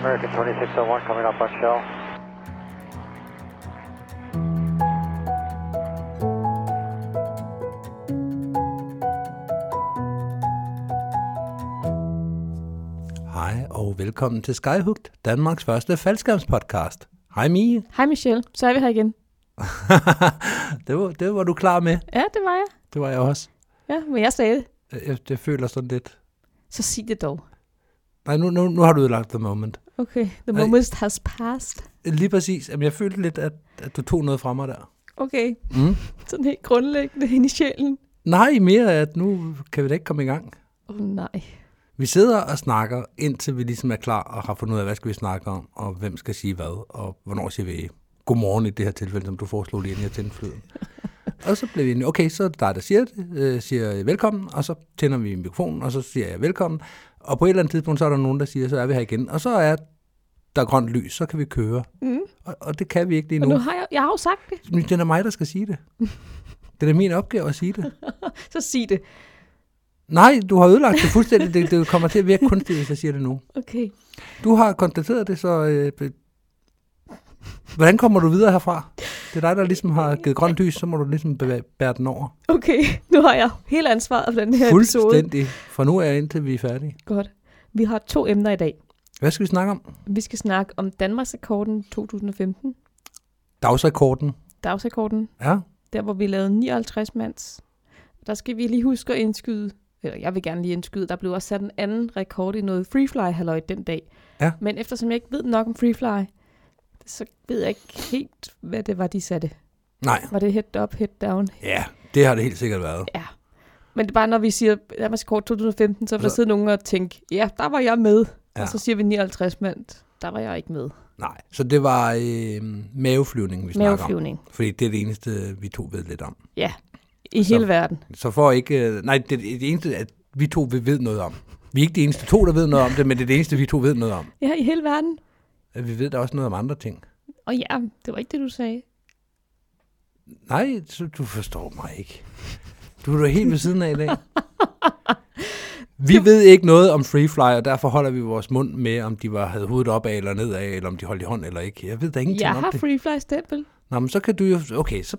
American 2601 coming up on shell. Hej og velkommen til Skyhooked, Danmarks første faldskærmspodcast. Hej Mie. Hej Michelle, så er vi her igen. det, var, det var du klar med. Ja, det var jeg. Det var jeg også. Ja, men jeg sagde det. Jeg, det føler sådan lidt... Så sig det dog. Nej, nu, nu, nu har du ødelagt the moment. Okay, the Ej. moment has passed. Lige præcis. Jamen, jeg følte lidt, at, at du tog noget fra mig der. Okay, Mm. sådan helt grundlæggende ind i sjælen. Nej, mere at nu kan vi da ikke komme i gang. Åh oh, nej. Vi sidder og snakker, indtil vi ligesom er klar og har fundet ud af, hvad skal vi snakke om, og hvem skal sige hvad, og hvornår siger vi godmorgen i det her tilfælde, som du foreslog lige inden jeg tændte flyet. og så bliver vi enige, okay, så er det dig, der siger det, øh, siger velkommen, og så tænder vi mikrofonen, og så siger jeg velkommen. Og på et eller andet tidspunkt, så er der nogen, der siger, så er vi her igen. Og så er der grønt lys, så kan vi køre. Mm. Og, og det kan vi ikke lige Og nu nu. har jeg, jeg har jo sagt det. Men Det er mig, der skal sige det. Det er da min opgave at sige det. Så sig det. Nej, du har ødelagt det fuldstændig. Det, det kommer til at virke kunstigt, hvis jeg siger det nu. Okay. Du har konstateret det, så... Øh, be- hvordan kommer du videre herfra? Det er dig, der ligesom har givet grønt lys, så må du ligesom bevæ- bære den over. Okay, nu har jeg hele ansvaret for den her episode. Fuldstændig. Fra nu af indtil vi er færdige. Godt. Vi har to emner i dag. Hvad skal vi snakke om? Vi skal snakke om Danmarksrekorden 2015. Dagsrekorden. Dagsrekorden, Ja. der hvor vi lavede 59 mands. Der skal vi lige huske at indskyde, eller jeg vil gerne lige indskyde, der blev også sat en anden rekord i noget freefly halløj den dag. Ja. Men eftersom jeg ikke ved nok om freefly, så ved jeg ikke helt, hvad det var, de satte. Nej. Var det head up, head down? Ja, det har det helt sikkert været. Ja. Men det er bare, når vi siger Danmarks Kort 2015, så vil der Så- sidde nogen og tænke, ja, der var jeg med. Ja. Ja. Og så siger vi 59 mand, der var jeg ikke med. Nej. Så det var øh, maveflyvning, vi snakker om. Maveflyvning. Fordi det er det eneste, vi to ved lidt om. Ja, i Så- hele verden. Så for ikke... øh, Nej, det er det eneste, at vi to vi ved noget om. Vi er ikke de eneste to, der ved noget om det, men det er det eneste, vi to ved noget om. Ja, i hele verden. Vi ved da også noget om andre ting. Og ja, det var ikke det, du sagde. Nej, så du forstår mig ikke. Du er da helt ved siden af i dag. Vi ved ikke noget om freefly, og derfor holder vi vores mund med, om de var, havde hovedet opad eller nedad, eller om de holdt i hånd eller ikke. Jeg ved da ingenting Jeg om har det. freefly-stempel. Nå, men så kan du jo... Okay, så,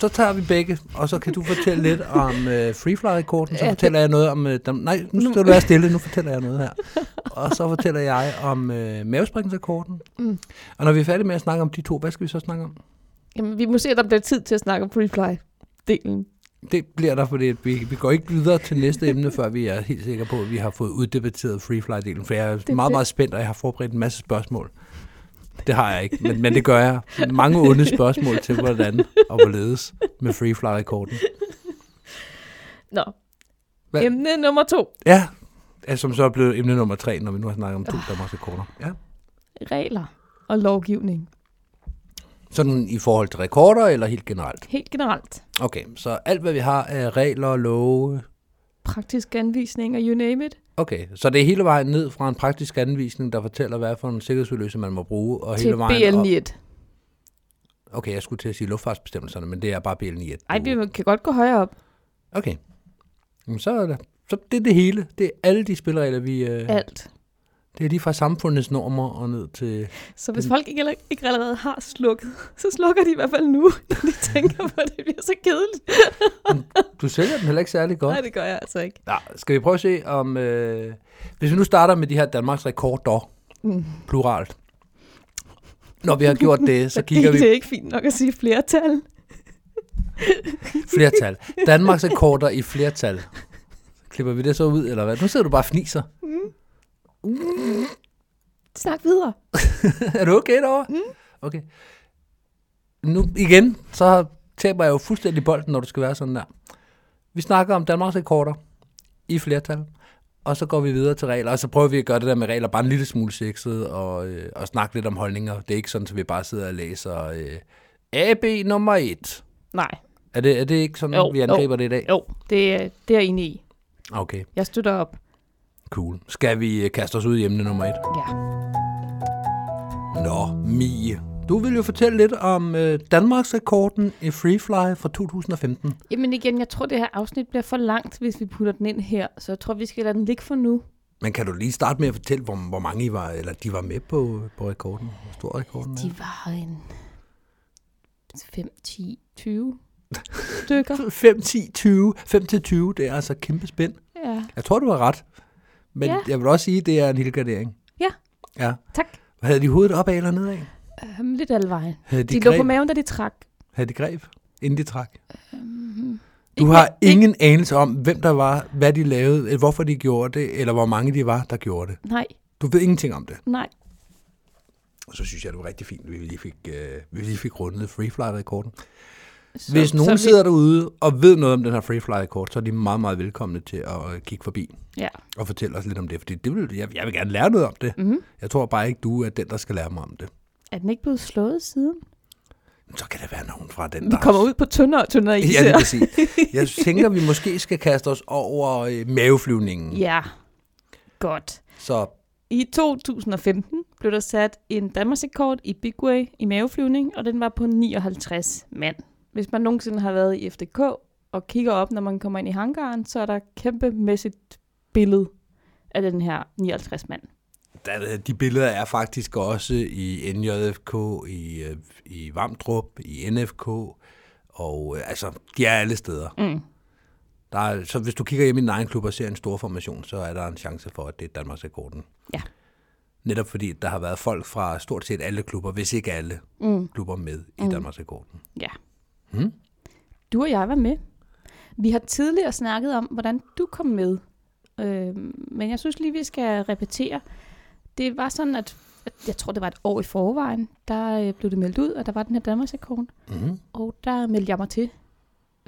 så tager vi begge, og så kan du fortælle lidt om øh, freefly-rekorden, så Ja, fortæller jeg noget om... Øh, dem, nej, nu skal du være stille, nu fortæller jeg noget her. Og så fortæller jeg om øh, mavespringsrekorden. Mm. Og når vi er færdige med at snakke om de to, hvad skal vi så snakke om? Jamen, vi må se, at der bliver tid til at snakke om freefly-delen. Det bliver der, fordi at vi, vi går ikke videre til næste emne, før vi er helt sikre på, at vi har fået uddebatteret freefly-delen. For jeg er er meget, det. meget spændt, og jeg har forberedt en masse spørgsmål. Det har jeg ikke, men, men det gør jeg. Mange onde spørgsmål til, hvordan og hvorledes med freefly-rekorden. Nå, Hvad- Hvad? emne nummer to. Ja, altså, som så er blevet emne nummer tre, når vi nu har snakket om to Ah. Danmarksrekorder. Ja. Regler og lovgivning. Sådan i forhold til rekorder eller helt generelt? Helt generelt. Okay, så alt hvad vi har er regler og love. Praktiske anvisninger, you name it. Okay, så det er hele vejen ned fra en praktisk anvisning, der fortæller, hvad for en sikkerhedsudløse man må bruge, og til hele vejen op- BL91. Okay, jeg skulle til at sige luftfartsbestemmelserne, men det er bare BL9. at Ej, du- vi kan godt gå højere op. Okay. Jamen, så er det. Så det er det hele. Det er alle de spilleregler, vi... Øh, Alt. Det er lige fra samfundets normer og ned til... Så hvis folk ikke, aller- ikke allerede har slukket, så slukker de i hvert fald nu, når de tænker på, at det bliver så kedeligt. Du sælger den heller ikke særlig godt. Nej, det gør jeg altså ikke. Ja, skal vi prøve at se om... Øh, hvis vi nu starter med de her Danmarks rekorder, Mm. pluralt. Når vi har gjort det, så Fordi kigger vi Det er ikke fint nok at sige flertal. flertal. Danmarks rekorder i flertal. Klipper vi det så ud, eller hvad? Nu sidder du bare og fniser. Snak videre. er du okay derovre? Mm. Okay. Nu igen, så taber jeg jo fuldstændig bolden, når du skal være sådan der. Vi snakker om Danmarks rekorder i flertal, og så går vi videre til regler, og så prøver vi at gøre det der med regler bare en lille smule sexet, og, øh, og snakke lidt om holdninger. Det er ikke sådan, at vi bare sidder og læser øh, AB nummer 1. Nej, Er det, er det ikke sådan, Jo, vi angriber det i dag? jo, det, er- det er jeg enig i. Okay, Jeg støtter op. cool. Skal vi øh, kaste os ud i emne nummer 1? Ja. Nå, Mie. Du vil jo fortælle lidt om øh, Danmarks rekorden i freefly fra 2015. Jamen igen, jeg tror, det her afsnit bliver for langt, hvis vi putter den ind her. Så jeg tror, vi skal lade den ligge for nu. Men kan du lige starte med at fortælle, hvor, hvor mange I var, eller de var med på, på rekorden? Hvor stor rekorden er? De var en 5, 10, 20 stykker. 5, 10, 20. 5 til 20, det er altså kæmpe spænd. Ja. Jeg tror, du har ret. Men Ja. ja. jeg vil også sige, det er en lille gradering. Ja. Ja. Tak. Havde de hovedet opad eller nedad? Øhm, lidt alle vejen. Havde De, de lå greb? på maven, da de trak. Havde de greb, inden de trak? Mm-hmm. Du har ingen anelse om, hvem der var, hvad de lavede, eller hvorfor de gjorde det, eller hvor mange de var, der gjorde det. Nej, Du ved ingenting om det. nej. Og så synes jeg, det var rigtig fint, at vi lige fik, øh, vi lige fik rundet freefly-rekorden. Så, Hvis nogen vi- sidder derude og ved noget om den her freefly-rekord, så er de meget, meget velkomne til at øh, kigge forbi Ja. og fortælle os lidt om det. Fordi det vil, jeg, jeg vil gerne lære noget om det. Mm-hmm. Jeg tror bare ikke, du er den, der skal lære mig om det. Er den ikke blevet slået siden? Men Så kan der være nogen fra den, Vi der... kommer ud på tyndere og tyndere is. Ja, det vil sige. Jeg tænker, vi måske skal kaste os over øh, maveflyvningen. ja. Godt. Så I 2015 blev der sat en Danmarksrekord i Big Way i maveflyvning, og den var på 59 mand. Hvis man nogensinde har været i FDK og kigger op, når man kommer ind i hangaren, så er der kæmpemæssigt billede af den her 59 mand. Der, de billeder er faktisk også i NJFK, i, øh, i Vamdrup, i NFK, og øh, altså, de er alle steder. Mm. Der er, så hvis du kigger hjem i din egen klub og ser en stor formation, så er der en chance for, at det er Danmarksrekorden. Ja. Netop fordi, der har været folk fra stort set alle klubber, hvis ikke alle Mm. klubber med i mm. Danmarksrekorden. Ja. Hmm? Du og jeg var med. Vi har tidligere snakket om, hvordan du kom med. Øh, men jeg synes lige, vi skal repetere. Det var sådan, at at jeg tror, det var et år i forvejen, der øh, blev det meldt ud, og der var den her Danmarksrekord. Mm-hmm. Og der meldte jeg mig til.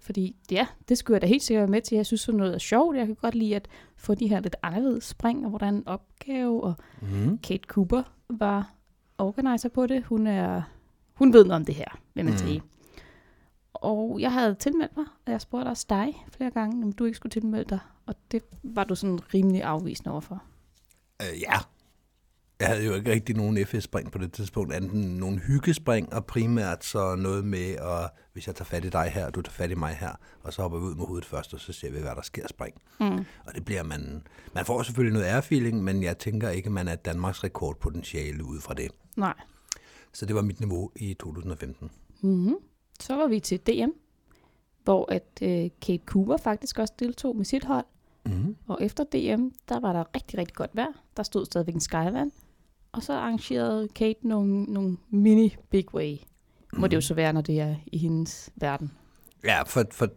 Fordi ja, det skulle jeg da helt sikkert være med til. Jeg synes, sådan noget er sjovt. Jeg kan godt lide at få de her lidt anderledes spring, og hvor der er en opgave. Og Mm-hmm. Kate Cooper var organizer på det. Hun, er, hun ved noget om det her, vil man Mm. sige. Og jeg havde tilmeldt mig, og jeg spurgte også dig flere gange, om du ikke skulle tilmelde dig. Og det var du sådan rimelig afvisende overfor. Øh, ja. Jeg havde jo ikke rigtig nogen FS-spring på det tidspunkt, andet end nogle hyggespring, og primært så noget med, at hvis jeg tager fat i dig her, og du tager fat i mig her, og så hopper vi ud med hovedet først, og så ser vi, hvad der sker spring. Mm. Og det bliver man... Man får selvfølgelig noget ærefeeling, men jeg tænker ikke, man er Danmarks rekordpotentiale ud fra det. Nej. Så det var mit niveau i 2015. Mm-hmm. Så var vi til DM, hvor at øh, Kate Cooper faktisk også deltog med sit hold. Mm-hmm. Og efter DM, der var der rigtig, rigtig godt vejr. Der stod stadigvæk en skyvand. Og så arrangerede Kate nogle, nogle mini big way. Må det jo så være, når det er i hendes verden. Ja, for, for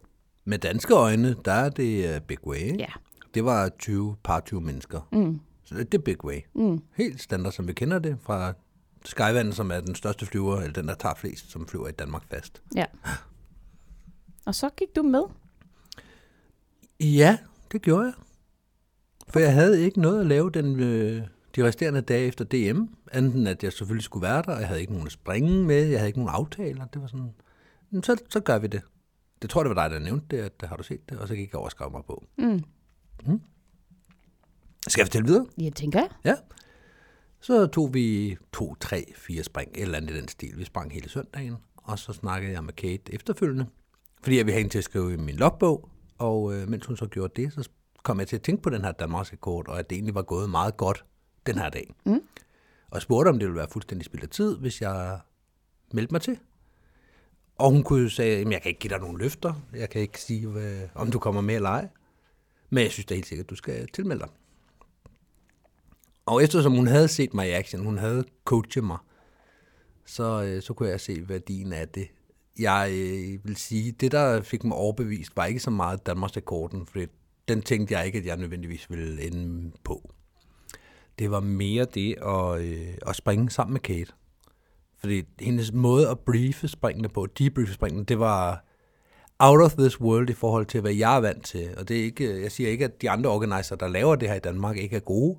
med danske øjne, der er det øh, big way. ikke? Ja. Det var 20, par 20 mennesker. Mm. Så det er big way. Mm. helt standard, som vi kender det fra Skyvand, som er den største flyver, eller den, der tager flest, som flyver i Danmark fast. Og så gik du med. Ja, det gjorde jeg. For jeg havde ikke noget at lave den, øh, de resterende dage efter DM, andet end at jeg selvfølgelig skulle være der, og jeg havde ikke nogen at springe med, jeg havde ikke nogen aftaler. Det var sådan, "Men så, så gør vi det. Det tror jeg, det var dig, der nævnte det, at har du set det, og så gik jeg over og skrev mig på. Mm. Skal jeg fortælle videre? Jeg tænker, jeg. Ja. Så tog vi to, tre, fire spring, et eller andet i den stil. Vi sprang hele søndagen, og så snakkede jeg med Kate efterfølgende, fordi jeg ville have hende til at skrive i min logbog, og øh, mens hun så gjorde det, så kom jeg til at tænke på den her Danmarks rekord, og at det egentlig var gået meget godt den her dag. Mm. Og spurgte, om det ville være fuldstændig spild af tid, hvis jeg meldte mig til. Og hun kunne jo sige, at jeg kan ikke give dig nogen løfter, jeg kan ikke sige, hvad, om du kommer med eller ej, men jeg synes da helt sikkert, at du skal tilmelde dig. Og eftersom hun havde set mig i action, hun havde coachet mig, så, øh, så kunne jeg se værdien af det. Jeg øh, vil sige, det der fik mig overbevist, var ikke så meget Danmarks rekorden, for den tænkte jeg ikke, at jeg nødvendigvis ville ende på. Det var mere det at, øh, at springe sammen med Kate. Fordi hendes måde at briefe springene på, debriefe springene, det var out of this world i forhold til, hvad jeg er vant til. Og det er ikke, øh, jeg siger ikke, at de andre organiser, der laver det her i Danmark, ikke er gode.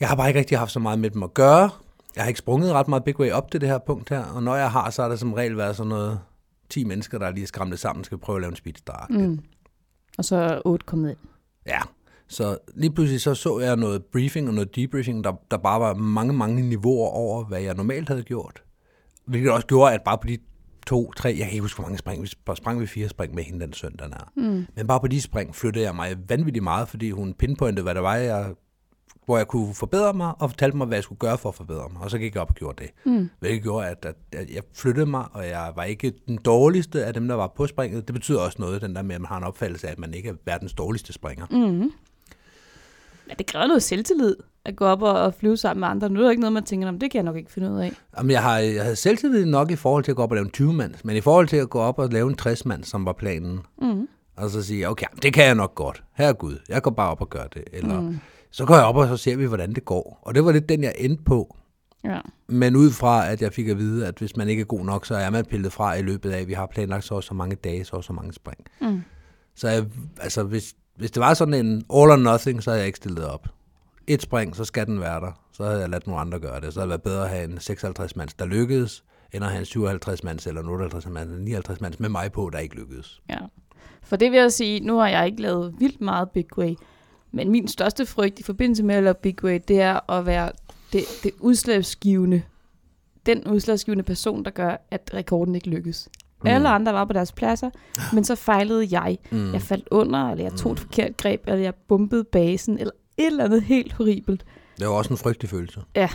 Jeg har bare ikke rigtig haft så meget med dem at gøre. Jeg har ikke sprunget ret meget Big Way op til det her punkt her, og når jeg har, så har der som regel været sådan noget 10 mennesker, der lige er skræmt sammen, skal prøve at lave en speed start. Mm. Og så er 8 kommet ind. Ja, så lige pludselig så så jeg noget briefing og noget debriefing, der, der bare var mange, mange niveauer over, hvad jeg normalt havde gjort. Hvilket også gjorde, at bare på de to, tre, jeg kan ikke huske, hvor mange spring. Vi sp- sprang vi fire spring med hende den søndag der. Mm. Men bare på de spring flyttede jeg mig vanvittigt meget, fordi hun pinpointede, hvad der var, jeg, hvor jeg kunne forbedre mig, og fortalte mig, hvad jeg skulle gøre for at forbedre mig. Og så gik jeg op og gjorde det. Mm. Hvilket gjorde, at, at, at jeg flyttede mig, og jeg var ikke den dårligste af dem, der var på springet. Det betyder også noget, den der med, at man har en opfattelse af, at man ikke er verdens dårligste springer. Mm. Ja, det kræver noget selvtillid at gå op og, og flyve sammen med andre. Nu er det ikke noget, man tænker, "Nå, men det kan jeg nok ikke finde ud af. Jamen, jeg, har, jeg havde selvtillid nok i forhold til at gå op og lave en 20-mand, men i forhold til at gå op og lave en 60-mand, som var planen, Mm. og så sige, okay, det kan jeg nok godt. Herregud, jeg går bare op og gør det. Eller, mm. Så går jeg op, og så ser vi, hvordan det går. Og det var lidt den, jeg endte på. Ja. Men ud fra, at jeg fik at vide, at hvis man ikke er god nok, så er man pillet fra i løbet af, at vi har planlagt så og så mange dage, så og så mange spring. Mm. Så jeg, altså, hvis, hvis det var sådan en all or nothing, så havde jeg ikke stillet op. Et spring, så skal den være der. Så havde jeg ladt nogle andre gøre det. Så havde det været bedre at have en 56-mands, der lykkedes, end at have en 57-mands, eller en 58-mands, eller en 59-mands med mig på, der ikke lykkedes. Ja. For det vil jeg sige, nu har jeg ikke lavet vildt meget Big Way, men min største frygt i forbindelse med at lave Big Way, det er at være det, det udslagsgivende. Den udslagsgivende person, der gør, at rekorden ikke lykkes. Mm. Alle andre var på deres pladser, men så fejlede jeg. Mm. Jeg faldt under, eller jeg tog et forkert greb, eller jeg bumpede basen, eller et eller andet helt horribelt. Det var også en frygtelig følelse. Ja,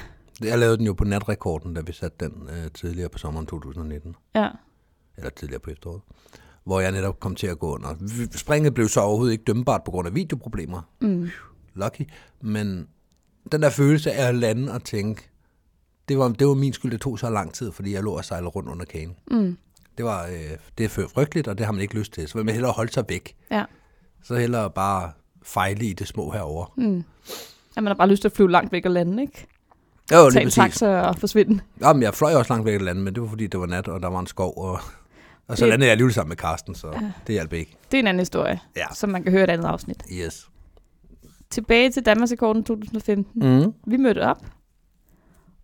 Jeg lavede den jo på natrekorden, da vi satte den øh, tidligere på sommeren 2019. ja. eller tidligere på efteråret, hvor jeg netop kom til at gå under. V- Springet blev så overhovedet ikke dømbart på grund af videoproblemer. Mm. Lucky. Men den der følelse af at lande og tænke, det var, det var min skyld, det tog så lang tid, fordi jeg lå og sejlede rundt under kagen. Mm. Det, var, øh, det er frygteligt, og det har man ikke lyst til. Så vil man hellere holde sig væk. ja. Så hellere bare fejle i det små herover. Mm. Ja, man har bare lyst til at flyve langt væk og lande, ikke? Jo, Tag en taxa og forsvinde. Jamen, jeg fløj også langt væk i landet, men det var fordi, det var nat, og der var en skov, og, og så Det- landede jeg alligevel sammen med Karsten, så det hjalp ikke. Det er en anden historie, Ja. som man kan høre i et andet afsnit. Yes. Tilbage til Danmarksrekorden 2015. Mm. Vi mødte op,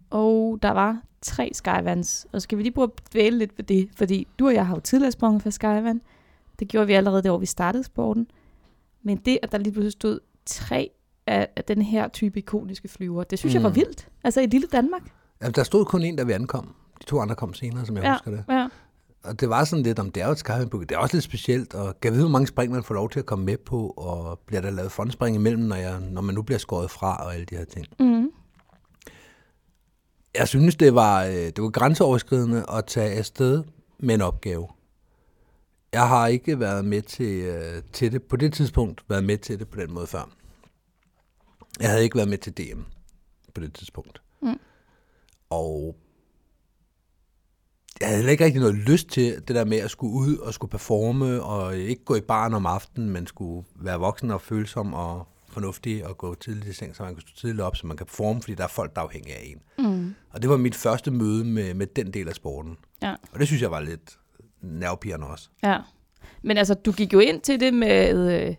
og der var tre Skyvans. Og skal vi lige prøve at dvæle lidt ved det, fordi du og jeg har jo tidligere sprunget for Skyvan. Det gjorde vi allerede, det år vi startede sporten. Men det, at der lige pludselig stod tre af af den her type ikoniske flyver, det synes mm. jeg var Mm. vildt. Altså i lille Danmark. Jamen, der stod kun en, da vi ankom. De to andre kom senere, som jeg ja. husker det. ja. Og det var sådan lidt, om det er jo et skyhopping Det er også lidt specielt, og kan jeg vide, hvor mange spring, man får lov til at komme med på, og bliver der lavet fondspring imellem, når, jeg, når man nu bliver skåret fra, og alle de her ting. Mm. Jeg synes, det var, øh, det var grænseoverskridende at tage afsted med en opgave. Jeg har ikke været med til, øh, til det, på det tidspunkt, været med til det på den måde før. Jeg havde ikke været med til DM på det tidspunkt. Mm. Og jeg havde heller ikke rigtig noget lyst til det der med at skulle ud og skulle performe, og ikke gå i baren om aftenen, men skulle være voksen og følsom og fornuftig og gå tidligt i seng, så man kan stå tidligt op, så man kan performe, fordi der er folk, der er afhængige af en. Mm. Og det var mit første møde med, med den del af sporten. ja. Og det synes jeg var lidt nervepirrende også. Ja. Men altså, du gik jo ind til det med, øh,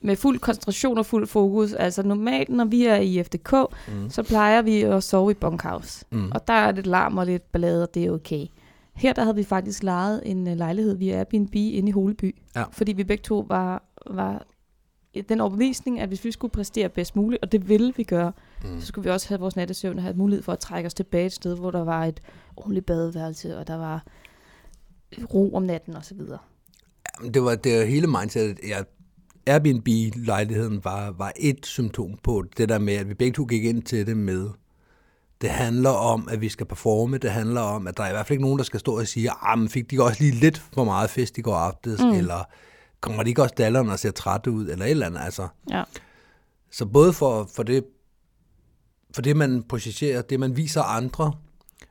med fuld koncentration og fuld fokus. Altså normalt, når vi er i FDK, mm. så plejer vi at sove i bunkhouse. Mm. Og der er lidt larm og lidt ballade, og det er okay. Her der havde vi faktisk lejet en øh, lejlighed via Airbnb inde i Holeby. Ja. Fordi vi begge to var, var i den overbevisning, at hvis vi skulle præstere bedst muligt, og det ville vi gøre, mm. så skulle vi også have vores nattesøvn og have mulighed for at trække os tilbage et sted, hvor der var et ordentligt badeværelse, og der var ro om natten og så videre. Jamen, Det var det var hele mindsetet. Jeg, Airbnb-lejligheden var, var et symptom på det der med, at vi begge to gik ind til det med, det handler om, at vi skal performe, det handler om, at der er i hvert fald ikke nogen, der skal stå og sige, ah, men fik de ikke også lige lidt for meget fest i går aftes, mm. eller kommer de ikke også dallerne og ser trætte ud, eller et eller andet, altså. Ja. Så både for, for, det, for det, man projicerer, det man viser andre,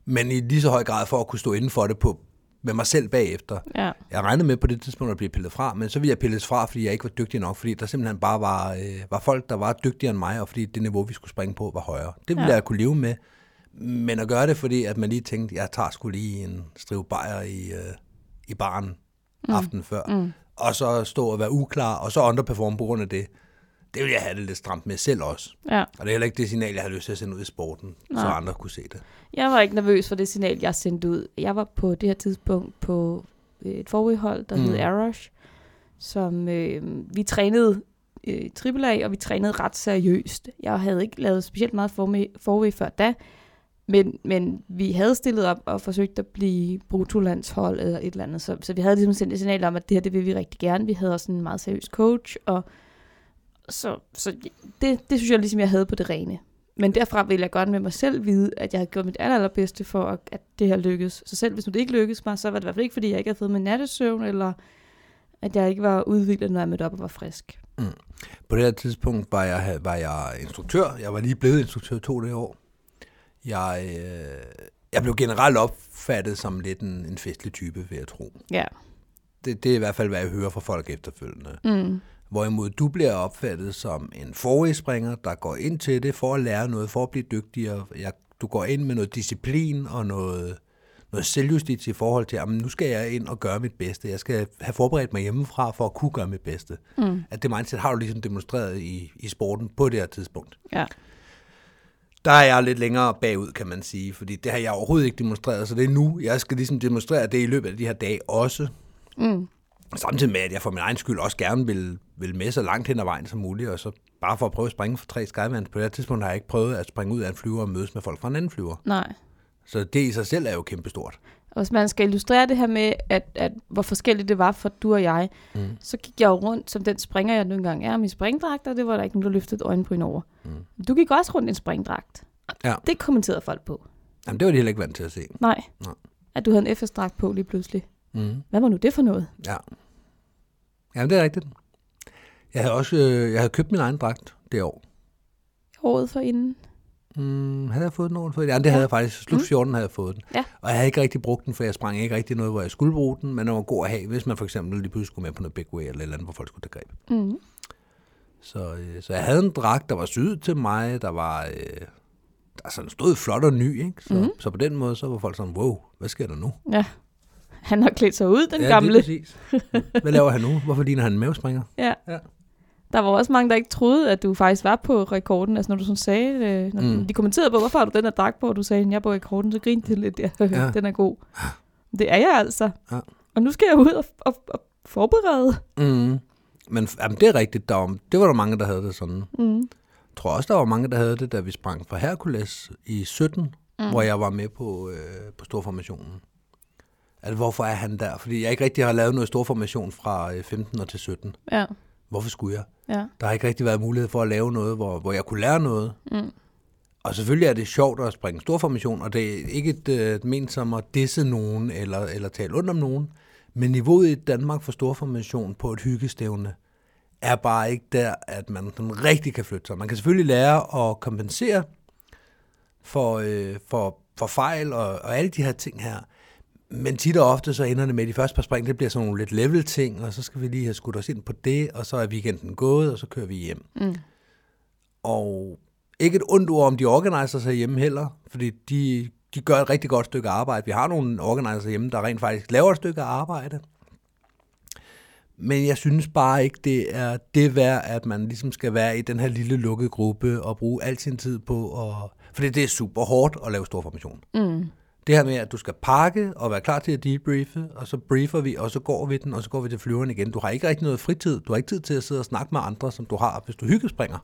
men i lige så høj grad for at kunne stå inden for det på, med mig selv bagefter. Ja. Jeg regnede med på det tidspunkt at blive pillet fra, men så ville jeg pilles fra, fordi jeg ikke var dygtig nok, fordi der simpelthen bare var, øh, var folk, der var dygtigere end mig, og fordi det niveau, vi skulle springe på, var højere. Det ville Ja. ja. jeg kunne leve med, men at gøre det, fordi at man lige tænkte, jeg tager sgu lige en strive bajer i, øh, i baren mm. aftenen før, mm. og så stå og være uklar, og så underperforme på grund af det, det ville jeg have det lidt stramt med selv også. ja. Og det er heller ikke det signal, jeg har lyst til at sende ud i sporten, Nej. så andre kunne se det. Jeg var ikke nervøs for det signal, jeg sendte ud. Jeg var på det her tidspunkt på et forudhold, der mm. hed Arash, som øh, vi trænede øh, triple A, og vi trænede ret seriøst. Jeg havde ikke lavet specielt meget forme- forud før da, Men, men vi havde stillet op og forsøgt at blive brutolandshold eller et eller andet. Så, så vi havde ligesom sendt et signal om, at det her, det vil vi rigtig gerne. Vi havde også en meget seriøs coach, og så, så det, det synes jeg ligesom, jeg havde på det rene. Men derfra ville jeg godt med mig selv vide, at jeg havde gjort mit aller, allerbedste for, at, at det her lykkedes. Så selv hvis nu det ikke lykkedes mig, så var det i hvert fald ikke, fordi jeg ikke havde fået min nattesøvn, eller at jeg ikke var udviklet, når jeg mødte op og var frisk. På det her tidspunkt var jeg, havde- var jeg instruktør. Jeg var lige blevet instruktør to det år. Jeg, øh, jeg blev generelt opfattet som lidt en, en festlig type, vil jeg tro. Ja. Det, det er i hvert fald, hvad jeg hører fra folk efterfølgende. Mm. Hvorimod du bliver opfattet som en forhedsspringer, der går ind til det for at lære noget, for at blive dygtigere. Jeg, du går ind med noget disciplin og noget, noget selvjustits i forhold til, at nu skal jeg ind og gøre mit bedste. Jeg skal have forberedt mig hjemmefra for at kunne gøre mit bedste. Mm. At det mindset har du ligesom demonstreret i, i sporten på det her tidspunkt. Ja. Der er jeg lidt længere bagud, kan man sige, fordi det har jeg overhovedet ikke demonstreret, så det er nu. Jeg skal ligesom demonstrere det i løbet af de her dage også. Mm. Samtidig med, at jeg for min egen skyld også gerne vil, vil med så langt hen ad vejen som muligt, og så bare for at prøve at springe for tre skydevand. På det her tidspunkt har jeg ikke prøvet at springe ud af en flyver og mødes med folk fra en anden flyver. Nej. Så det i sig selv er jo kæmpestort. Og hvis man skal illustrere det her med, at, at hvor forskelligt det var for du og jeg, mm. så gik jeg jo rundt som den springer, jeg nu engang er, min springdragt, og det var der ikke nogen, der løftede et øjenbryn over. Mm. Du gik også rundt i en springdragt. Og Ja. Det kommenterede folk på. Jamen, det var de heller ikke vant til at se. Nej. Nej. At du havde en FS-dragt på lige pludselig. Mm. Hvad var nu det for noget? Ja. Jamen, det er rigtigt. Jeg havde også øh, jeg havde købt min egen dragt det år. Håret for inden. Mm, havde jeg fået den overfor? Ja, det havde jeg faktisk. Slut 14 havde jeg fået den. Mm. Ja. Og jeg havde ikke rigtig brugt den, for jeg sprang ikke rigtig noget, hvor jeg skulle bruge den, men den var god at have, hvis man for eksempel lige pludselig skulle med på noget big way eller et eller andet, hvor folk skulle tage greb. Mm. Så, øh, så jeg havde en dragt, der var syet til mig, der var... Øh, der sådan stod flot og ny, ikke? Så, Mhm. mm-hmm. så på den måde, så var folk sådan, wow, hvad sker der nu? Ja. Han har klædt sig ud, den lige gamle. præcis. Hvad laver han nu? Hvorfor ligner han en mavespringer? Ja. Ja. Der var også mange, der ikke troede, at du faktisk var på rekorden. Altså når du sådan sagde, øh, når Mm. mm. de kommenterede på, hvorfor har du den her dragt på, og du sagde, jeg er på rekorden, så grinte de lidt der. Ja. Ja. den er god. Det er jeg altså. Ja. Og nu skal jeg ud og, og, og forberede. Mm. Men jamen, det er rigtigt, der var, det var der mange, der havde det sådan. Mm. Jeg tror også, der var mange, der havde det, da vi sprang fra Hercules i 17, mm. hvor jeg var med på, øh, på storformationen. At hvorfor er han der? Fordi jeg ikke rigtig har lavet noget storformation fra øh, 15 og til 17. Ja. Hvorfor skulle jeg? ja. Der har ikke rigtig været mulighed for at lave noget, hvor, hvor jeg kunne lære noget. Mm. Og selvfølgelig er det sjovt at springe stor formation, og det er ikke et, øh, ment som at disse nogen eller, eller tale ondt om nogen. Men niveauet i Danmark for stor formation på et hyggestævne er bare ikke der, at man sådan rigtig kan flytte sig. Man kan selvfølgelig lære at kompensere for, øh, for, for fejl og, og alle de her ting her. Men tit og ofte så ender det med, at de første par spring, det bliver sådan nogle lidt level ting, og så skal vi lige have skudt os ind på det, og så er weekenden gået, og så kører vi hjem. Mm. Og ikke et ondt ord om de organiserer sig hjemme heller, fordi de, de gør et rigtig godt stykke arbejde. Vi har nogle organiserer hjemme, der rent faktisk laver et stykke arbejde. Men jeg synes bare ikke, det er det værd, at man ligesom skal være i den her lille lukkede gruppe og bruge al sin tid på at... Fordi det er super hårdt at lave stor formation. Mm. Det her med, at du skal pakke og være klar til at debriefe, og så briefer vi, og så går vi den, og så går vi til flyveren igen. Du har ikke rigtig noget fritid. Du har ikke tid til at sidde og snakke med andre, som du har, hvis du hyggespringer.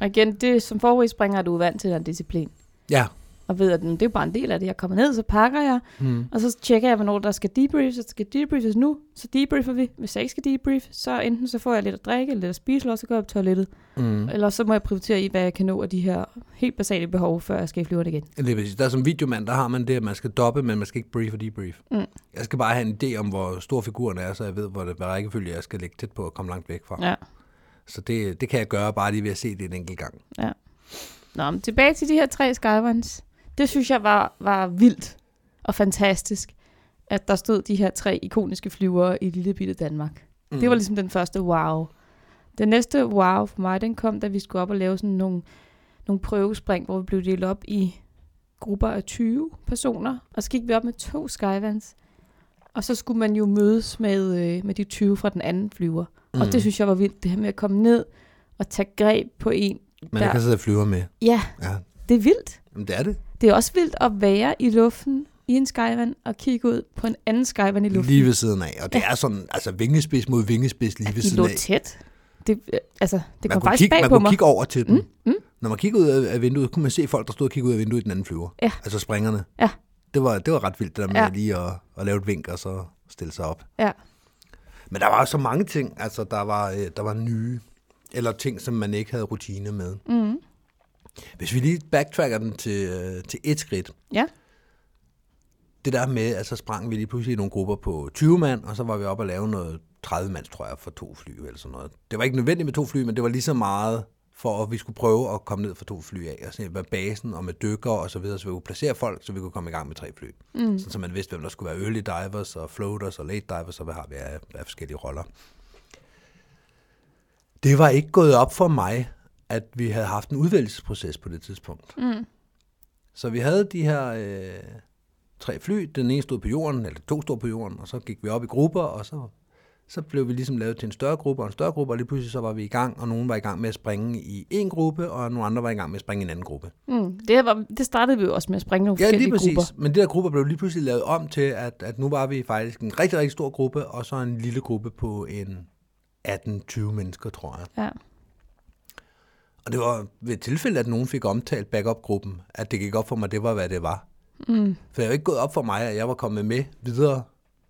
Og igen, det, som forhedsspringer er du vant til den disciplin. Ja, Og ved, at "Nå, det er jo bare en del af det. Jeg kommer ned, så pakker jeg, mm. og så tjekker jeg, hvornår der skal debriefes. Så skal debriefes nu, så debriefer vi. Hvis jeg ikke skal debrief, så enten så får jeg lidt at drikke, eller lidt at spise, eller også så går jeg på toilettet. mm. Eller så må jeg prioritere i, hvad jeg kan nå af de her helt basale behov, før jeg skal i flyveren igen. det er præcis. Der er som videomand, der har man det, at man skal doppe, men man skal ikke brief og debrief. Mm. Jeg skal bare have en idé om, hvor stor figuren er, så jeg ved, hvor det, hvad rækkefølge jeg skal lægge tæt på og komme langt væk fra. Ja. Så det, det kan jeg gøre bare lige ved at se det en enkelt gang. Nå, men tilbage til de her tre Skyruns. Det synes jeg var, var vildt og fantastisk, at der stod de her tre ikoniske flyvere i lille bitte Danmark. Mm. Det var ligesom den første wow. Den næste wow for mig, den kom, da vi skulle op og lave sådan nogle, nogle prøvespring, hvor vi blev delt op i grupper af 20 personer, og så gik vi op med to Skyvans. Og så skulle man jo mødes med, øh, med de 20 fra den anden flyver. Mm. Og det synes jeg var vildt, det her med at komme ned og tage greb på en. Men der- jeg kan sidde og flyve med. Ja, Ja, det er vildt. Jamen, det er det. Det er også vildt at være i luften i en skyvand og kigge ud på en anden skyvand i luften. Lige ved siden af. Og det er sådan, altså vingespids mod vingespids lige ved de siden lå af. tæt. Det, øh, altså, det man kom kunne faktisk kigge, bag man på kunne mig. kigge over til den. Mm, mm. Når man kiggede ud af af vinduet, kunne man se folk, der stod og kiggede ud af vinduet i den anden flyver. Ja. Altså springerne. Ja. Det var, det var ret vildt, det der med Ja. ja. lige at, at lave et vink og så stille sig op. Ja. Men der var så mange ting, altså der var, øh, der var nye, eller ting, som man ikke havde rutine med. Mm. Hvis vi lige backtracker den til, øh, til et skridt. Ja. Det der med, at så sprang vi lige pludselig i nogle grupper på 20 mand, og så var vi oppe og lave noget 30 mands, tror jeg, for to fly eller sådan noget. Det var ikke nødvendigt med to fly, men det var lige så meget for, at vi skulle prøve at komme ned for to fly af, og se med basen og med dykker og så videre, så vi kunne placere folk, så vi kunne komme i gang med tre fly. Mm. Sådan, så man vidste, hvem der skulle være early divers og floaters og late divers, og hvad har vi af, af forskellige roller. Det var ikke gået op for mig, at vi havde haft en udvælgelsesproces på det tidspunkt. Mm. Så vi havde de her øh, tre fly. Den ene stod på jorden, eller to stod på jorden, og så gik vi op i grupper, og så, så blev vi ligesom lavet til en større gruppe og en større gruppe, og lige pludselig så var vi i gang, og nogen var i gang med at springe i en gruppe, og nogle andre var i gang med at springe i en anden gruppe. Mm. Det, var, det startede vi jo også med at springe nogle Ja, forskellige lige præcis. grupper. Men de der grupper blev lige pludselig lavet om til, at, at nu var vi faktisk en rigtig, rigtig stor gruppe, og så en lille gruppe på en 18-20 mennesker, tror jeg. Ja. Og det var ved et tilfælde, at nogen fik omtalt backup-gruppen, at det gik op for mig, det var, hvad det var. Mm. For jeg er ikke gået op for mig, at jeg var kommet med videre.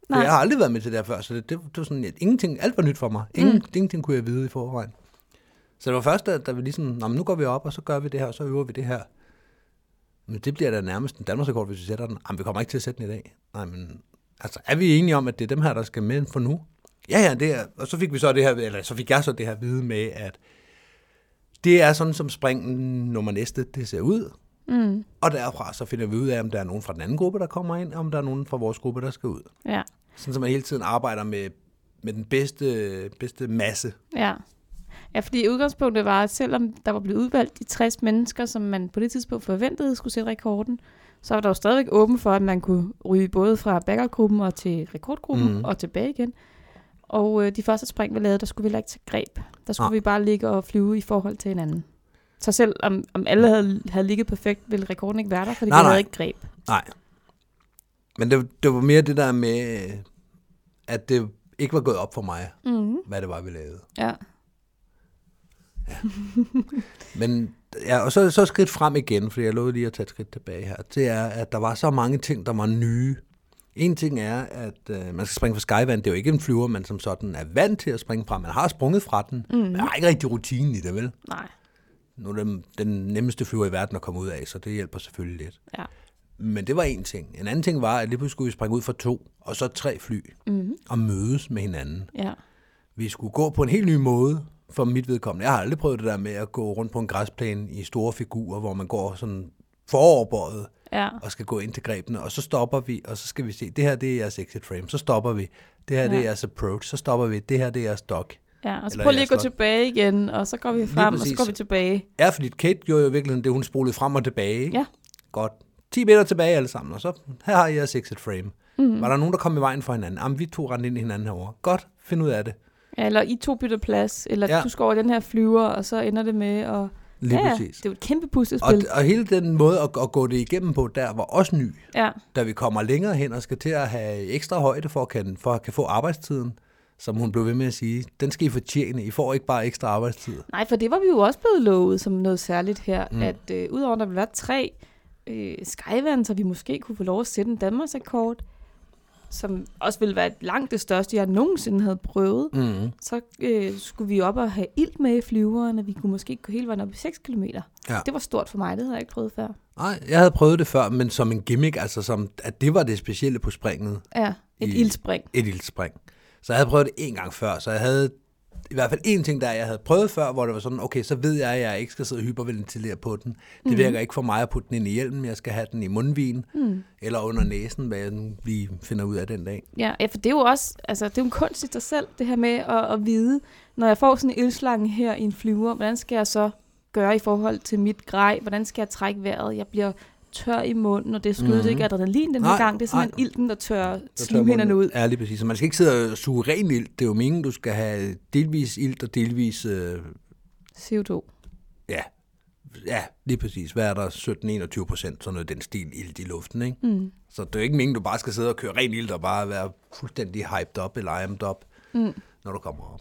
For Nej. jeg har aldrig været med til det her før, så det, det, det var sådan, at ingenting, alt var nyt for mig. Ingen, mm. Ingenting kunne jeg vide i forvejen. Så det var først, da, da vi ligesom, "Nå, men nu går vi op, og så gør vi det her, og så øver vi det her. Men det bliver da nærmest en Danmarksrekord, hvis vi sætter den. Jamen, vi kommer ikke til at sætte den i dag. Nej, men altså, er vi enige om, at det er dem her, der skal med for nu? Ja, ja, det er, og så fik vi så det her, eller så fik jeg så det her vide med, at det er sådan, som springen nummer næste, det ser ud. Mm. Og derfra så finder vi ud af, om der er nogen fra den anden gruppe, der kommer ind, og om der er nogen fra vores gruppe, der skal ud. Ja. Sådan, så man hele tiden arbejder med, med den bedste, bedste masse. Ja. Ja, fordi udgangspunktet var, at selvom der var blevet udvalgt de 60 mennesker, som man på det tidspunkt forventede skulle sætte rekorden, så var der jo stadigvæk åben for, at man kunne ryge både fra backergruppen og til rekordgruppen Mhm. mm. og tilbage igen. Og øh, de første spring, vi lavede, der skulle vi heller ikke tage greb. Der skulle Nej. ah. vi bare ligge og flyve i forhold til hinanden. Så selv om, om alle havde, havde ligget perfekt, ville rekorden ikke være der, fordi Nej, vi nej. havde ikke greb. Nej. Men det, det var mere det der med, at det ikke var gået op for mig, Mm. hvad det var, vi lavede. Ja. Men ja, og så, så skridt frem igen, fordi jeg lovede lige at tage et skridt tilbage her. Det er, at der var så mange ting, der var nye. En ting er, at øh, man skal springe fra skyvand. Det er jo ikke en flyver, man som sådan er vant til at springe fra. Man har sprunget fra den, mm. men har ikke rigtig rutinen i det, vel? Nej. Nu er det den nemmeste flyver i verden at komme ud af, så det hjælper selvfølgelig lidt. Ja. Men det var en ting. En anden ting var, at lige pludselig skulle vi springe ud for to, og så tre fly, mm. og mødes med hinanden Ja. vi skulle gå på en helt ny måde for mit vedkommende. Jeg har aldrig prøvet det der med at gå rundt på en græsplæne i store figurer, hvor man går sådan foroverbøjet Ja. og skal gå ind til grebene, og så stopper vi, og så skal vi se, det her det er jeres exit frame, så stopper vi. Det her ja. det er Ja. jeres approach, så stopper vi. Det her det er jeres dock. Ja, og så Eller prøv lige at jeg gå slår- tilbage igen, og så går vi frem, og så præcis. går vi tilbage. Ja, fordi Kate gjorde jo virkelig det, hun spolede frem og tilbage. Ikke? Ja. Godt. 10 meter tilbage alle sammen, og så her har I jeres exit frame. Mm. Var der nogen, der kom i vejen for hinanden? Jamen, vi to rendte ind i hinanden herovre. Godt, find ud af det. Ja, eller I to bytter plads, eller ja. Ja. du skal over den her flyver, og så ender det med at... Lige ja, ja, præcis. det er jo et kæmpe Og, puslespil. og hele den måde at, at gå det igennem på, der var også ny. Ja, da vi kommer længere hen og skal til at have ekstra højde for at, kan, for at kan få arbejdstiden, som hun blev ved med at sige, den skal I fortjene. I får ikke bare ekstra arbejdstid. nej, for det var vi jo også blevet lovet som noget særligt her, mm. at øh, udover at der ville være tre øh, skyvand, så vi måske kunne få lov at sætte en Danmarksrekord, som også ville være langt det største, jeg nogensinde havde prøvet, Mm. så øh, skulle vi op og have ild med i flyveren, og vi kunne måske gå hele vejen op i 6 km. Ja. Det var stort for mig, det havde jeg ikke prøvet før. Nej, jeg havde prøvet det før, men som en gimmick, altså som, at det var det specielle på springet, Ja, et I- ildspring. et ildspring. Så jeg havde prøvet det en gang før, så jeg havde i hvert fald en ting, der jeg havde prøvet før, hvor det var sådan, okay, så ved jeg, at jeg ikke skal sidde og hyperventilere på den. Det virker ikke for mig at putte den ind i hjelmen, jeg skal have den i mundvin, mm. eller under næsen, hvad jeg nu lige finder ud af den dag. Ja, ja, for det er jo også, altså det er jo en kunst i sig selv, det her med at, at vide, når jeg får sådan en ildslange her i en flyver, hvordan skal jeg så gøre i forhold til mit grej? Hvordan skal jeg trække vejret? Jeg bliver tør i munden, og det skyldes mm-hmm. ikke adrenalin den her Mhm. Nej, gang. Det er simpelthen nej. ilten, der tør Så tør slimhinderne munden ud. Ja, lige præcis. Så man skal ikke sidde og suge ren ild. Det er jo meningen, du skal have delvis ild og delvis... Øh, CO2. ja, ja, lige præcis. Hvad er der? 17-21 procent, sådan noget den stil ild i luften, ikke? Mm. Så det er jo ikke meningen, du bare skal sidde og køre ren ild og bare være fuldstændig hyped op eller amped op, mm. når du kommer op.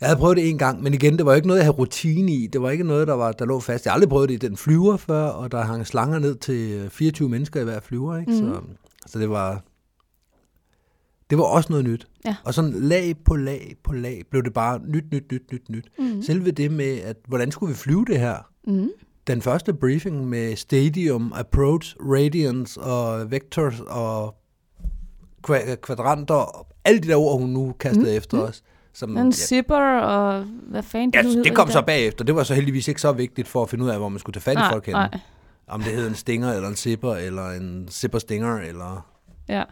Jeg havde prøvet det en gang, men igen, det var ikke noget, jeg havde rutine i. Det var ikke noget, der, var, der lå fast. Jeg har aldrig prøvet det i den flyver før, og der hang slanger ned til øh, 24 mennesker i hver flyver. Ikke? Mm. Så, så det var... Det var også noget nyt. Ja. Og sådan lag på lag på lag blev det bare nyt, nyt, nyt, nyt, nyt. Mm. Selve det med, at hvordan skulle vi flyve det her? Mm. Den første briefing med stadium, approach, radiance og vectors og kva- kvadranter, og alle de der ord, hun nu kastede mm. efter os. Som, En zipper, og hvad fanden Ja, nu hedder det kom de så der? bagefter. Det var så heldigvis ikke så vigtigt for at finde ud af, hvor man skulle tage fat i Nej, folk henne. nej. Om det hed en stinger, eller en zipper, eller en zipper-stinger, eller Ja.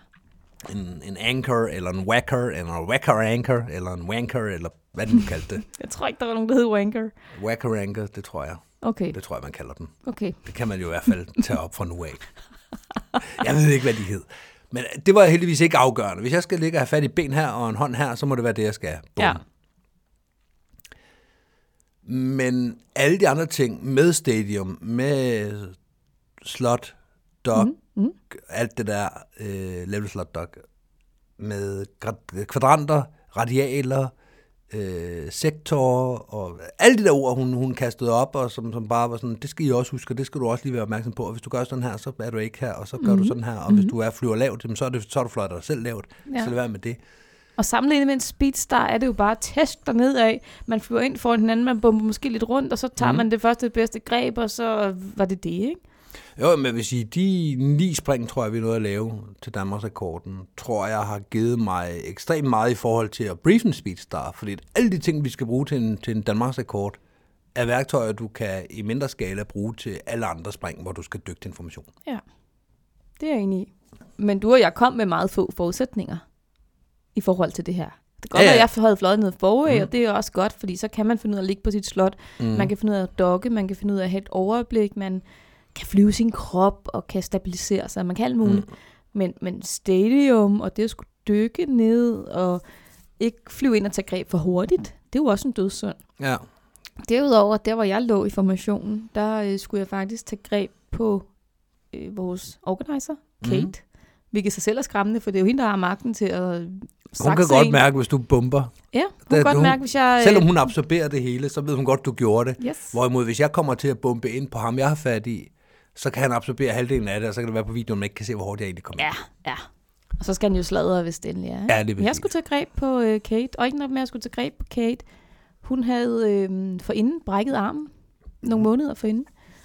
en, en anchor, eller en whacker, eller en whacker-anchor, eller en wanker, eller hvad den nu kaldte det. Jeg tror ikke, der var nogen, der hed Wanker. Whacker-anchor, det tror jeg. Okay, Det tror jeg, man kalder den. okay. Det kan man jo i hvert fald tage op fra nu af. Jeg ved ikke, hvad de hed. Men det var heldigvis ikke afgørende. Hvis jeg skal ligge og have fat i et ben her og en hånd her, så må det være det, jeg skal. Bum. Ja. Men alle de andre ting med stadium, med slot, dog, mm, mm. alt det der øh, level slot dog, med gra- kvadranter, radialer, øh, sektorer og alle de der ord, hun, hun kastede op, og som, som bare var sådan, det skal I også huske, og det skal du også lige være opmærksom på. Og hvis du gør sådan her, så er du ikke her, og så gør mm-hmm. du sådan her. Og mm-hmm. hvis du er flyver lavt, jamen, så er, det, så er du fløjt dig selv lavt. Ja. Ja. Så lad være med det. Og sammenlignet med en speedstar er det jo bare test dernede af. Man flyver ind foran hinanden, man bomber måske lidt rundt, og så tager mm. man det første bedste greb, og så var det det, ikke? Jo, men jeg vil sige, de ni spring, tror jeg, vi nåede at lave til Danmarksrekorden, tror jeg har givet mig ekstremt meget i forhold til at briefe en speedstar, fordi alle de ting, vi skal bruge til en, til en Danmarksrekord, er værktøjer, du kan i mindre skala bruge til alle andre spring, hvor du skal dykke til information. Ja. Det er jeg enig i. Men du og jeg kom med meget få forudsætninger i forhold til det her. Det kan godt Ja, ja, ja. Mhm. ja. at jeg havde fløjet noget forud, mm. og det er også godt, fordi så kan man finde ud af at ligge på sit slot. Mm. Man kan finde ud af at dokke, man kan finde ud af at have et overblik, man kan flyve sin krop og kan stabilisere sig, man kan alt muligt. Mhm. Mm. Men, men stadium, og det at skulle dykke ned, og ikke flyve ind og tage greb for Mhm. hurtigt, det er jo også en dødssynd. Ja. Derudover, der hvor jeg lå i formationen, der øh, skulle jeg faktisk tage greb på øh, vores organizer, Mhm. Kate. Mm. Hvilket sig selv er skræmmende, for det er jo hende, der har magten til at øh, Hun kan sakse godt en. mærke, hvis du bomber. Ja, hun Der- kan godt hun- mærke, hvis jeg... øh, Selvom hun absorberer det hele, så ved hun godt, du gjorde det. Yes. Hvorimod, hvis jeg kommer til at bombe ind på ham, jeg har fat i, så kan han absorbere halvdelen af det, og så kan det være på videoen, man ikke kan se, hvor hårdt jeg egentlig kom. Ja, ja. Og så skal han jo sladre, hvis det endelig er. ikke? Ja, det er Men jeg præcis. skulle tage greb på øh, Kate, og ikke nok med, at jeg skulle tage greb på Kate. Hun havde øh, forinden brækket armen, nogle måneder forinden.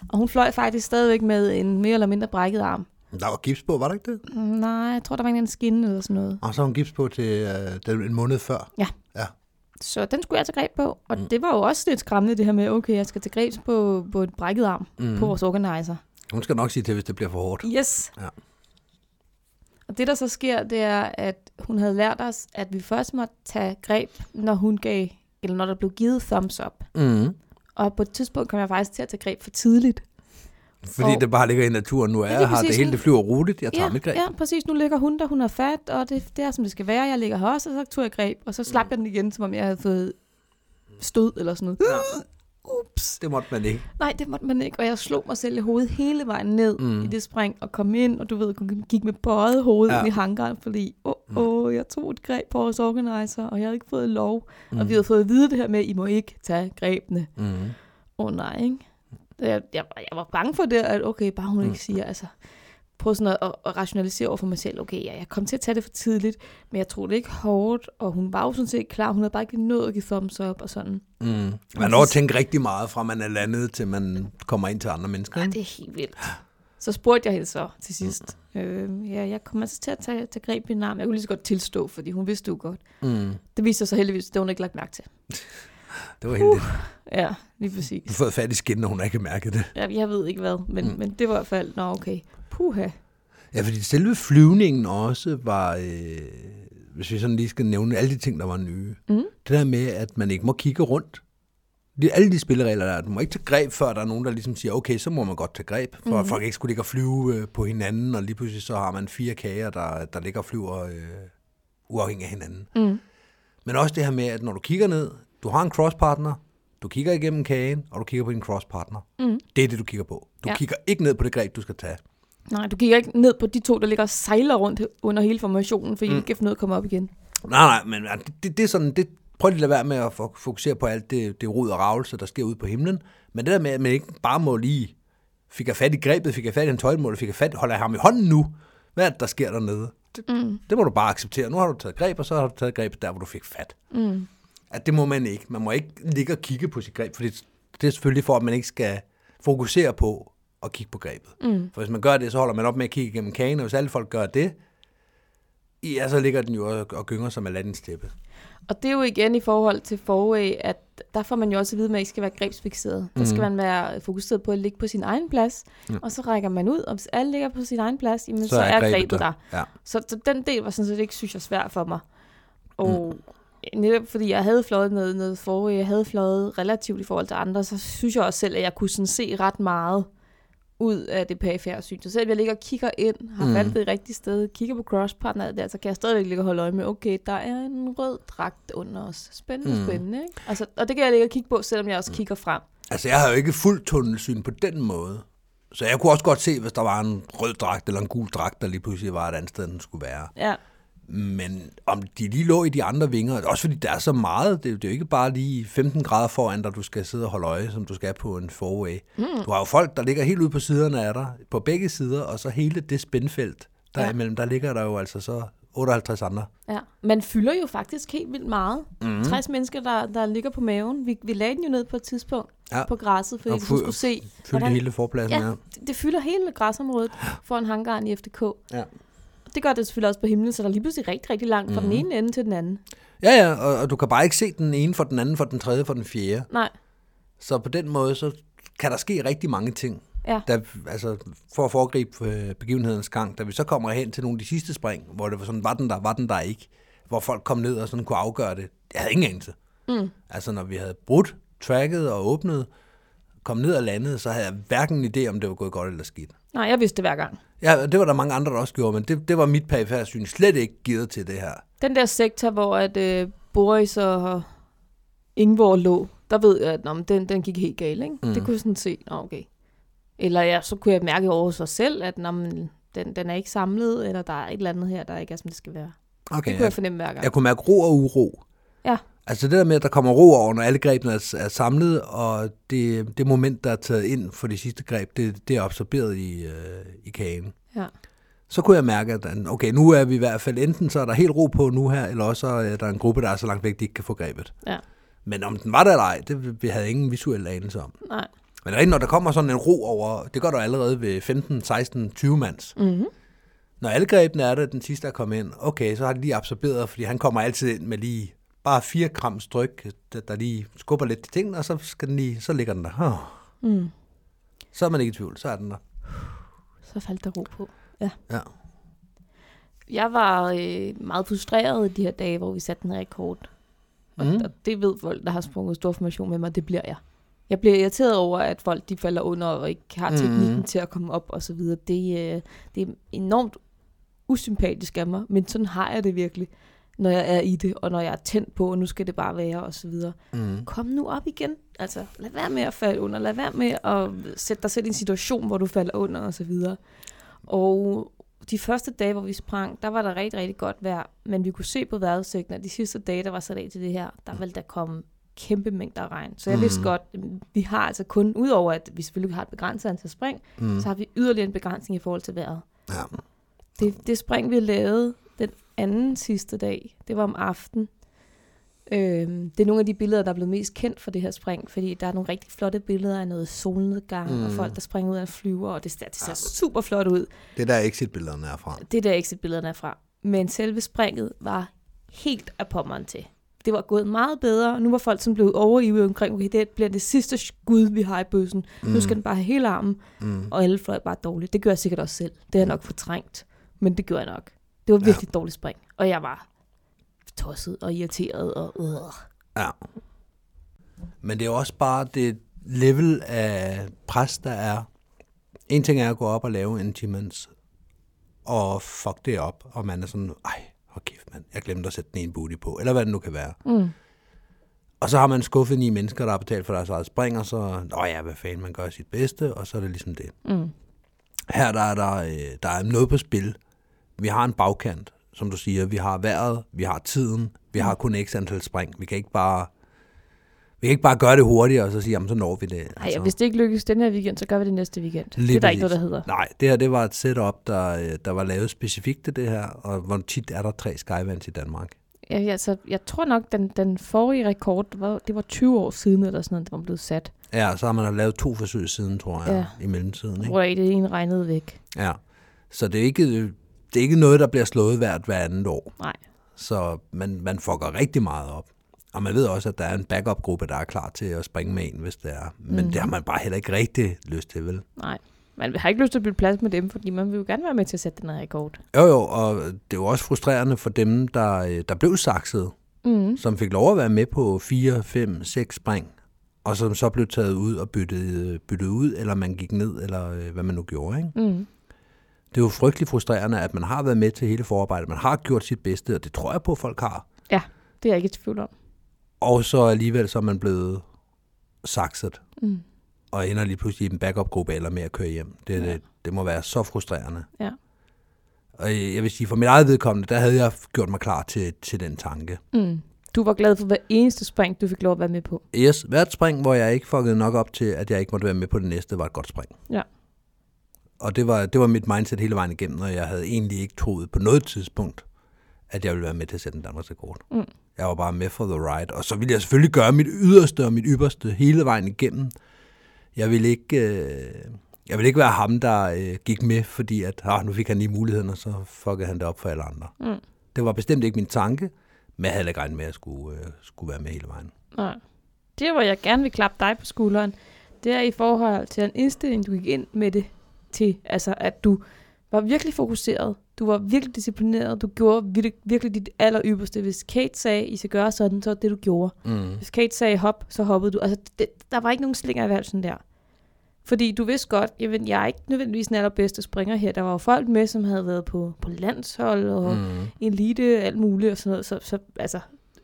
Og hun fløj faktisk stadigvæk med en mere eller mindre brækket arm. Mm, Der var gips på, var der ikke det? Nej, jeg tror, der var en eller anden skinne eller sådan noget. Og så har hun gips på til øh, den- en måned før. Ja. Ja. Så den skulle jeg tage greb på, og mm. det var jo også lidt skræmmende det her med, okay, jeg skal tage greb på, på et brækket arm mm. på vores organizer. Hun skal nok sige til, hvis det bliver for hårdt. Yes. Ja. Og det der så sker, det er, at hun havde lært os, at vi først måtte tage greb, når hun gav, eller når der blev givet thumbs up. Mm. Og på et tidspunkt kom jeg faktisk til at tage greb for tidligt. Fordi Og- det bare ligger i naturen. Nu er lige jeg her. Det præcis. hele det flyver roligt. Jeg tager Ja, mit greb. ja, præcis. Nu ligger hun der, hun har fat, og det, det er, som det skal være. Jeg ligger her også, og så tog jeg greb, og så slap jeg den igen, som om jeg havde fået stød eller sådan noget. Ups, det måtte man ikke. Nej, det måtte man ikke, og jeg slog mig selv i hovedet hele vejen ned mm. i det spring, og kom ind, og du ved, kun gik med bøjet hoved Ja. ja. ind i hangaren, fordi åh, oh, oh, jeg tog et greb på vores organizer, og jeg havde ikke fået lov, mm. og vi havde fået at vide det her med, at I må ikke tage grebene. Åh mm. oh, nej, ikke? Det- Jeg, jeg, var- jeg var bange for det, at okay, bare hun ikke siger, altså prøv sådan at, at, at rationalisere over for mig selv, okay, ja, jeg kom til at tage det for tidligt, men jeg troede det ikke hårdt, og hun var jo sådan set klar, hun havde bare ikke lige nået at give thumbs up og sådan. Mm. Man når at tænke rigtig meget fra, man er landet, til man kommer ind til andre mennesker. Ja, ikke? det er helt vildt. Så spurgte jeg hende så til sidst. Mm. Øh, ja, jeg kommer altså til at tage, tage greb i en arm. Jeg kunne lige så godt tilstå, fordi hun vidste jo godt. Mm. Det viste sig så heldigvis, det havde hun ikke lagt mærke til. Det var Uh. heldigt. Ja, lige Du har præcis. fået fat i skinnet, og hun har ikke mærket det. Ja, jeg ved ikke hvad, men, mm. men det var i hvert fald, nå okay, puha. Ja, fordi selve flyvningen også var, øh, hvis vi sådan lige skal nævne alle de ting, der var nye. Mm. Mhm. Det der med, at man ikke må kigge rundt. Det er alle de spilleregler, der er. Du må ikke tage greb, før der er nogen, der ligesom siger, okay, så må man godt tage greb, for Mhm. mm. at folk ikke skulle ligge og flyve øh, på hinanden, og lige pludselig så har man fire kager, der, der ligger og flyver øh, uafhængig af hinanden. Mm. Men også det her med, at når du kigger ned, du har en crosspartner, du kigger igennem kagen, og du kigger på din crosspartner. Mm. Det er det, du kigger på. Du ja. Ja. kigger ikke ned på det greb, du skal tage. Nej, du kigger ikke ned på de to, der ligger og sejler rundt under hele formationen, for I ikke kan finde ud af at komme op igen. Nej, nej, men altså, det, det er sådan, det Prøv lige at lade være med at fo- fokusere på alt det, det rod og ravelse, der sker ude på himlen. Men det der med, at man ikke bare må lige... Fik jeg fat i grebet, fik jeg fat i en tøjmål, fik jeg fat, holder jeg ham i hånden nu? Hvad er det, der sker dernede? Det, mm. det må du bare acceptere. Nu har du taget greb, og så har du taget greb der, hvor du fik fat. Mm. At det må man ikke. Man må ikke ligge og kigge på sit greb, for det, det er selvfølgelig for, at man ikke skal fokusere på at kigge på grebet. Mm. For hvis man gør det, så holder man op med at kigge igennem kagen, og hvis alle folk gør det, ja, så ligger den jo og, og gynger som Aladdins tæppe. Og det er jo igen i forhold til forway, at der får man jo også at vide, at man ikke skal være grebsfixeret. Mm. Der skal man være fokuseret på at ligge på sin egen plads, ja. og så rækker man ud, og hvis alle ligger på sin egen plads, jamen, så, så er grebet der. der. Ja. Så, så den del var sådan set ikke, synes jeg, svær for mig. Og mm. netop fordi jeg havde fløjet noget, noget forrige, jeg havde fløjet relativt i forhold til andre, så synes jeg også selv, at jeg kunne sådan se ret meget ud af det perifære syn. Så selvom jeg ligger og kigger ind, har Mm. valgt det rigtige sted, kigger på crosspartneret der, så kan jeg stadigvæk ligge og holde øje med, okay, der er en rød dragt under os. Spændende, Mm. mm. spændende, ikke? Altså, og det kan jeg ligge og kigge på, selvom jeg også kigger frem. Altså, jeg har jo ikke fuldt tunnelsyn på den måde. Så jeg kunne også godt se, hvis der var en rød dragt eller en gul dragt, der lige pludselig var et andet sted, end den skulle være. Ja. Men om de lige lå i de andre vinger, også fordi der er så meget, det, det er jo ikke bare lige 15 grader foran dig, du skal sidde og holde øje, som du skal på en four-way. Mm. Du har jo folk, der ligger helt ude på siderne af dig, på begge sider, og så hele det spændfelt, der ja. Ja. imellem, der ligger der jo altså så 58 andre. Ja, man fylder jo faktisk helt vildt meget. Mhm. Mm. 60 mennesker, der, der ligger på maven. Vi, vi lagde den jo ned på et tidspunkt Ja. ja. på græsset, fordi Og vi fu- skulle se, Fyldte hele forpladsen, ja, det, det fylder hele græsområdet foran hangaren i FDK. ja. Det gør det selvfølgelig også på himlen, så der er lige pludselig rigtig, rigtig langt Mhm. fra mm. den ene ende til den anden. Ja, ja, og, og du kan bare ikke se den ene for den anden, for den tredje, for den fjerde. Nej, Så på den måde, så kan der ske rigtig mange ting. ja. Der, altså, for at foregribe øh, begivenhedens gang, da vi så kommer hen til nogle af de sidste spring, hvor det var sådan, var den der, var den der ikke, hvor folk kom ned og sådan kunne afgøre det. Jeg havde ingen anelse. Mm. Altså, når vi havde brudt, tracket og åbnet, kom ned og landet, så havde jeg hverken en idé, om det var gået godt eller skidt. Nej, jeg vidste det hver gang. Ja, og det var der mange andre, der også gjorde, men det, det var mit perifære syn slet ikke givet til det her. Den der sektor, hvor at, øh, Boris og Ingvor lå, der ved jeg, at nå, men den, den gik helt galt. Ikke? Mm. Det kunne jeg sådan se, nå, okay. Eller ja, så kunne jeg mærke over sig selv, at nå, men, den, den er ikke samlet, eller der er et eller andet her, der ikke er, som det skal være. Okay, Det kunne jeg fornemme hver gang. Øh, Jeg kunne mærke ro og uro. Ja. Altså det der med, at der kommer ro over, når alle grebene er, er samlet, og det, det moment, der er taget ind for det sidste greb, det, det er absorberet i, øh, i kagen. Ja. Så kunne jeg mærke, at okay, nu er vi i hvert fald enten, så er der helt ro på nu her, eller også er der en gruppe, der er så langt væk, de ikke kan få grebet. Ja. Men om den var der eller ej, det vi havde ingen visuel anelse om. Nej. Men det er rigtigt, når der kommer sådan en ro over, det gør der allerede ved 15, 16, 20 mands. Mm-hmm. Når alle grebene er der, den sidste er kommet ind, okay, så har de lige absorberet, fordi han kommer altid ind med lige bare 4 grams dryk, der, der lige skubber lidt til tingene, og så, skal den lige, så ligger den der. Oh. Mm. Så er man ikke i tvivl, så er den der. Så faldt der ro på. Ja. Jeg var øh, meget frustreret i de her dage, hvor vi satte den rekord. Og, Mhm. mm. og det ved folk, der har sprunget stor formation med mig, det bliver jeg. Jeg bliver irriteret over, at folk de falder under og ikke har teknikken Mhm. mm. til at komme op og så videre. Det, øh, det er enormt usympatisk af mig, men sådan har jeg det virkelig, når jeg er i det, og når jeg er tændt på, og nu skal det bare være og så videre. Mm. Kom nu op igen. Altså, lad være med at falde under. Lad være med at sætte dig selv i en situation, hvor du falder under og så videre. Og de første dage, hvor vi sprang, der var der rigtig, rigtig godt vejr, men vi kunne se på vejrudsigten, at de sidste dage, der var sat af til det her, der ville der komme kæmpe mængder af regn. Så jeg vidste Mhm. godt, vi har altså kun, udover at vi selvfølgelig har et begrænset antal spring, Mm. så har vi yderligere en begrænsning i forhold til vejret. Ja. Det, det spring, vi lavede den anden sidste dag, det var om aftenen. Øhm, det er nogle af de billeder, der er blevet mest kendt for det her spring, fordi der er nogle rigtig flotte billeder af noget solnedgang, mm. og Mm. folk, der springer ud af en flyver, og det, ser- det ser super flot ud. Det er der exit-billederne er fra. Det er der exit-billederne er fra. Men selve springet var helt af pommeren til. Det var gået meget bedre, og nu var folk som blevet overivede omkring, okay, det bliver det sidste skud, vi har i bøssen. Mm. Nu skal den bare have hele armen Mm. og alle fløj bare dårligt. Det gør jeg sikkert også selv. Det har jeg nok fortrængt, men det gør jeg nok. Det var virkelig et dårligt spring, og jeg var tosset og irriteret. Og, øh. Ja. Men det er jo også bare det level af pres, der er. En ting er at gå op og lave en 10 mands, og fuck det op, og man er sådan, ej, hold kæft mand, jeg glemte at sætte den ene booty på, eller hvad det nu kan være. Mm. Og så har man skuffet ni mennesker, der har betalt for deres eget spring, og så, nå ja, hvad fanden, man gør sit bedste, og så er det ligesom det. Mm. Her der er der, øh, der er noget på spil. Vi har en bagkant, som du siger, vi har vejret, vi har tiden, vi har kun x antal spring. Vi kan ikke bare, vi kan ikke bare gøre det hurtigere, og så sige, jamen så når vi det. Ej, og hvis det ikke lykkes den her weekend, så gør vi det næste weekend. Altså. Lige det er der ikke præcis. noget, der hedder. Nej, det her det var et setup, der, øh, der var lavet specifikt til det her, og hvor tit er der tre skyvans i Danmark. Jeg, altså, jeg tror nok, den, den forrige rekord, det var, det var 20 år siden, eller sådan noget, den var blevet sat. Ja, så har man lavet to forsøg siden, tror jeg, ja. i mellemtiden. Ikke? Hvor det ene regnede væk. Ja. Så det er, ikke, øh, det er ikke noget, der bliver slået hvert hver andet år. Nej. Så man, man fucker rigtig meget op. Og man ved også, at der er en backup-gruppe, der er klar til at springe med en, hvis det er. Men Mhm. mm. det har man bare heller ikke rigtig lyst til, vel? Nej. Man har ikke lyst til at bytte plads med dem, fordi man vil jo gerne være med til at sætte den her rekord. Jo, jo, og det er jo også frustrerende for dem, der, øh, der blev sakset, Mm. som fik lov at være med på 4, 5, 6 spring, og som så blev taget ud og byttet, øh, byttet ud, eller man gik ned, eller øh, hvad man nu gjorde, ikke? Mm. Det er jo frygtelig frustrerende, at man har været med til hele forarbejdet, man har gjort sit bedste, og det tror jeg på, folk har. Ja, det er jeg ikke i tvivl om. Og så alligevel så er man blevet sakset, Mm. og ender lige pludselig i en backup-gruppe eller med at køre hjem. Det, ja. det, det må være så frustrerende. Ja. Og jeg jeg vil sige, for mit eget vedkommende, der havde jeg gjort mig klar til, til den tanke. Mm. Du var glad for hver eneste spring, du fik lov at være med på. Yes, hvert spring, hvor jeg ikke fuckede nok op til, at jeg ikke måtte være med på det næste, var et godt spring. Ja. Og det var, det var mit mindset hele vejen igennem, og jeg havde egentlig ikke troet på noget tidspunkt, at jeg ville være med til at sætte en Danmarks rekord. Mm. Jeg var bare med for the ride, og så ville jeg selvfølgelig gøre mit yderste og mit ypperste hele vejen igennem. Jeg ville ikke, øh, jeg ville ikke være ham, der øh, gik med, fordi at, ah, nu fik han lige muligheden, og så fuckede han det op for alle andre. Mm. Det var bestemt ikke min tanke, men jeg havde heller ikke regnet med, at jeg skulle, øh, skulle være med hele vejen. Nej. Det, hvor jeg gerne vil klappe dig på skulderen, det er i forhold til den indstilling, du gik ind med det til. Altså, at du var virkelig fokuseret, du var virkelig disciplineret, du gjorde virkelig, virkelig dit allerypperste. Hvis Kate sagde, I skal gøre sådan, så var det det, du gjorde. Mm. Hvis Kate sagde hop, så hoppede du. Altså, det, der var ikke nogen slinger i valsen der. Fordi du vidste godt, jamen, jeg er ikke nødvendigvis den allerbedste springer her. Der var jo folk med, som havde været på, på landshold og mm. Mm. elite alt muligt og sådan noget. Så, så altså,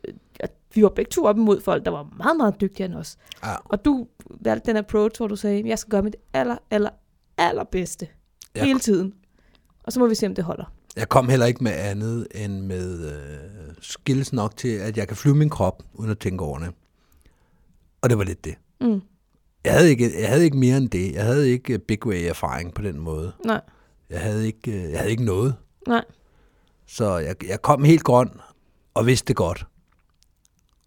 øh, at vi var begge to op imod folk, der var meget, meget dygtigere end os. Ja. Og du valgte den approach, hvor du sagde, jeg skal gøre mit aller, aller, allerbedste Ja. hele tiden. Og så må vi se, om det holder. Jeg kom heller ikke med andet end med øh, skills nok til, at jeg kan flyve min krop, uden at tænke over det. Og det var lidt det. Mm. Jeg havde ikke, jeg havde ikke mere end det. Jeg havde ikke øh, big way erfaring på den måde. Nej, Jeg havde ikke, øh, jeg havde ikke noget. nej. Så jeg, jeg kom helt grøn og vidste det godt.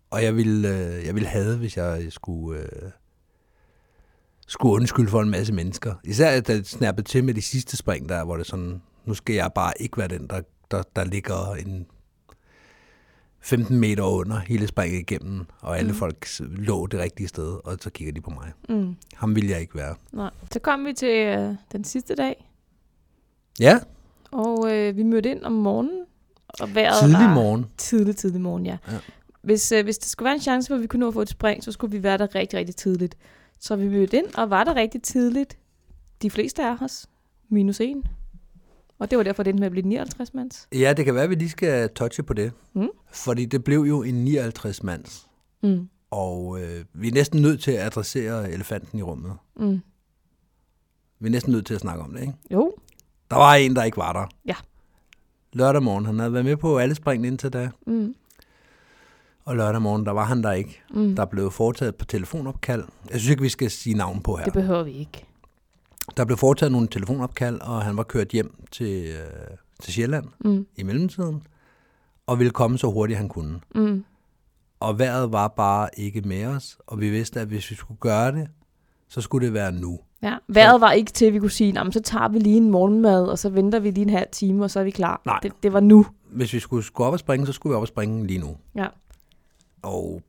Og jeg ville, øh, jeg ville have, hvis jeg skulle, øh, skulle undskylde for en masse mennesker. Især da det snappede til med de sidste spring, der, hvor det sådan, nu skal jeg bare ikke være den, der, der, der ligger en 15 meter under hele springet igennem, og alle mm. folk s- lå det rigtige sted, og så kigger de på mig. Mm. Ham ville jeg ikke være. nej. Så kom vi til øh, den sidste dag, Ja, Og øh, vi mødte ind om morgenen. Og vejret tidlig var morgen. Tidlig, tidlig morgen, ja. Ja. ja. Hvis, øh, hvis der skulle være en chance for, at vi kunne nå at få et spring, så skulle vi være der rigtig, rigtig tidligt. Så vi mødte ind og var der rigtig tidligt. De fleste af os. Minus en. Og det var derfor, det endte med at blive 59 mands. Ja, det kan være, at vi lige skal touche på det. Mm. Fordi det blev jo en 59-mands Mm. Og øh, vi er næsten nødt til at adressere elefanten i rummet. Mm. Vi er næsten nødt til at snakke om det, ikke? Jo, Der var en, der ikke var der. Ja. Lørdag morgen, han havde været med på alle springene indtil da. Mm. Og lørdag morgen, der var han der ikke. Mm. Der blev foretaget på telefonopkald. Jeg synes ikke, vi skal sige navn på her. det behøver vi ikke. Der blev foretaget nogle telefonopkald, og han var kørt hjem til, øh, til Sjælland Mm. i mellemtiden. Og ville komme så hurtigt, han kunne. Mm. Og vejret var bare ikke med os. Og vi vidste, at hvis vi skulle gøre det, så skulle det være nu. Ja. Vejret var ikke til, at vi kunne sige, "Nå, men så tager vi lige en morgenmad, og så venter vi lige en halv time, og så er vi klar. Nej. Det, det var nu. hvis vi skulle, skulle op og springe, så skulle vi op og springe lige nu. Ja. Og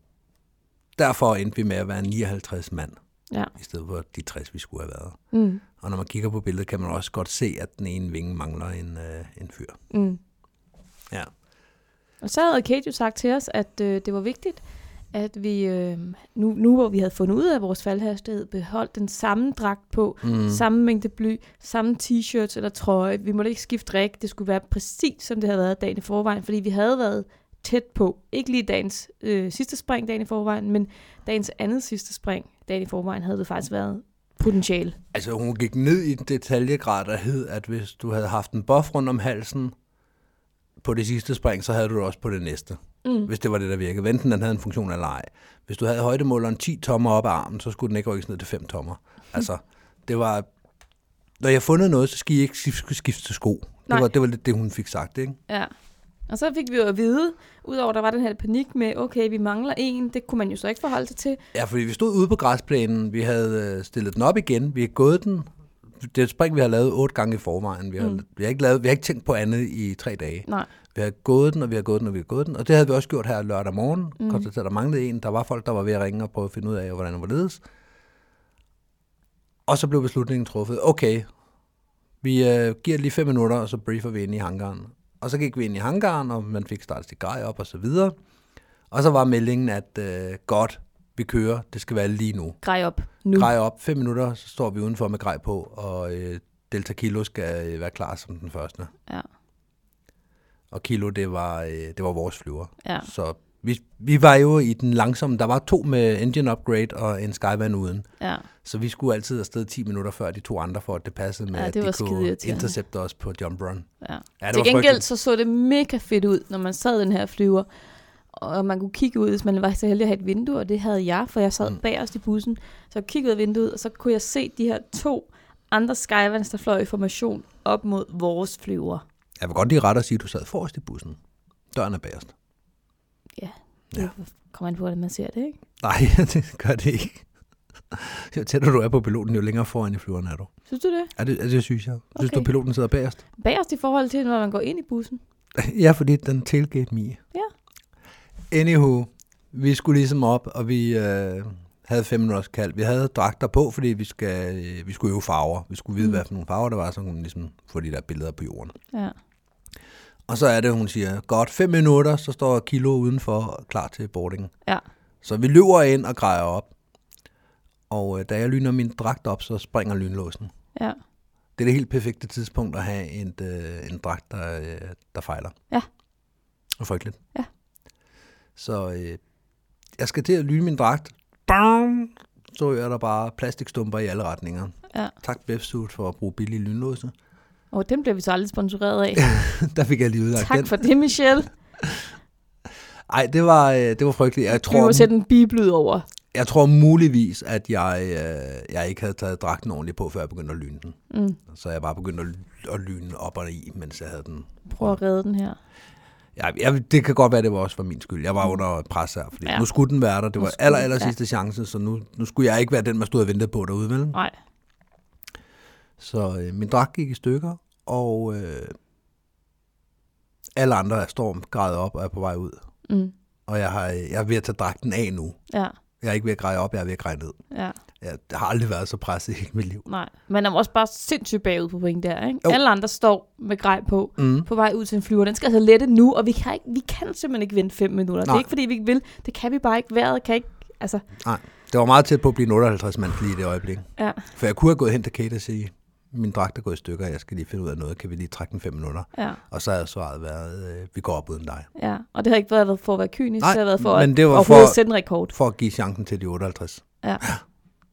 derfor endte vi med at være 59 mand, ja. i stedet for de 60, vi skulle have været. Mm. Og når man kigger på billedet, kan man også godt se, at den ene vinge mangler en, øh, en fyr. Mm. Ja. Og så havde Kate jo sagt til os, at øh, det var vigtigt, at vi, øh, nu, nu hvor vi havde fundet ud af vores faldhastighed, beholdt den samme dragt på, mm. samme mængde bly, samme t-shirts eller trøje. Vi måtte ikke skifte drik. Det skulle være præcis, som det havde været dagen i forvejen, fordi vi havde været tæt på. Ikke lige dagens øh, sidste spring dagen i forvejen, men dagens andet sidste spring dagen i forvejen havde det faktisk været potentiale. Altså hun gik ned i en detaljegrad, der hed, at hvis du havde haft en buff rundt om halsen, på det sidste spring, så havde du det også på det næste. Mm. Hvis det var det, der virkede. Enten den havde en funktion eller ej. Hvis du havde højdemåleren 10 tommer op af armen, så skulle den ikke rykkes ned til 5 tommer. Altså, det var... Når jeg har fundet noget, så skal I ikke skif- skifte til sko. Nej. Det var, det var lidt det, hun fik sagt, ikke? Ja. Og så fik vi jo at vide, udover der var den her panik med, okay, vi mangler en, det kunne man jo så ikke forholde sig til. Ja, fordi vi stod ude på græsplænen, vi havde øh, stillet den op igen, vi havde gået den. Det er et spring, vi har lavet otte gange i forvejen. Vi har, mm. vi har, ikke, lavet, vi har ikke tænkt på andet i tre dage. Nej. Vi har gået den, og vi har gået den, og vi har gået den. Og det havde vi også gjort her lørdag morgen. Mm. Konstateret, der manglede en. Der var folk, der var ved at ringe og prøve at finde ud af, hvordan det var ledes. Og så blev beslutningen truffet. Okay, vi øh, giver det lige fem minutter, og så briefer vi ind i hangaren. Og så gik vi ind i hangaren, og man fik startet sit grej op og så videre. Og så var meldingen, at øh, godt, vi kører. Det skal være lige nu. Grej op nu. Grej op. Fem minutter, så står vi udenfor med grej på, og øh, Delta Kilo skal øh, være klar som den første. Ja. Og Kilo, det var, øh, det var vores flyver. Ja. Så vi, vi var jo i den langsomme. Der var to med engine upgrade og en Skyvan uden. Ja. Så vi skulle altid afsted 10 minutter før de to andre, for at det passede med, Ja, at det de var skide kunne irriterende. intercepte os på jump run. Ja. Ja, det Til var gengæld frygteligt. så så det mega fedt ud, når man sad i den her flyver, og man kunne kigge ud, hvis man var så heldig at have et vindue, og det havde jeg, for jeg Mm. sad bagerst i bussen, så jeg kiggede ud af vinduet, og så kunne jeg se de her to andre Skyvans, der fløj i formation op mod vores flyver. Jeg vil godt lige rette at sige, at du sad forrest i bussen. Døren er bagerst. Ja, Ja. det kommer an på, hvordan man ser det, ikke? Nej, det gør det ikke. Jo tættere du er på piloten, jo længere foran i flyveren er du. Synes du det? Er det, er det synes jeg. Synes Okay. du, piloten sidder bagerst? Bagerst i forhold til, når man går ind i bussen. ja, fordi den tailgate me. Ja. Anywho, vi skulle ligesom op, og vi øh, havde fem minutters kald. Vi havde dragter på, fordi vi, skal, øh, vi skulle øve farver. Vi skulle vide, mm. hvad for nogle farver der var, så kunne man ligesom få de der billeder på jorden. Ja. Og så er det, hun siger, godt fem minutter, så står Kilo udenfor klar til boarding. Ja. Så vi løber ind og grejer op. Og øh, da jeg lyner min dragt op, så springer lynlåsen. Ja. Det er det helt perfekte tidspunkt at have en, øh, en dragt, der, øh, der fejler. Ja. Og frygteligt. Ja. Så øh, jeg skal til at lyne min dragt. Bam! Så er der bare plastikstumper i alle retninger. Ja. Tak Websuit for at bruge billige lynlåse. Og den bliver vi så aldrig sponsoreret af. der fik jeg lige udlagt tak den. for det, Michelle. Ej, det var, øh, det var frygteligt. Jeg Vi må tror, sætte en bibel ud over. jeg tror muligvis, at jeg, øh, jeg ikke havde taget dragten ordentligt på, før jeg begyndte at lyne den. Mm. Så jeg bare begyndte at, ly- at lyne op og i, mens jeg havde den Prøv at redde den her. Ja, jeg, det kan godt være, det var også for min skyld. Jeg var under pres her, fordi Ja. ja. nu skulle den være der. Det var skulle aller, den, aller ja. sidste chance, så nu, nu skulle jeg ikke være den, man stod og ventede på derude, vel? Nej. Så øh, min dragt gik i stykker, og øh, alle andre er storm græder op og er på vej ud. Mm. Og jeg, har, øh, jeg er ved at tage dragten af nu. Ja. Jeg er ikke ved at greje op, jeg er ved at greje ned. Ja. Jeg har aldrig været så presset i hele mit liv. Nej, man er også bare sindssygt bagud på point der, ikke? Jo. Alle andre står med grej på, Mm. på vej ud til en flyver. Den skal altså lette nu, og vi kan, ikke, vi kan simpelthen ikke vente fem minutter. Det er Nej. ikke, fordi vi ikke vil. Det kan vi bare ikke. Vejret kan ikke... Altså, Det var meget tæt på at blive en 58 mand lige i det øjeblik. ja, For jeg kunne have gået hen til Kate og sige, min dragt er gået i stykker, jeg skal lige finde ud af noget. Kan vi lige trække den fem minutter? ja, Og så havde svaret været, øh, vi går op uden dig. ja. Og det har ikke været for at være kynisk. Nej, det har været for men at det var overhovedet for- sætte en rekord. For at give chancen til de 58. Ja.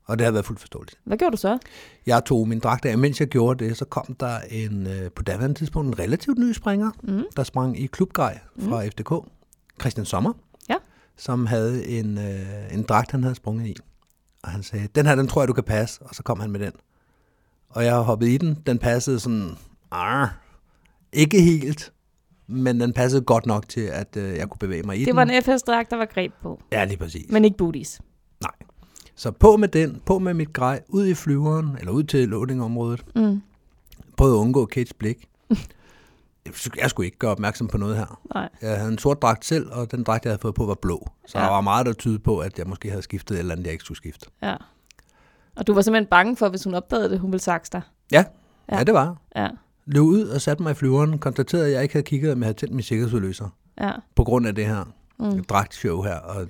Og det havde været fuldt forståeligt. Hvad gjorde du så? Jeg tog min dragt af, mens jeg gjorde det, så kom der en, øh, på daværende tidspunkt en relativt ny springer, Mm. der sprang i klubgrej fra mm. FDK, Christian Sommer, Mhm. Ja. som havde en, øh, en dragt, han havde sprunget i. Og han sagde, den her, den tror jeg, du kan passe. Og så kom han med den. Og jeg hoppede i den. Den passede sådan, arr, ikke helt, men den passede godt nok til, at øh, jeg kunne bevæge mig i Det den. var en FS-dragt, der var greb på, Ja, lige præcis. men ikke booties. Nej. Så på med den, på med mit grej, ud i flyveren, eller ud til loadingområdet. Mm. Prøvede at undgå Kates blik. Jeg skulle- Jeg skulle ikke gøre opmærksom på noget her. Nej. Jeg havde en sort dragt selv, og den dragt, jeg havde fået på, var blå. Så Ja. ja. der var meget, der tydede på, at jeg måske havde skiftet et eller andet, jeg ikke skulle skifte. Ja. Og du var simpelthen bange for, hvis hun opdagede det, hun ville sakse dig. Ja, Ja. ja. ja det var. Ja, Løb ud og satte mig i flyveren, konstaterede, at jeg ikke havde kigget, om jeg havde tændt min sikkerhedsudløser ja. på grund af det her Mm. mm. dragtshow her. Og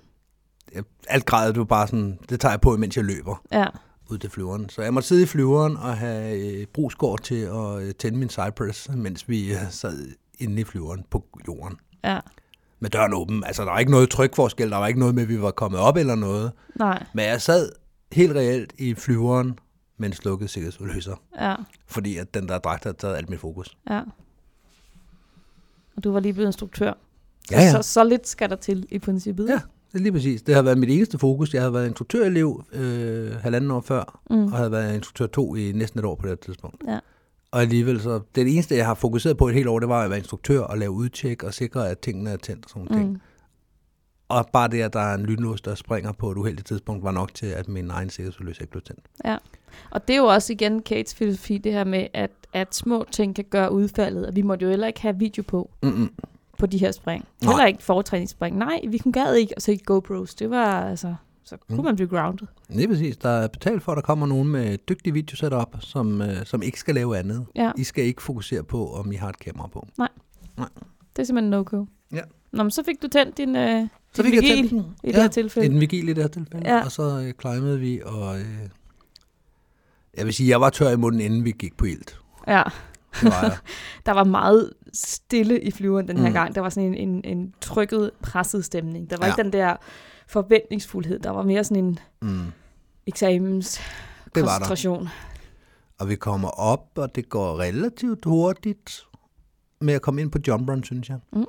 jeg- alt grædet var bare sådan, det tager jeg på, mens jeg løber. Ja, ud til flyveren. Så jeg måtte sidde i flyveren og have øh, brugskår til at øh, tænde min Cypress, mens vi øh, sad inde i flyveren på jorden. ja. Med døren åben. Altså, der var ikke noget trykforskel. Der var ikke noget med, at vi var kommet op eller noget. Nej, Men jeg sad helt reelt i flyveren med en slukket sikkerhedsudløser. ja. Fordi at den der dragt havde taget alt mit fokus. Ja. og du var lige blevet instruktør. Ja, ja. Så, så lidt skal der til i princippet. Ja. Det er lige præcis. Det har været mit eneste fokus. Jeg havde været instruktørelev øh, halvanden år før, Mm. og havde været instruktør to i næsten et år på det her tidspunkt. Ja. Og alligevel så, det eneste, jeg har fokuseret på et helt år, det var at være instruktør og lave udtjek og sikre, at tingene er tændt og sådan mm. ting. Mm. Og bare det, at der er en lynlås, der springer på et uheldigt tidspunkt, var nok til, at min egen sikkerhedsforløs ikke blev tændt. Og det er jo også igen Kates filosofi, det her med, at, at små ting kan gøre udfaldet, og vi måtte jo heller ikke have video på, Mm-mm. på de her spring. Nej. Heller ikke foretræningsspring. Nej, vi kunne gad ikke at se GoPros. Det var altså, så kunne Mm. man blive grounded. Lige præcis. Der er betalt for, at der kommer nogen med et dygtigt videosetup, som, øh, som ikke skal lave andet. Ja, I skal ikke fokusere på, om I har et kamera på. det er simpelthen no-go. Ja. Nå, men så fik du tændt din, øh, Så din fik jeg vigil tændt den. i det her tilfælde. En vigil i det her tilfælde. Ja. Ja. Og så øh, climbede vi, og øh, jeg vil sige, jeg var tør i munden, inden vi gik på ilt. Ja, Det var jeg. der var meget stille i flyveren den her mm. Mm. gang. Der var sådan en, en, en trykket, presset stemning. Der var ja. Ja. ikke den der forventningsfuldhed. Der var mere sådan en Mm. eksamens der. koncentration. Og vi kommer op, og det går relativt hurtigt med at komme ind på jumperen, synes jeg. Mm.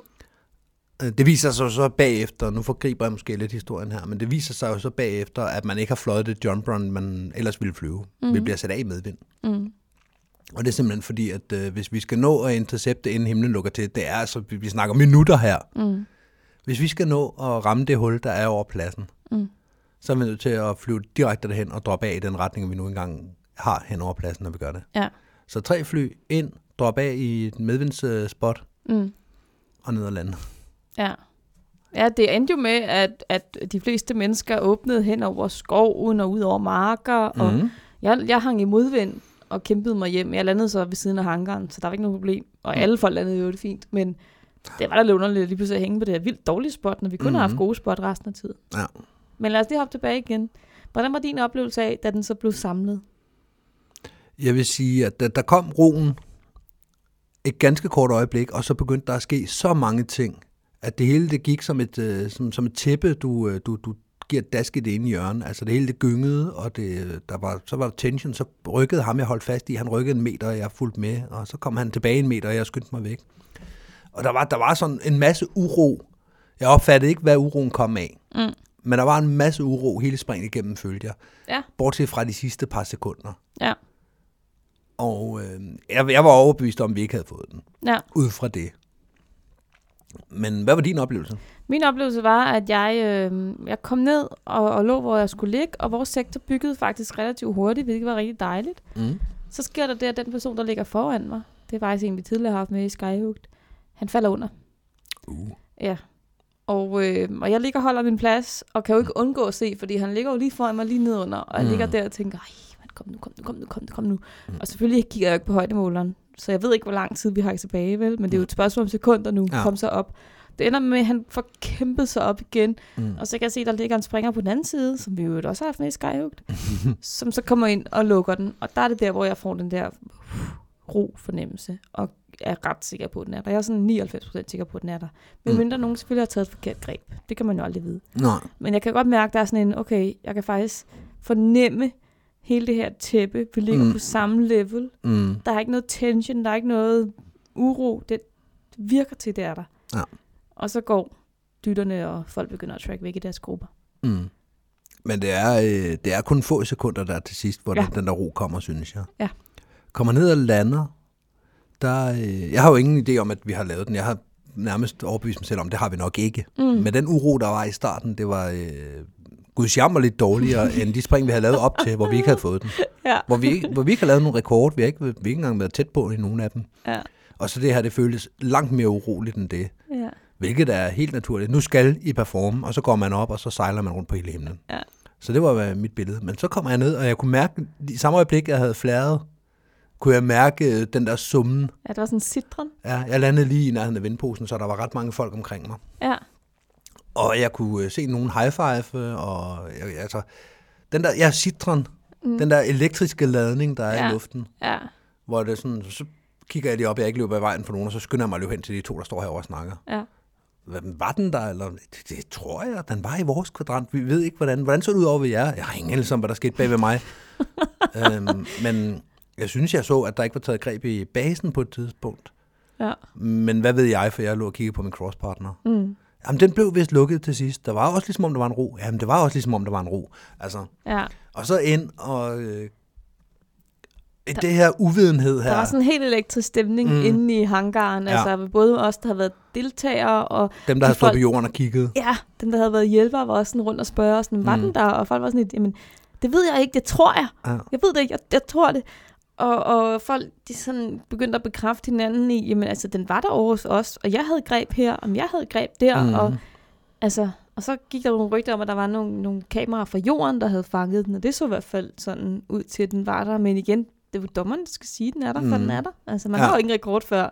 Øh, Det viser sig så bagefter, nu forgriber jeg måske lidt historien her, men det viser sig jo så bagefter, at man ikke har fløjet det jumperun, man ellers ville flyve. Mm. Mhm. Vi bliver sat af i medvind. Mm. Og det er simpelthen fordi, at øh, hvis vi skal nå at intercepte, inden himlen lukker til, det er altså, vi, vi snakker minutter her. Mm. Hvis vi skal nå at ramme det hul, der er over pladsen, Mm. så er vi nødt til at flyve direkte derhen og droppe af i den retning, vi nu engang har hen over pladsen, når vi gør det. Ja. Så tre fly ind, droppe af i et medvindsspot Mm. og ned og lande. Ja. Ja, det endte jo med, at, at de fleste mennesker åbnede hen over skoven og ud over marker. Og Mhm. mm. jeg, jeg hang i modvind og kæmpede mig hjem. Jeg landede så ved siden af hangaren, så der var ikke noget problem. Og Mhm. alle folk landede jo det fint, men det var da lidt underligt at lige pludselig at hænge på det her vildt dårlige spot, når vi kun mm. har haft Mhm. gode spot resten af tiden. Ja. Men lad os lige hoppe tilbage igen. Hvordan var din oplevelse af, da den så blev samlet? Jeg vil sige, at der, der kom roen et ganske kort øjeblik, og så begyndte der at ske så mange ting, at det hele det gik som et, øh, som, som et tæppe, du, øh, du, du giver et dask i det ene hjørne. Altså det hele det gyngede, og det, der var, så var der tension, så rykkede ham, jeg holdt fast i, han rykkede en meter, og jeg fulgte med, og så kom han tilbage en meter, og jeg skyndte mig væk. Og der var, der var sådan en masse uro. Jeg opfattede ikke, hvad uroen kom af. Mm. Men der var en masse uro hele springet igennem, følte jeg. Ja. Bortset fra de sidste par sekunder. Ja. Og øh, jeg, jeg var overbevist om, at vi ikke havde fået den, Ja. ud fra det. Men hvad var din oplevelse? Min oplevelse var, at jeg, øh, jeg kom ned og, og lå, hvor jeg skulle ligge, og vores sektor byggede faktisk relativt hurtigt, hvilket var rigtig dejligt. Mm. Så sker der det, at den person, der ligger foran mig, det er faktisk en, vi tidligere har haft med i Skyhooked, han falder under. Uh. Ja. Og, øh, og jeg ligger og holder min plads, og kan jo ikke undgå at se, fordi han ligger jo lige foran mig, lige nedenunder. Og jeg Mm. ligger der og tænker, ej, mand, kom nu, kom nu, kom nu, kom nu, kom nu. Mm. Og selvfølgelig kigger jeg jo ikke på højdemåleren, så jeg ved ikke, hvor lang tid vi har tilbage, vel? Men det er jo et spørgsmål om sekunder nu, ja. Ja. kom så op. Det ender med, at han får kæmpet sig op igen, Mm. og så kan jeg se, at der ligger en springer på den anden side, som vi jo også har haft med i Skyhugt, som så kommer ind og lukker den. Og der er det der, hvor jeg får den der uh, ro fornemmelse, og er ret sikker på, at den er der. Jeg er sådan 99% sikker på, at den er der. Men Mm. mindre nogen selvfølgelig har taget et forkert greb. Det kan man jo aldrig vide. Nej. Men jeg kan godt mærke, at der er sådan en, okay, jeg kan faktisk fornemme hele det her tæppe. Vi ligger mm. Mm. på samme level. Mm. Der er ikke noget tension, der er ikke noget uro. Det virker til, det er der. Ja. Og så går dytterne, og folk begynder at track væk i deres grupper. Mm. Men det er, øh, det er kun få sekunder der er til sidst, hvor Ja. ja. den, den der ro kommer, synes jeg. Ja. Kommer ned og lander. Der, øh, jeg har jo ingen idé om, at vi har lavet den. Jeg har nærmest overbevist mig selv om, det har vi nok ikke. Mm. Men den uro, der var i starten, det var øh, gudsjammerligt dårligere end de spring, vi havde lavet op til, hvor vi ikke havde fået den. Ja. Hvor vi, ikke- hvor vi ikke har lavet nogen rekord. Vi har ikke, vi har ikke engang været tæt på i nogen af dem. Ja. Og så det her, det føltes langt mere uroligt end det. Ja. Hvilket er helt naturligt. Nu skal I performe, og så går man op, og så sejler man rundt på hele himlen. Ja. Så det var hvad mit billede. Men så kommer jeg ned, og jeg kunne mærke, i samme øjeblik, jeg havde flæret, kunne jeg mærke øh, den der summen. ja, det var sådan en citron. Ja, jeg landede lige i nærheden af vindposen, så der var ret mange folk omkring mig. Ja. Og jeg kunne øh, se nogen high five, øh, og jeg, altså, den der, ja, citron, mm. den der elektriske ladning, der er Ja. i luften, Ja. hvor det er sådan, så kigger jeg lige op, jeg ikke løber i vejen for nogen, og så skynder jeg mig at løbe hen til de to, der står herovre og snakker. Ja. Hvad- Var den der, eller det, det tror jeg, den var i vores kvadrant. Vi ved ikke, hvordan. Hvordan så det ud over ved jer? Jeg har ingen anelse om, hvad der skete bag ved mig. øhm, men jeg synes, jeg så, at der ikke var taget greb i basen på et tidspunkt. Ja. Men hvad ved jeg, for jeg lå og kiggede på min crosspartner. Mm. Jamen, den blev vist lukket til sidst. Der var også ligesom om, der var en ro. Jamen, det var også ligesom om, der var en ro. Altså, ja. og så ind og... Øh, det her uvidenhed her. Der var sådan en helt elektrisk stemning Mm. mm. inde i hangaren. Ja. Ja. Altså både os, der havde været deltagere, og Dem, der de havde stået folk- på jorden og kigget. ja, dem, der havde været hjælpere, var også sådan rundt og spørge os, sådan, var mm. den der? Og folk var sådan lidt, jamen, det ved jeg ikke, det tror jeg. Ja. Jeg ved det ikke, jeg, jeg tror det. Og, og folk, de sådan begyndte at bekræfte hinanden i, jamen altså, den var der over hos os, og jeg havde greb her, om jeg havde greb der, Mhm. mm. og altså... Og så gik der nogle rygter om, at der var nogle, nogle kameraer fra jorden, der havde fanget den, og det så i hvert fald sådan ud til, at den var der. Men igen, det er jo dommeren, der skal sige, at den er der, mm. for Mhm. den er der. Altså, man Ja. ja. har jo ingen rekord før.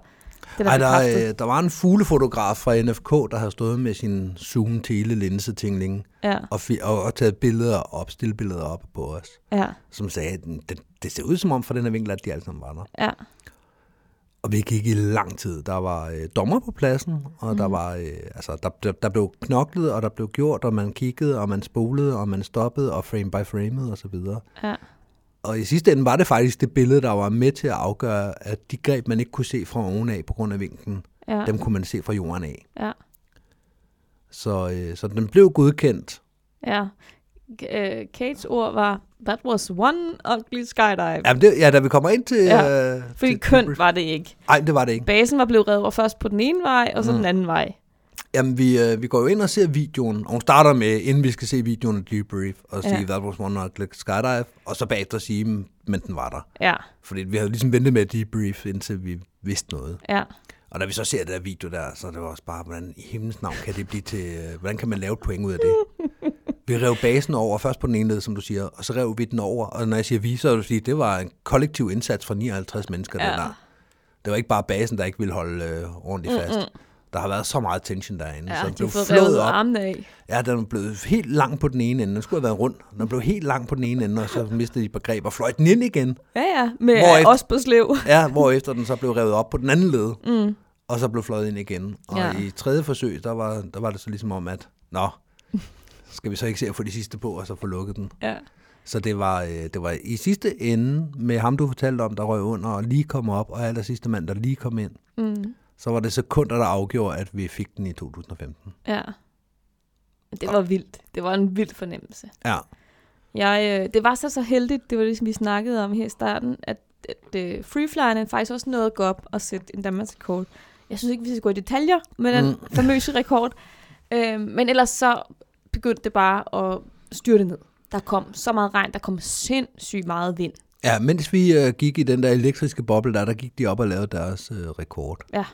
Det Ej, der, bekræftet. øh, der var en fuglefotograf fra NFK, der havde stået med sin zoom tele linse tingling Ja, og, fi- og, og taget billeder op, stille billeder op på os, ja, som sagde, at den- det, det ser ud som om fra den her vinkel, at de alle sammen var der. ja. Og vi gik i lang tid. Der var øh, dommer på pladsen, og mm. der var øh, altså, der, der, der blev knoklet, og der blev gjort, og man kiggede, og man spolede, og man stoppede, og frame by frame og så videre. Ja. Og i sidste ende var det faktisk det billede, der var med til at afgøre, at de greb, man ikke kunne se fra ovenaf på grund af vinklen, Ja, dem kunne man se fra jorden af. ja, Så, øh, så den blev godkendt. ja. K- øh, Kates ord var, that was one ugly skydive. Ja, Ja, men det, ja da vi kommer ind til... Ja, øh, Fordi til- kønt var det ikke. Nej, det var det ikke. Basen var blevet revet over først på den ene vej, og så mm. den anden vej. Jamen, vi, øh, vi går jo ind og ser videoen, og hun starter med, inden vi skal se videoen, at debrief, og Ja. sige, that was one ugly skydive, og så bagefter sige, "Mm, men den var der. Ja, Fordi vi havde ligesom ventet med at debrief, indtil vi vidste noget. ja, Og da vi så ser det der video der, så er det var også bare, hvordan i himlens navn kan det blive til, øh, hvordan kan man lave et point ud af det? Vi rev basen over, først på den ene led, som du siger, og så rev vi den over, og når jeg siger vi, så vil du sige, det var en kollektiv indsats fra 59 mennesker, ja. Ja. det der. Det var ikke bare basen, der ikke ville holde øh, ordentligt fast. Mm-mm. Der har været så meget tension derinde, ja så den de blev har fået flået revet op. armene af. Ja, den blev helt lang på den ene ende. Den skulle have været rund. Den blev helt lang på den ene ende, og så mistede de begreb og fløj den ind igen. Ja, ja, med Hvorefter- os på slev. Ja, hvorefter den så blev revet op på den anden led, mm. og så blev fløjet ind igen. Og ja. Ja. i tredje forsøg, der var, der var det så ligesom om, at nå, skal vi så ikke se at få de sidste på, og så få lukket den. Ja, Så det var, øh, det var i sidste ende med ham, du fortalte om, der røg under og lige kom op, og aller sidste mand, der lige kom ind. mm, Så var det sekunder, der afgjorde, at vi fik den i 2015. ja. Det var vildt. Det var en vild fornemmelse. Ja, Jeg, øh, det var så så heldigt, det var det, som vi snakkede om her i starten, at, at øh, freeflyerne faktisk også nåede at gå op og sætte en Danmarks rekord. Jeg synes ikke, vi skal gå i detaljer med den Mm. mm. famøse rekord, øh, men ellers så begyndte det bare at styrte ned. Der kom så meget regn, der kom sindssygt meget vind. ja mens vi øh, gik i den der elektriske boble der, der gik de op og lavede deres øh, rekord. Ja,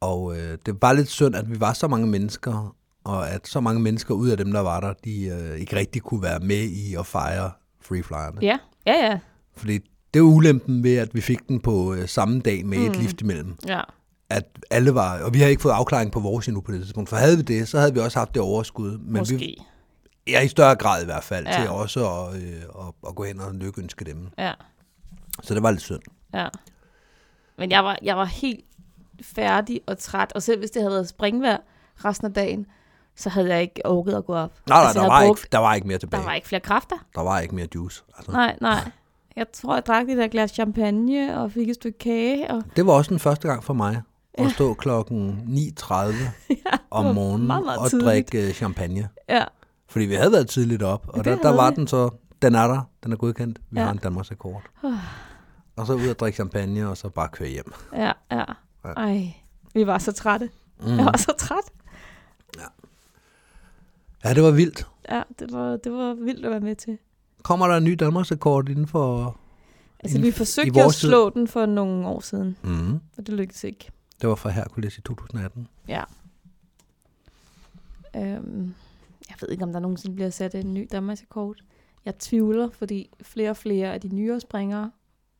Og øh, det var lidt synd, at vi var så mange mennesker, og at så mange mennesker ud af dem, der var der, de øh, ikke rigtig kunne være med i at fejre freeflyerne. ja, ja, ja. Fordi det er jo ulempen ved, at vi fik den på øh, samme dag med mm. et lift imellem. ja. At alle var, og vi har ikke fået afklaring på vores endnu på det tidspunkt. For havde vi det, så havde vi også haft det overskud. Men Måske. vi ja, i større grad i hvert fald, ja. Ja. til også at, øh, at, at gå hen og lykkeønske dem. Ja, Så det var lidt synd. ja. Men jeg var, jeg var helt færdig og træt, og selv hvis det havde været springvejr resten af dagen, så havde jeg ikke orket at gå op. Nej, nej, Altså, jeg der, havde var brugt- ikke, der var ikke mere tilbage. Der var ikke flere kræfter. der var ikke mere juice. Altså. Nej, nej. Jeg tror, jeg drak det der glas champagne og fik et stykke kage. Og... Det var også den første gang for mig at stå klokken 9.30 Ja, om morgenen meget, meget og tidligt. drikke øh, champagne. Ja, Fordi vi havde været tidligt op, og det der, der havde var vi. den så, den er der, den er godkendt, vi ja. Ja. har en Danmarks rekord. Og så ud og drikke champagne, og så bare køre hjem. ja, ja. Ja. Ej, vi var så trætte. Mm. Jeg var så træt. Ja, det var vildt. Ja, det var, det var vildt at være med til. Kommer der en ny Danmarks rekord inden for... Altså, Inden- vi i forsøgte jo at vores tid. slå den for nogle år siden, Mm, og det lykkedes ikke. det var fra Hercules i 2018. Ja. Øhm, jeg ved ikke, om der nogensinde bliver sat en ny Danmarksrekord. Jeg tvivler, fordi flere og flere af de nyere springere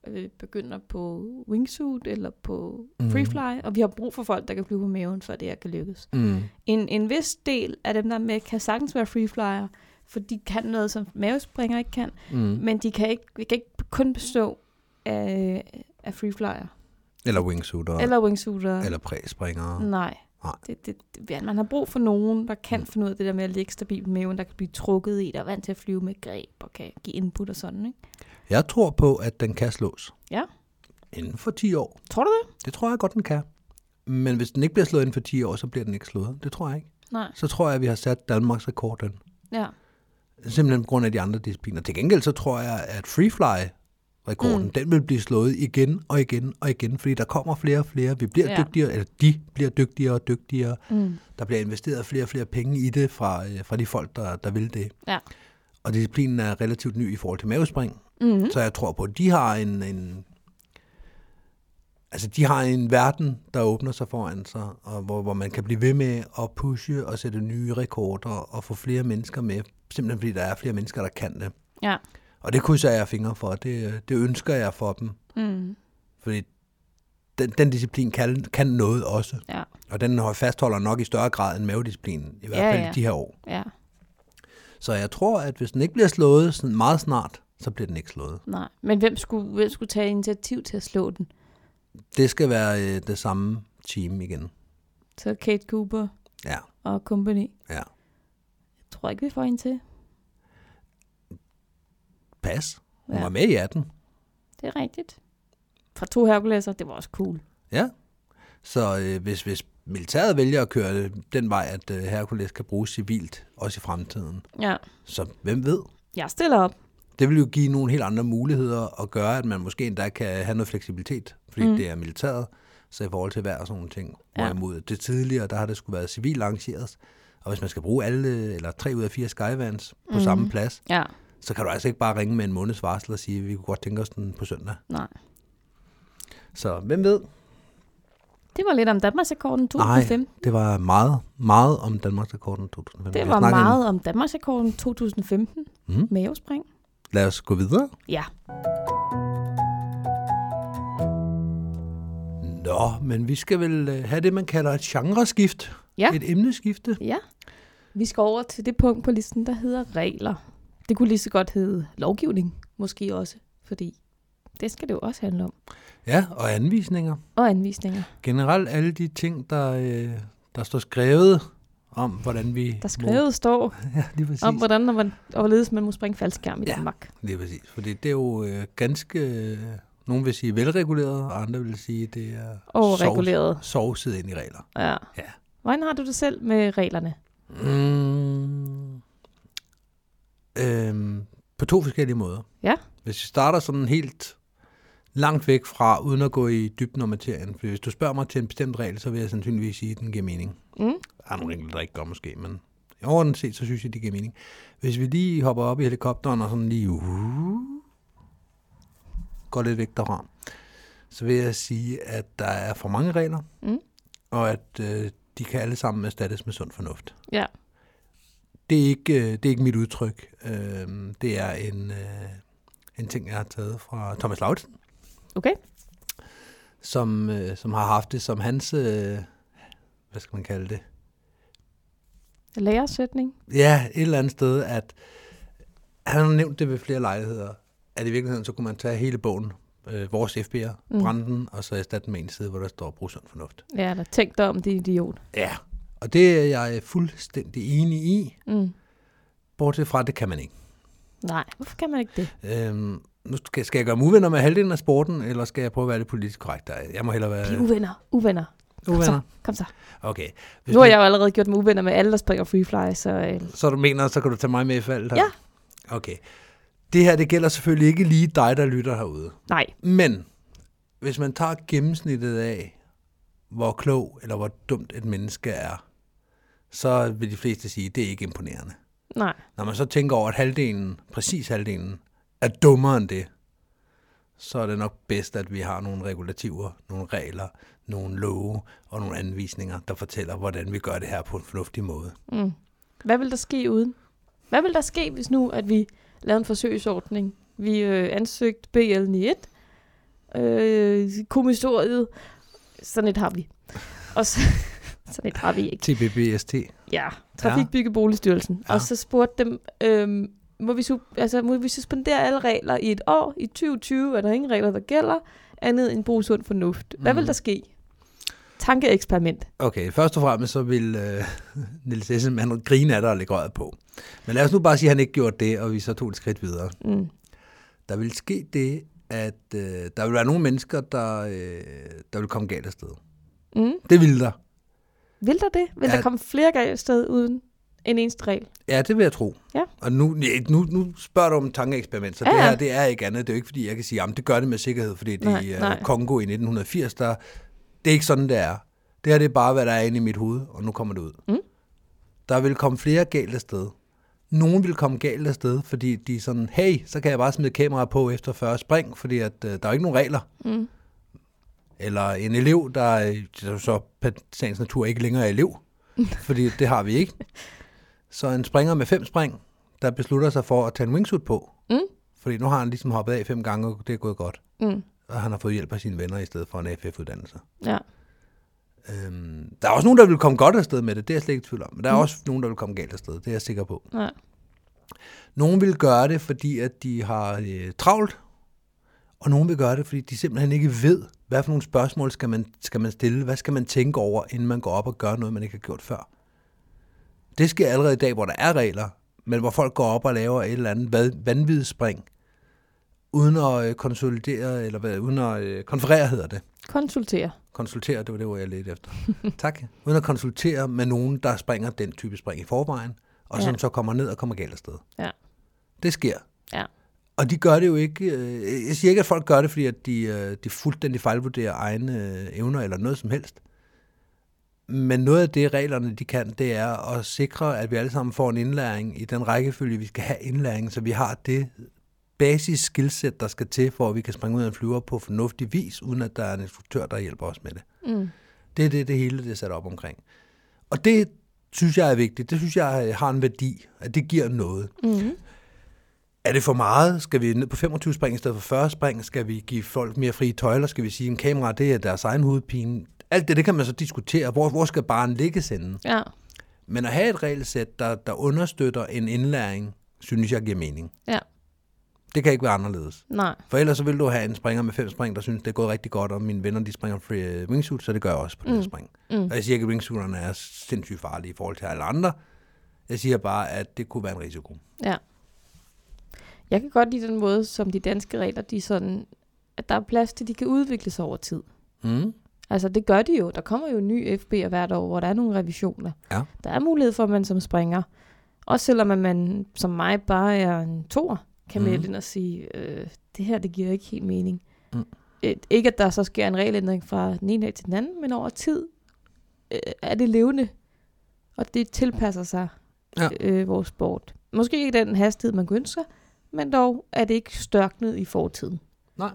øh, begynder på wingsuit eller på Mhm. freefly, og vi har brug for folk, der kan flyve på maven, for at det her kan lykkes. Mm. En, en vis del af dem, der er med, kan sagtens være freeflyer, for de kan noget, som mavespringere ikke kan, Mm. men de kan ikke, vi kan ikke kun bestå af, af freeflyer Eller wingsuiter, eller, eller wingsuiter. eller præspringere. Mm. Nej. Mm. Nej. Det, det, det, ja, man har brug for nogen, der kan finde ud af det der med at ligge stabilt med maven, der kan blive trukket i, der er vant til at flyve med greb og kan give input og sådan, ikke? Jeg tror på, at den kan slås. Ja. Inden for 10 år. Tror du det? Det tror jeg godt, den kan. Men hvis den ikke bliver slået inden for 10 år, så bliver den ikke slået. Det tror jeg ikke. Nej, Så tror jeg, at vi har sat Danmarks rekorden. ja. Simpelthen på grund af de andre discipliner. Til gengæld så tror jeg, at freefly-rekorden, mm. den vil blive slået igen og igen og igen, fordi der kommer flere og flere. Vi bliver Ja. ja. dygtigere, eller de bliver dygtigere og dygtigere. Mm. Der bliver investeret flere og flere penge i det fra, øh, fra de folk, der, der vil det. Ja. Og disciplinen er relativt ny i forhold til mavespring. Mm. Så jeg tror på, at de har en, en altså de har en verden, der åbner sig foran sig, og hvor, hvor man kan blive ved med at pushe og sætte nye rekorder og få flere mennesker med, simpelthen fordi der er flere mennesker, der kan det. Ja. Og det krydser jeg fingre for, det, øh, det ønsker jeg for dem, Mm. fordi den, den disciplin kan, kan noget også, Ja. og den har- fastholder nok i større grad end mavedisciplinen, i hvert Ja, fald ja. i de her år. Ja. Så jeg tror, at hvis den ikke bliver slået sådan meget snart, så bliver den ikke slået. Nej. Men hvem skulle, hvem skulle tage initiativ til at slå den? Det skal være øh, det samme team igen. Så Kate Cooper Ja, og company. ja. Jeg tror ikke, vi får hende til. Pas. Hun Ja. ja. var med i 18. Det er rigtigt. Fra to herkulæser, det var også cool. Ja. Så øh, hvis, hvis militæret vælger at køre øh, den vej, at øh, Hercules kan bruges civilt, også i fremtiden, Ja. så hvem ved? Jeg stiller op. Det vil jo give nogle helt andre muligheder og gøre, at man måske endda kan have noget fleksibilitet, fordi Mm. mm. det er militæret, så i forhold til vejr og sådan nogle ting. Ja. Hvorimod det tidligere, der har det skulle været civilt arrangeret, og hvis man skal bruge alle, øh, eller tre ud af fire skyvans på mm. samme plads, Ja. så kan du altså ikke bare ringe med en måneds varsel og sige, vi kunne godt tænke os den på søndag. Nej. Så hvem ved? Det var lidt om Danmarksrekorden 2015. Nej, det var meget, meget om Danmarks rekorden 2005. Det var meget om Danmarksrekorden 2015. Mm. Mavespring. Lad os gå videre. Ja. Nå, men vi skal vel øh, have det, man kalder et genreskift. Ja. Et emneskifte. Ja. Vi skal over til det punkt på listen, der hedder regler. Det kunne lige så godt hedde lovgivning, måske også, fordi det skal det jo også handle om. Ja, og anvisninger. Og anvisninger. Generelt alle de ting, der, øh, der står skrevet om, hvordan vi... Der skrevet står Må, ja, lige præcis. om, hvordan og hvordan- og hvorledes man må springe faldskærm i Ja. Danmark. Lige præcis. Fordi det er jo øh, ganske... Øh, nogen vil sige velreguleret, og andre vil sige, det er... Overreguleret. sov- Sovset ind i regler. Ja. Ja. Hvordan har du det selv med reglerne? Mm. Øhm, på to forskellige måder. Ja. Hvis vi starter sådan helt langt væk fra, uden at gå i dybden om materien. For hvis du spørger mig til en bestemt regel, så vil jeg sandsynligvis sige, at den giver mening. Mm. Der er nogle enkelte, der ikke gør måske, men i overordnet set, så synes jeg, det giver mening. Hvis vi lige hopper op i helikopteren og sådan lige uh, går lidt væk derfra, så vil jeg sige, at der er for mange regler, Mm. og at øh, de kan alle sammen erstattes med sund fornuft Ja. det er ikke, øh, det er ikke mit udtryk. Øhm, Det er en, øh, en ting, jeg har taget fra Thomas Lautzen, Okay. som, øh, som har haft det som hans, øh, hvad skal man kalde det, Lærersætning. ja, et eller andet sted, at han har nævnt det ved flere lejligheder, at i virkeligheden, så kunne man tage hele bogen, øh, vores FB'er, Mm. mm. brænde den, og så erstatte den med en side, hvor der står brug sund fornuft. Ja, eller tænk dig om, det er idiot. Ja. Og det er jeg fuldstændig enig i, Mm. bortset fra, at det kan man ikke. Nej, hvorfor kan man ikke det? Øhm, nu skal, skal jeg gøre mig uvenner med halvdelen af sporten, eller skal jeg prøve at være lidt politisk korrekt? Der? Jeg må hellere være Bliv uvenner. Uvenner. Kom uvenner. Så, kom så. Okay. Hvis Nu har du, jeg jo allerede gjort mig uvenner med alle, der springer freefly, så øh, Så du mener, så kan du tage mig med i faldet her? Ja. Okay. Det her, det gælder selvfølgelig ikke lige dig, der lytter herude. nej. Men hvis man tager gennemsnittet af, hvor klog eller hvor dumt et menneske er, så vil de fleste sige, at det er ikke imponerende. Nej. Når man så tænker over, at halvdelen, præcis halvdelen, er dummere end det, så er det nok bedst, at vi har nogle regulativer, nogle regler, nogle love og nogle anvisninger, der fortæller, hvordan vi gør det her på en fornuftig måde. Mm. Hvad vil der ske uden? Hvad vil der ske, hvis nu, at vi lavede en forsøgsordning? Vi øh, ansøgte BL91, øh, kommissoriet, sådan et har vi. Og så, sådan et har vi ikke. TBBST. Ja, Trafikbyggeboligsstyrelsen. Ja. Ja. Og så spurgte dem, øh, må, vi su- altså, må vi suspendere alle regler i et år? I 2020 er der ingen regler, der gælder, andet end brug sund fornuft. Hvad vil Mhm. der ske? Tankeeksperiment. Okay, først og fremmest så vil øh, Niels Esselmann grine af dig og lægge røret på. Men lad os nu bare sige, at han ikke gjorde det, og vi så tog et skridt videre. Mm. Der vil ske det, at øh, der vil være nogle mennesker, der, øh, der vil komme galt afsted. Mm. Det ville der. Vil der det? Vil ja. Ja. der komme flere galt sted uden en eneste regel? Ja, det vil jeg tro. Ja. Og nu, ja, nu, nu spørger du om et tankeeksperiment, så ja. Ja, det ja. her det er ikke andet. Det er jo ikke, fordi jeg kan sige, at det gør det med sikkerhed, fordi det Nej, er i, øh, nej. Kongo i 1980, der, det er ikke sådan, det er. Det her det er bare, hvad der er inde i mit hoved, og nu kommer det ud. Mm. Der vil komme flere galt afsted. Nogen vil komme galt afsted, fordi de er sådan, hey, så kan jeg bare smide kamera på efter 40 spring, fordi at, øh, der er jo ikke nogen regler. Mm. Eller en elev, der øh, der så på sagens natur ikke længere er elev, fordi det har vi ikke. Så en springer med fem spring, der beslutter sig for at tage en wingsuit på, Mm. fordi nu har han ligesom hoppet af fem gange, og det er gået godt. Mm. Og han har fået hjælp af sine venner i stedet for en AFF-uddannelse. Ja. Øhm, der er også nogen, der vil komme godt afsted med det, det er jeg slet ikke i tvivl om. Men der er også nogen, der vil komme galt afsted, det er jeg sikker på. ja. Nogen vil gøre det, fordi at de har øh, travlt, og nogen vil gøre det, fordi de simpelthen ikke ved, hvad for nogle spørgsmål skal man, skal man stille, hvad skal man tænke over, inden man går op og gør noget, man ikke har gjort før. Det sker allerede i dag, hvor der er regler, men hvor folk går op og laver et eller andet vad- vanvittigt spring, uden at øh, konsolidere, eller hvad, uden at øh, konferere hedder det. Konsultere. Konsultere, det var det ord, jeg ledte efter. tak. Uden at konsultere med nogen, der springer den type spring i forvejen, og Ja. ja. som så kommer ned og kommer galt afsted. Ja. Det sker. Ja. Og de gør det jo ikke. øh, Jeg siger ikke, at folk gør det, fordi at de, øh, de fuldstændig fejlvurderer egne øh, evner eller noget som helst. Men noget af det, reglerne de kan, det er at sikre, at vi alle sammen får en indlæring i den rækkefølge, vi skal have indlæringen, så vi har det basis skillset, der skal til, for at vi kan springe ud af en flyver på fornuftig vis, uden at der er en instruktør, der hjælper os med det. Mm. Det er det, det hele det er sat op omkring. Og det synes jeg er vigtigt. Det synes jeg øh, har en værdi, at det giver noget. Mm. Er det for meget? Skal vi ned på 25 spring i stedet for 40 spring? Skal vi give folk mere frie tøjler? Skal vi sige, at en kamera det er deres egen hovedpine? Alt det, det kan man så diskutere. Hvor, hvor skal barnet ligge sende? Ja. Men at have et regelsæt, der, der understøtter en indlæring, synes jeg giver mening. Ja. Det kan ikke være anderledes. Nej. For ellers så vil du have en springer med fem spring, der synes, det er gået rigtig godt, og mine venner de springer free øh, wingsuit, så det gør jeg også på mm. den her spring. Mm. Og jeg siger ikke, at wingsuiterne er sindssygt farlige i forhold til alle andre. Jeg siger bare, at det kunne være en risiko. Ja. Jeg kan godt lide den måde, som de danske regler, de er sådan, at der er plads til, at de kan udvikle sig over tid. Mm. Altså, det gør de jo. Der kommer jo en ny FB'er hvert år, hvor der er nogle revisioner. Ja. Der er mulighed for, at man som springer, også selvom at man som mig bare er en toer, kan Mhm. mm. melde ind og sige, øh, det her, det giver ikke helt mening. Mm. Et, ikke, at der så sker en regelændring fra den ene dag til den anden, men over tid øh, er det levende, og det tilpasser sig Ja. øh, vores sport. Måske ikke den hastighed, man kunne ønske sig, men dog er det ikke størknet i fortiden. Nej.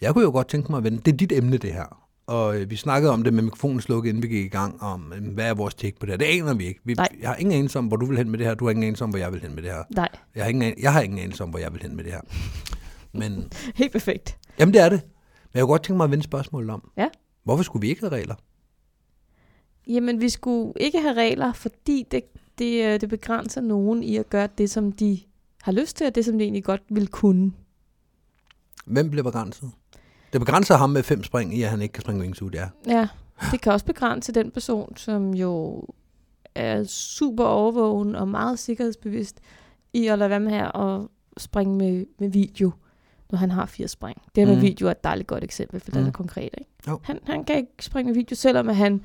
Jeg kunne jo godt tænke mig at vende. Det er dit emne, det her. Og øh, vi snakkede om det med mikrofonen slukket, inden vi gik i gang, om øh, hvad er vores take på det her. Det aner vi ikke. Vi, Nej. Jeg har ingen anelse om, hvor du vil hen med det her. Du har ingen anelse om, hvor jeg vil hen med det her. Nej, Jeg har ingen, an- jeg har ingen anelse om, hvor jeg vil hen med det her. Men, helt perfekt. jamen det er det. Men jeg kunne godt tænke mig at vende spørgsmålet om. Ja. Hvorfor skulle vi ikke have regler? Jamen, vi skulle ikke have regler, fordi det, det, øh, det begrænser nogen i at gøre det, som de har lyst til, og det, som de egentlig godt vil kunne. Hvem bliver begrænset? Det begrænser ham med fem spring i, at han ikke kan springe wingsuit, ja. Ja, det kan også begrænse den person, som jo er super overvågen og meget sikkerhedsbevidst i at lade være med her og springe med, med video, når han har fire spring. Det med Mm. mm. video er et dejligt godt eksempel, for mm. den Mm. er konkret. Ikke? Jo. Han, han kan ikke springe med video, selvom at han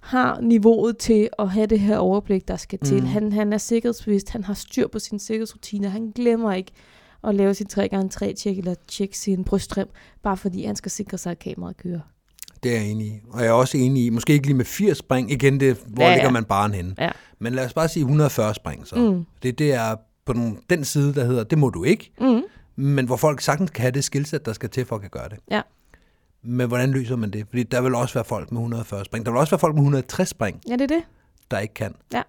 har niveauet til at have det her overblik, der skal til. Mm. Mm. Han, han er sikkerhedsbevidst, han har styr på sine sikkerhedsrutiner, han glemmer ikke at lave sin 3x3-tjek eller tjekke sin brystrem, bare fordi han skal sikre sig, at kameraet kører. Det er jeg enig i. Og jeg er også enig i, måske ikke lige med 80 spring, igen det, hvor Ja, ja, ja. ja. ligger man barn henne. Ja. Men lad os bare sige 140 spring så. Mm. Det, det er på den, den side, der hedder, det må du ikke, Mm. men hvor folk sagtens kan have det skillset, der skal til for at kan gøre det. Ja. Men hvordan løser man det? Fordi der vil også være folk med 140 spring. Der vil også være folk med 160 spring, Ja, det er det. der ikke kan. Ja.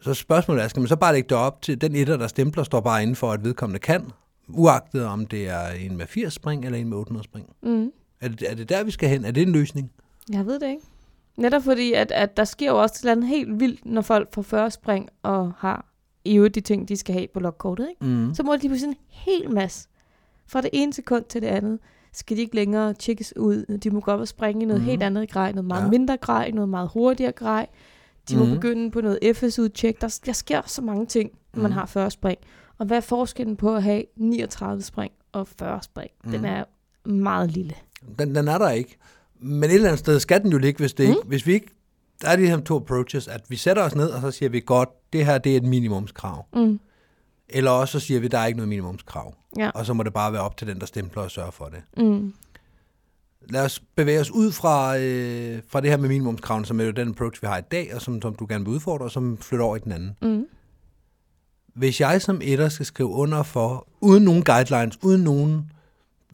Så spørgsmålet er, skal man så bare lægge det op til den etter, der stempler, står bare inden for, at vedkommende kan, uagtet om det er en med 80 spring eller en med 800 spring? Mm. Er det, er det der, vi skal hen? Er det en løsning? Jeg ved det ikke. Netop fordi, at, at der sker jo også et eller andet helt vildt, når folk får 40 spring og har i øvrigt de ting, de skal have på logkortet. Ikke? Mm. Så må de lige pludselig en hel masse. Fra det ene sekund til det andet skal de ikke længere tjekkes ud. De må gå op og springe i noget Mhm. helt andet grej, noget meget Ja. ja. mindre grej, noget meget hurtigere grej. De må Mhm. begynde på noget FS-udtjek. Der, der sker så mange ting, når man Mhm. har 40 spring. Og hvad er forskellen på at have 39 spring og 40 spring? Den Mhm. er meget lille. Den, den er der ikke. Men et eller andet sted skal den jo ligge, hvis, det ikke, hvis vi ikke... Der er de her to approaches, at vi sætter os ned, og så siger vi, godt, det her det er et minimumskrav. Mm. Eller også så siger vi, der er ikke noget minimumskrav. Ja. Og så må det bare være op til den, der stempler og sørger for det. Mm. Lad os bevæge os ud fra, øh, fra det her med minimumskraven, som er jo den approach, vi har i dag, og som, som du gerne vil udfordre, og som flytter over i den anden. Mm. Hvis jeg som etter skal skrive under for, uden nogen guidelines, uden nogen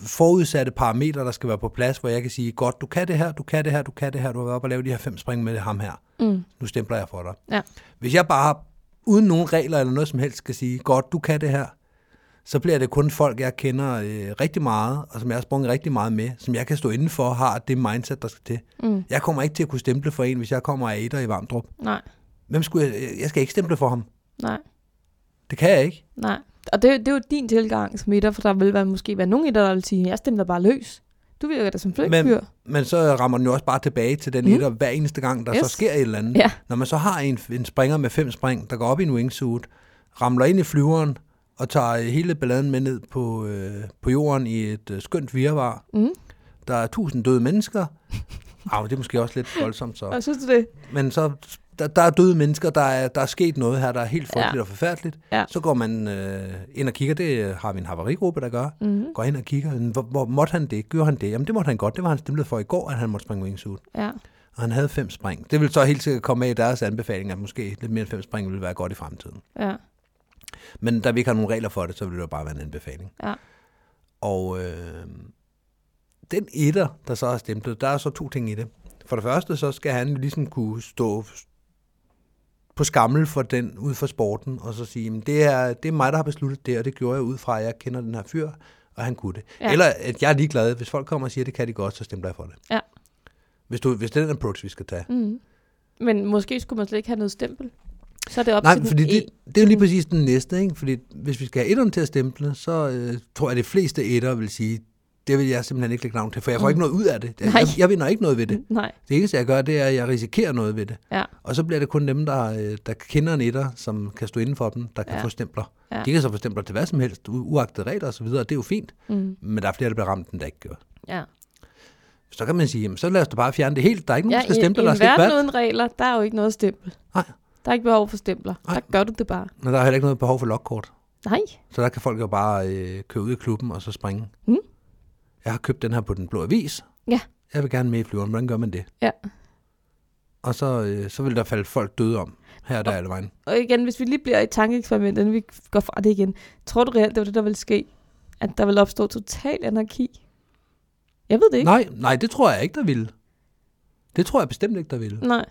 forudsatte parametre, der skal være på plads, hvor jeg kan sige, godt, du kan det her, du kan det her, du kan det her, du har været oppe og lave de her fem spring med det ham her. Mm. Nu stempler jeg for dig. Ja. Hvis jeg bare, uden nogen regler eller noget som helst, skal sige, godt, du kan det her, så bliver det kun folk, jeg kender øh, rigtig meget, og som jeg har sprunget rigtig meget med, som jeg kan stå indenfor og har det mindset, der skal til. Mm. Jeg kommer ikke til at kunne stemple for en, hvis jeg kommer af etter i Varmdrup. Nej, Hvem skulle jeg, jeg skal ikke stemple for ham. nej, Det kan jeg ikke. nej. Og det, det er jo din tilgang som etter, for der vil være, måske være nogen etter, der vil sige, jeg stemmer bare løs. Du virker da som Men- flygtfyr. Men så rammer den jo også bare tilbage til den Mm. mm. etter hver eneste gang, der yes. Yes. så sker et eller andet. Ja. Når man så har en, en springer med fem spring, der går op i en wingsuit, ramler ind i flyveren og tager øh, hele balladen med ned på, øh, på jorden i et øh, skønt virvar. Mm. Der er tusind døde mennesker. Arh, det er måske også lidt voldsomt så. Og synes du det? Men så, der, der er døde mennesker, der er, der er sket noget her, der er helt frygteligt Ja. ja. og forfærdeligt. Ja. Så går man øh, ind og kigger, det øh, har vi en havarigruppe, der gør. Mm. Går ind og kigger, hvor, hvor måtte han det? Gjorde han det? Jamen det måtte han godt, det var han stemlet for i går, at han måtte springe wingsuit. Ja. Og han havde fem spring. Det vil så helt sikkert komme med i deres anbefaling, at måske lidt mere end fem spring ville være godt i fremtiden. Ja. Men da vi ikke har nogen regler for det, så vil det jo bare være en anbefaling. Ja. Og øh, den etter, der så har stemplet, der er så to ting i det. For det første, så skal han ligesom kunne stå på skammel for den ud for sporten, og så sige, "Jamen, det er, det er mig, der har besluttet det, og det gjorde jeg ud fra, at jeg kender den her fyr, og han kunne det. Ja. Ja. Eller at jeg er ligeglad, hvis folk kommer og siger, det kan de godt, så stemmer jeg for det. Ja. Hvis, du, hvis det er den approach, vi skal tage. Mm. Men måske skulle man slet ikke have noget stempel. Så er det op Nej, til den fordi det, en- det er jo lige præcis den næste, ikke? Fordi hvis vi skal have etteren til at stemple, så øh, tror jeg, at de fleste etter vil sige, det vil jeg simpelthen ikke lægge navn til, for jeg får Mm. ikke noget ud af det. Jeg, Nej. Mm. jeg, jeg vinder ikke noget ved det. Nej, Det eneste, jeg gør, det er, at jeg risikerer noget ved det. ja, Og så bliver det kun dem, der, øh, der kender en etter, som kan stå inden for dem, der kan Ja. ja. få stempler. Ja. Ja. De kan så få stempler til hvad som helst, u- uagtet regler osv., og det er jo fint. mm. Men der er flere, der bliver ramt, end der ikke gør. ja. Så kan man sige, jamen, så lad os da bare fjerne det helt. Der er ikke nogen, ja der skal i- stemple, i, der en skal ikke verden være. uden regler, der er jo ikke noget stempel. Nej. Der er ikke behov for stempler. Nej. Der gør du det bare. Men der er heller ikke noget behov for lokkort. Nej. Så der kan folk jo bare øh, køre ud i klubben og så springe. Mm. Jeg har købt den her på Den Blå Avis. Ja. Jeg vil gerne med i flyveren. Hvordan gør man det? Ja. Og så, øh, så vil der falde folk døde om. Her og der alle vejen. Og igen, hvis vi lige bliver i tankeeksperimentet, inden vi går fra det igen. Tror du reelt, det var det, der ville ske? At der ville opstå total anarki? Jeg ved det ikke. Nej, nej, det tror jeg ikke, der ville. Det tror jeg bestemt ikke, der ville. Nej.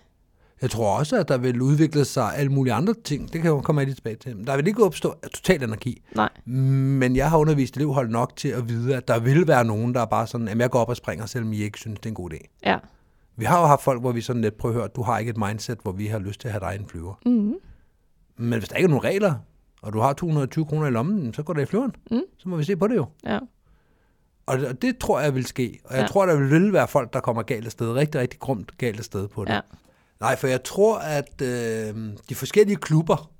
Jeg tror også, at der vil udvikle sig alle mulige andre ting. Det kan jeg komme jeg lidt tilbage til. Men Der vil ikke opstå total anarki. Nej. Men jeg har undervist elevhold nok til at vide, at der vil være nogen, der er bare sådan, at jeg går op og springer, selvom I ikke synes, det er en god idé. Ja. Vi har jo haft folk, hvor vi sådan lidt, prøv at høre, du har ikke et mindset, hvor vi har lyst til at have dig en flyver. Mm-hmm. Men hvis der ikke er nogen regler, og du har 220 kroner i lommen, så går det i flyveren. Mm. Så må vi se på det jo. Ja. Og det, og det tror jeg vil ske. Og jeg Ja. ja. tror, der vil være folk, der kommer galt af sted. Rigtig, rigtig grumt galt af sted på det. Ja. Nej, for jeg tror, at øh, de forskellige klubber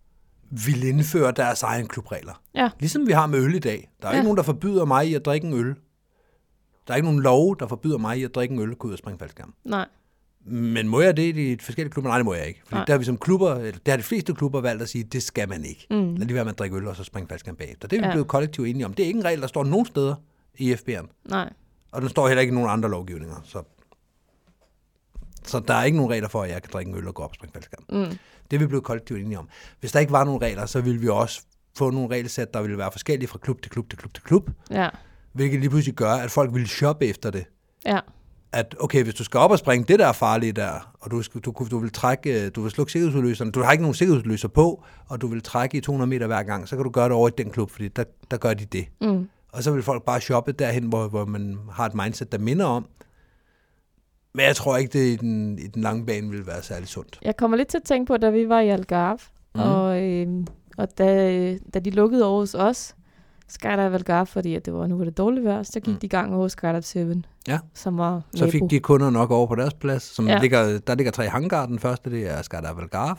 vil indføre deres egen klubregler. Ja. Ligesom vi har med øl i dag. Der er ja. Ja. ikke nogen, der forbyder mig i at drikke en øl. Der er ikke nogen lov, der forbyder mig i at drikke en øl og gå ud og springe faldskærm. Nej. Men må jeg det i de forskellige klubber? Nej, det må jeg ikke. Fordi Nej. der har vi som klubber, eller der har de fleste klubber valgt at sige, det skal man ikke. Mm. Lad lige være med at drikke øl, og så springe faldskærm bagefter. Det er vi Ja. ja. blevet kollektivt enige om. Det er ikke en regel, der står nogen steder i FB'en. Nej. Og den står heller ikke i nogen andre lovgivninger. Så, så der er ikke nogen regler for, at jeg kan drikke en øl og gå op og springe faldskærm. Mm. Det er vi blevet kollektivt enige om. Hvis der ikke var nogen regler, så ville vi også få nogle regelsæt, der ville være forskellige fra klub til klub til klub til klub. Ja. Hvilket lige pludselig gør, at folk ville shoppe efter det Ja. at okay, hvis du skal op og springe det der er farlige der, og du, skal, du, kunne- du vil trække, øh, du vil slukke sikkerhedsudløserne, du har ikke nogen sikkerhedsudløser på, og du vil trække i 200 meter hver gang, så kan du gøre det over i den klub, fordi der, der gør de det. Mm. Og så vil folk bare shoppe derhen, hvor, hvor man har et mindset, der minder om. Men jeg tror ikke, det i den, i den lange bane vil være særlig sundt. Jeg kommer lidt til at tænke på, da vi var i Algarve, mm. Mhm. og, øh, og da, øh, da de lukkede over hos os, Skydive Algarve, fordi at det var, nu var det dårligt vejr, så gik mm. Mm. de i gang over Skydive 7, Ja. som var Så fik nabo. de kunder nok over på deres plads. Som Ja. ja. ligger, der ligger tre hangar. Den første, det er Skydive Algarve,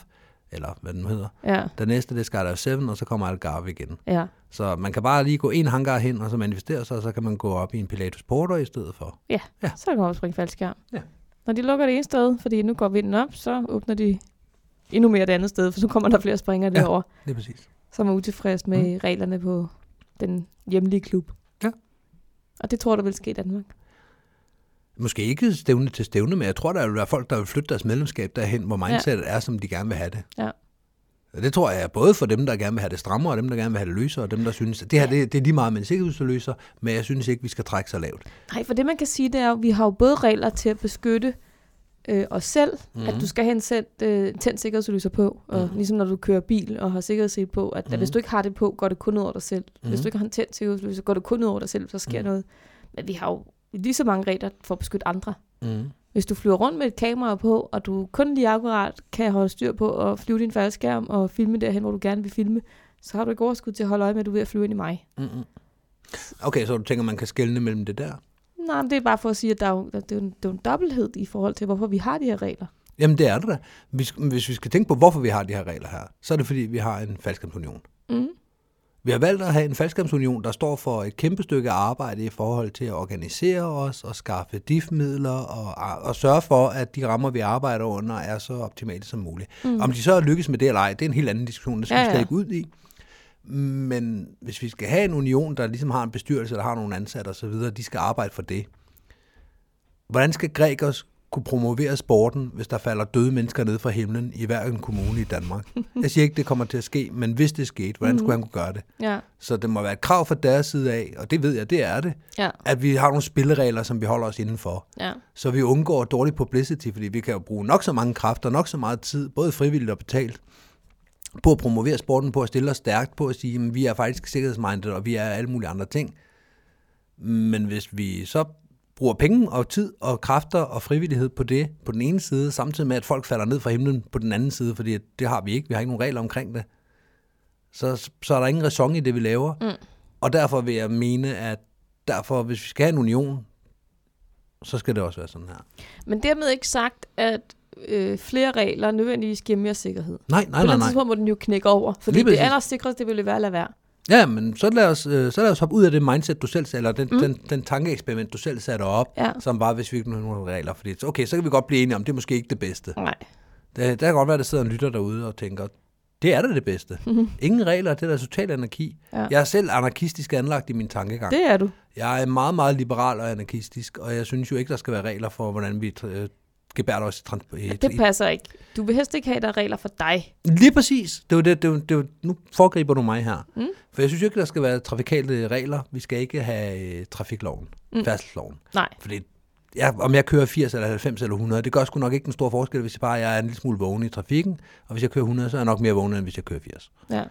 eller hvad den nu hedder. Ja, Den næste, det er Skydive 7, og så kommer Algarve igen. ja, Så man kan bare lige gå en hangar hen, og så manifestere sig, og så kan man gå op i en Pilatus Porter i stedet for. Ja. Så kan man springe faldskærm. Ja. Når de lukker det ene sted, fordi nu går vinden op, så åbner de endnu mere det andet sted, for så kommer der flere springere Ja. derovre, Det er præcis. som er utilfredse med reglerne på den hjemlige klub. Ja. Og det tror du vil ske i Danmark. Måske ikke stævne til stævne, men jeg tror, der vil være folk, der vil flytte deres medlemskab derhen, hvor mindsetet ja. er, som de gerne vil have det. Ja. Og Det tror jeg er både for dem, der gerne vil have det strammere, og dem, der gerne vil have det løsere, og dem, der synes, at det her det, det er lige meget med en sikkerhedsudløser, men jeg synes ikke, vi skal trække så lavt. Nej, for det man kan sige, det er, at vi har jo både regler til at beskytte øh, os selv, mm-hmm. at du skal have en sendt, øh, tændt sikkerhedslyser på, og mm-hmm. ligesom når du kører bil og har sikkerhedssel på, at mm-hmm. hvis du ikke har det på, går det kun ud over dig selv. Mm-hmm. Hvis du ikke har en tændt sikkerhedslyser, går det kun ud over dig selv, så sker mm-hmm. noget. Men vi har jo lige så mange regler for at beskytte andre. Mm. Hvis du flyver rundt med et kamera på, og du kun lige akkurat kan holde styr på at flyve din faldskærm og filme derhen, hvor du gerne vil filme, så har du ikke overskud til at holde øje med, at du er ved at flyve ind i mig. Mm-hmm. Okay, så du tænker, man kan skelne mellem det der? Nej, men det er bare for at sige, at der er jo, der, det, er jo en, det er jo en dobbelthed i forhold til, hvorfor vi har de her regler. Jamen, det er det da. Hvis, hvis vi skal tænke på, hvorfor vi har de her regler her, så er det, fordi vi har en faldskabsunion. Mm. Vi har valgt at have en faldskabsunion, der står for et kæmpe stykke arbejde i forhold til at organisere os og skaffe DIF-midler og, og sørge for, at de rammer, vi arbejder under, er så optimale som muligt. Mm. Om de så lykkes med det eller ej, det er en helt anden diskussion, det skal Ja, ja, ja. vi ja. slet ikke ud i. Men hvis vi skal have en union, der ligesom har en bestyrelse, der har nogle ansatte osv., de skal arbejde for det. Hvordan skal grækers kunne promovere sporten, hvis der falder døde mennesker ned fra himlen i hver en kommune i Danmark? Jeg siger ikke, det kommer til at ske, men hvis det skete, hvordan skulle han kunne gøre det? Ja, Så det må være et krav fra deres side af, og det ved jeg, det er det, ja, at vi har nogle spilleregler, som vi holder os indenfor. ja. Så vi undgår dårlig publicity, fordi vi kan jo bruge nok så mange kræfter, nok så meget tid, både frivilligt og betalt, på at promovere sporten, på at stille os stærkt, på at sige, at vi er faktisk sikkerhedsminded, og vi er alle mulige andre ting. Men hvis vi så bruger penge og tid og kræfter og frivillighed på det på den ene side, samtidig med, at folk falder ned fra himlen på den anden side, fordi det har vi ikke, vi har ikke nogen regler omkring det, så, så er der ingen ræson i det, vi laver. Mm. Og derfor vil jeg mene, at derfor, hvis vi skal have en union, så skal det også være sådan her. Men dermed ikke sagt, at øh, flere regler nødvendigvis giver mere sikkerhed. Nej, nej, På nej, den nej. tidspunkt må den jo knække over, fordi Lige det præcis. allersikreste, det ville være at lade være. Ja, men så lad, os, øh, så lad os hoppe ud af det mindset, du selv eller den, mm. den, den tankeeksperiment, du selv satte op, Ja. som var, hvis vi ikke nu har nogen regler. Fordi, så- okay, så kan vi godt blive enige om, det er måske ikke det bedste. Nej. Der, der kan godt være, der sidder en lytter derude og tænker, det er da det bedste. Mm. Ingen regler, det er da total anarki. Ja. Jeg er selv anarkistisk anlagt i min tankegang. Det er du. Jeg er meget, meget liberal og anarkistisk, og jeg synes jo ikke, der skal være regler for, hvordan vi øh, gebærder os i, trans- i, Det i passer ikke. Du vil helst ikke have, at der er regler for dig. Lige præcis. Det var det, det var, det var, nu foregriber du mig her. Mm. For jeg synes jo ikke, der skal være trafikale regler. Vi skal ikke have øh, trafikloven, mm. færdselsloven. Nej. Fordi ja, om jeg kører 80 eller 90 eller 100, det gør sgu nok ikke den store forskel, hvis jeg bare jeg er en lille smule vågen i trafikken. Og hvis jeg kører 100, så er jeg nok mere vågen, end hvis jeg kører 80. Ja.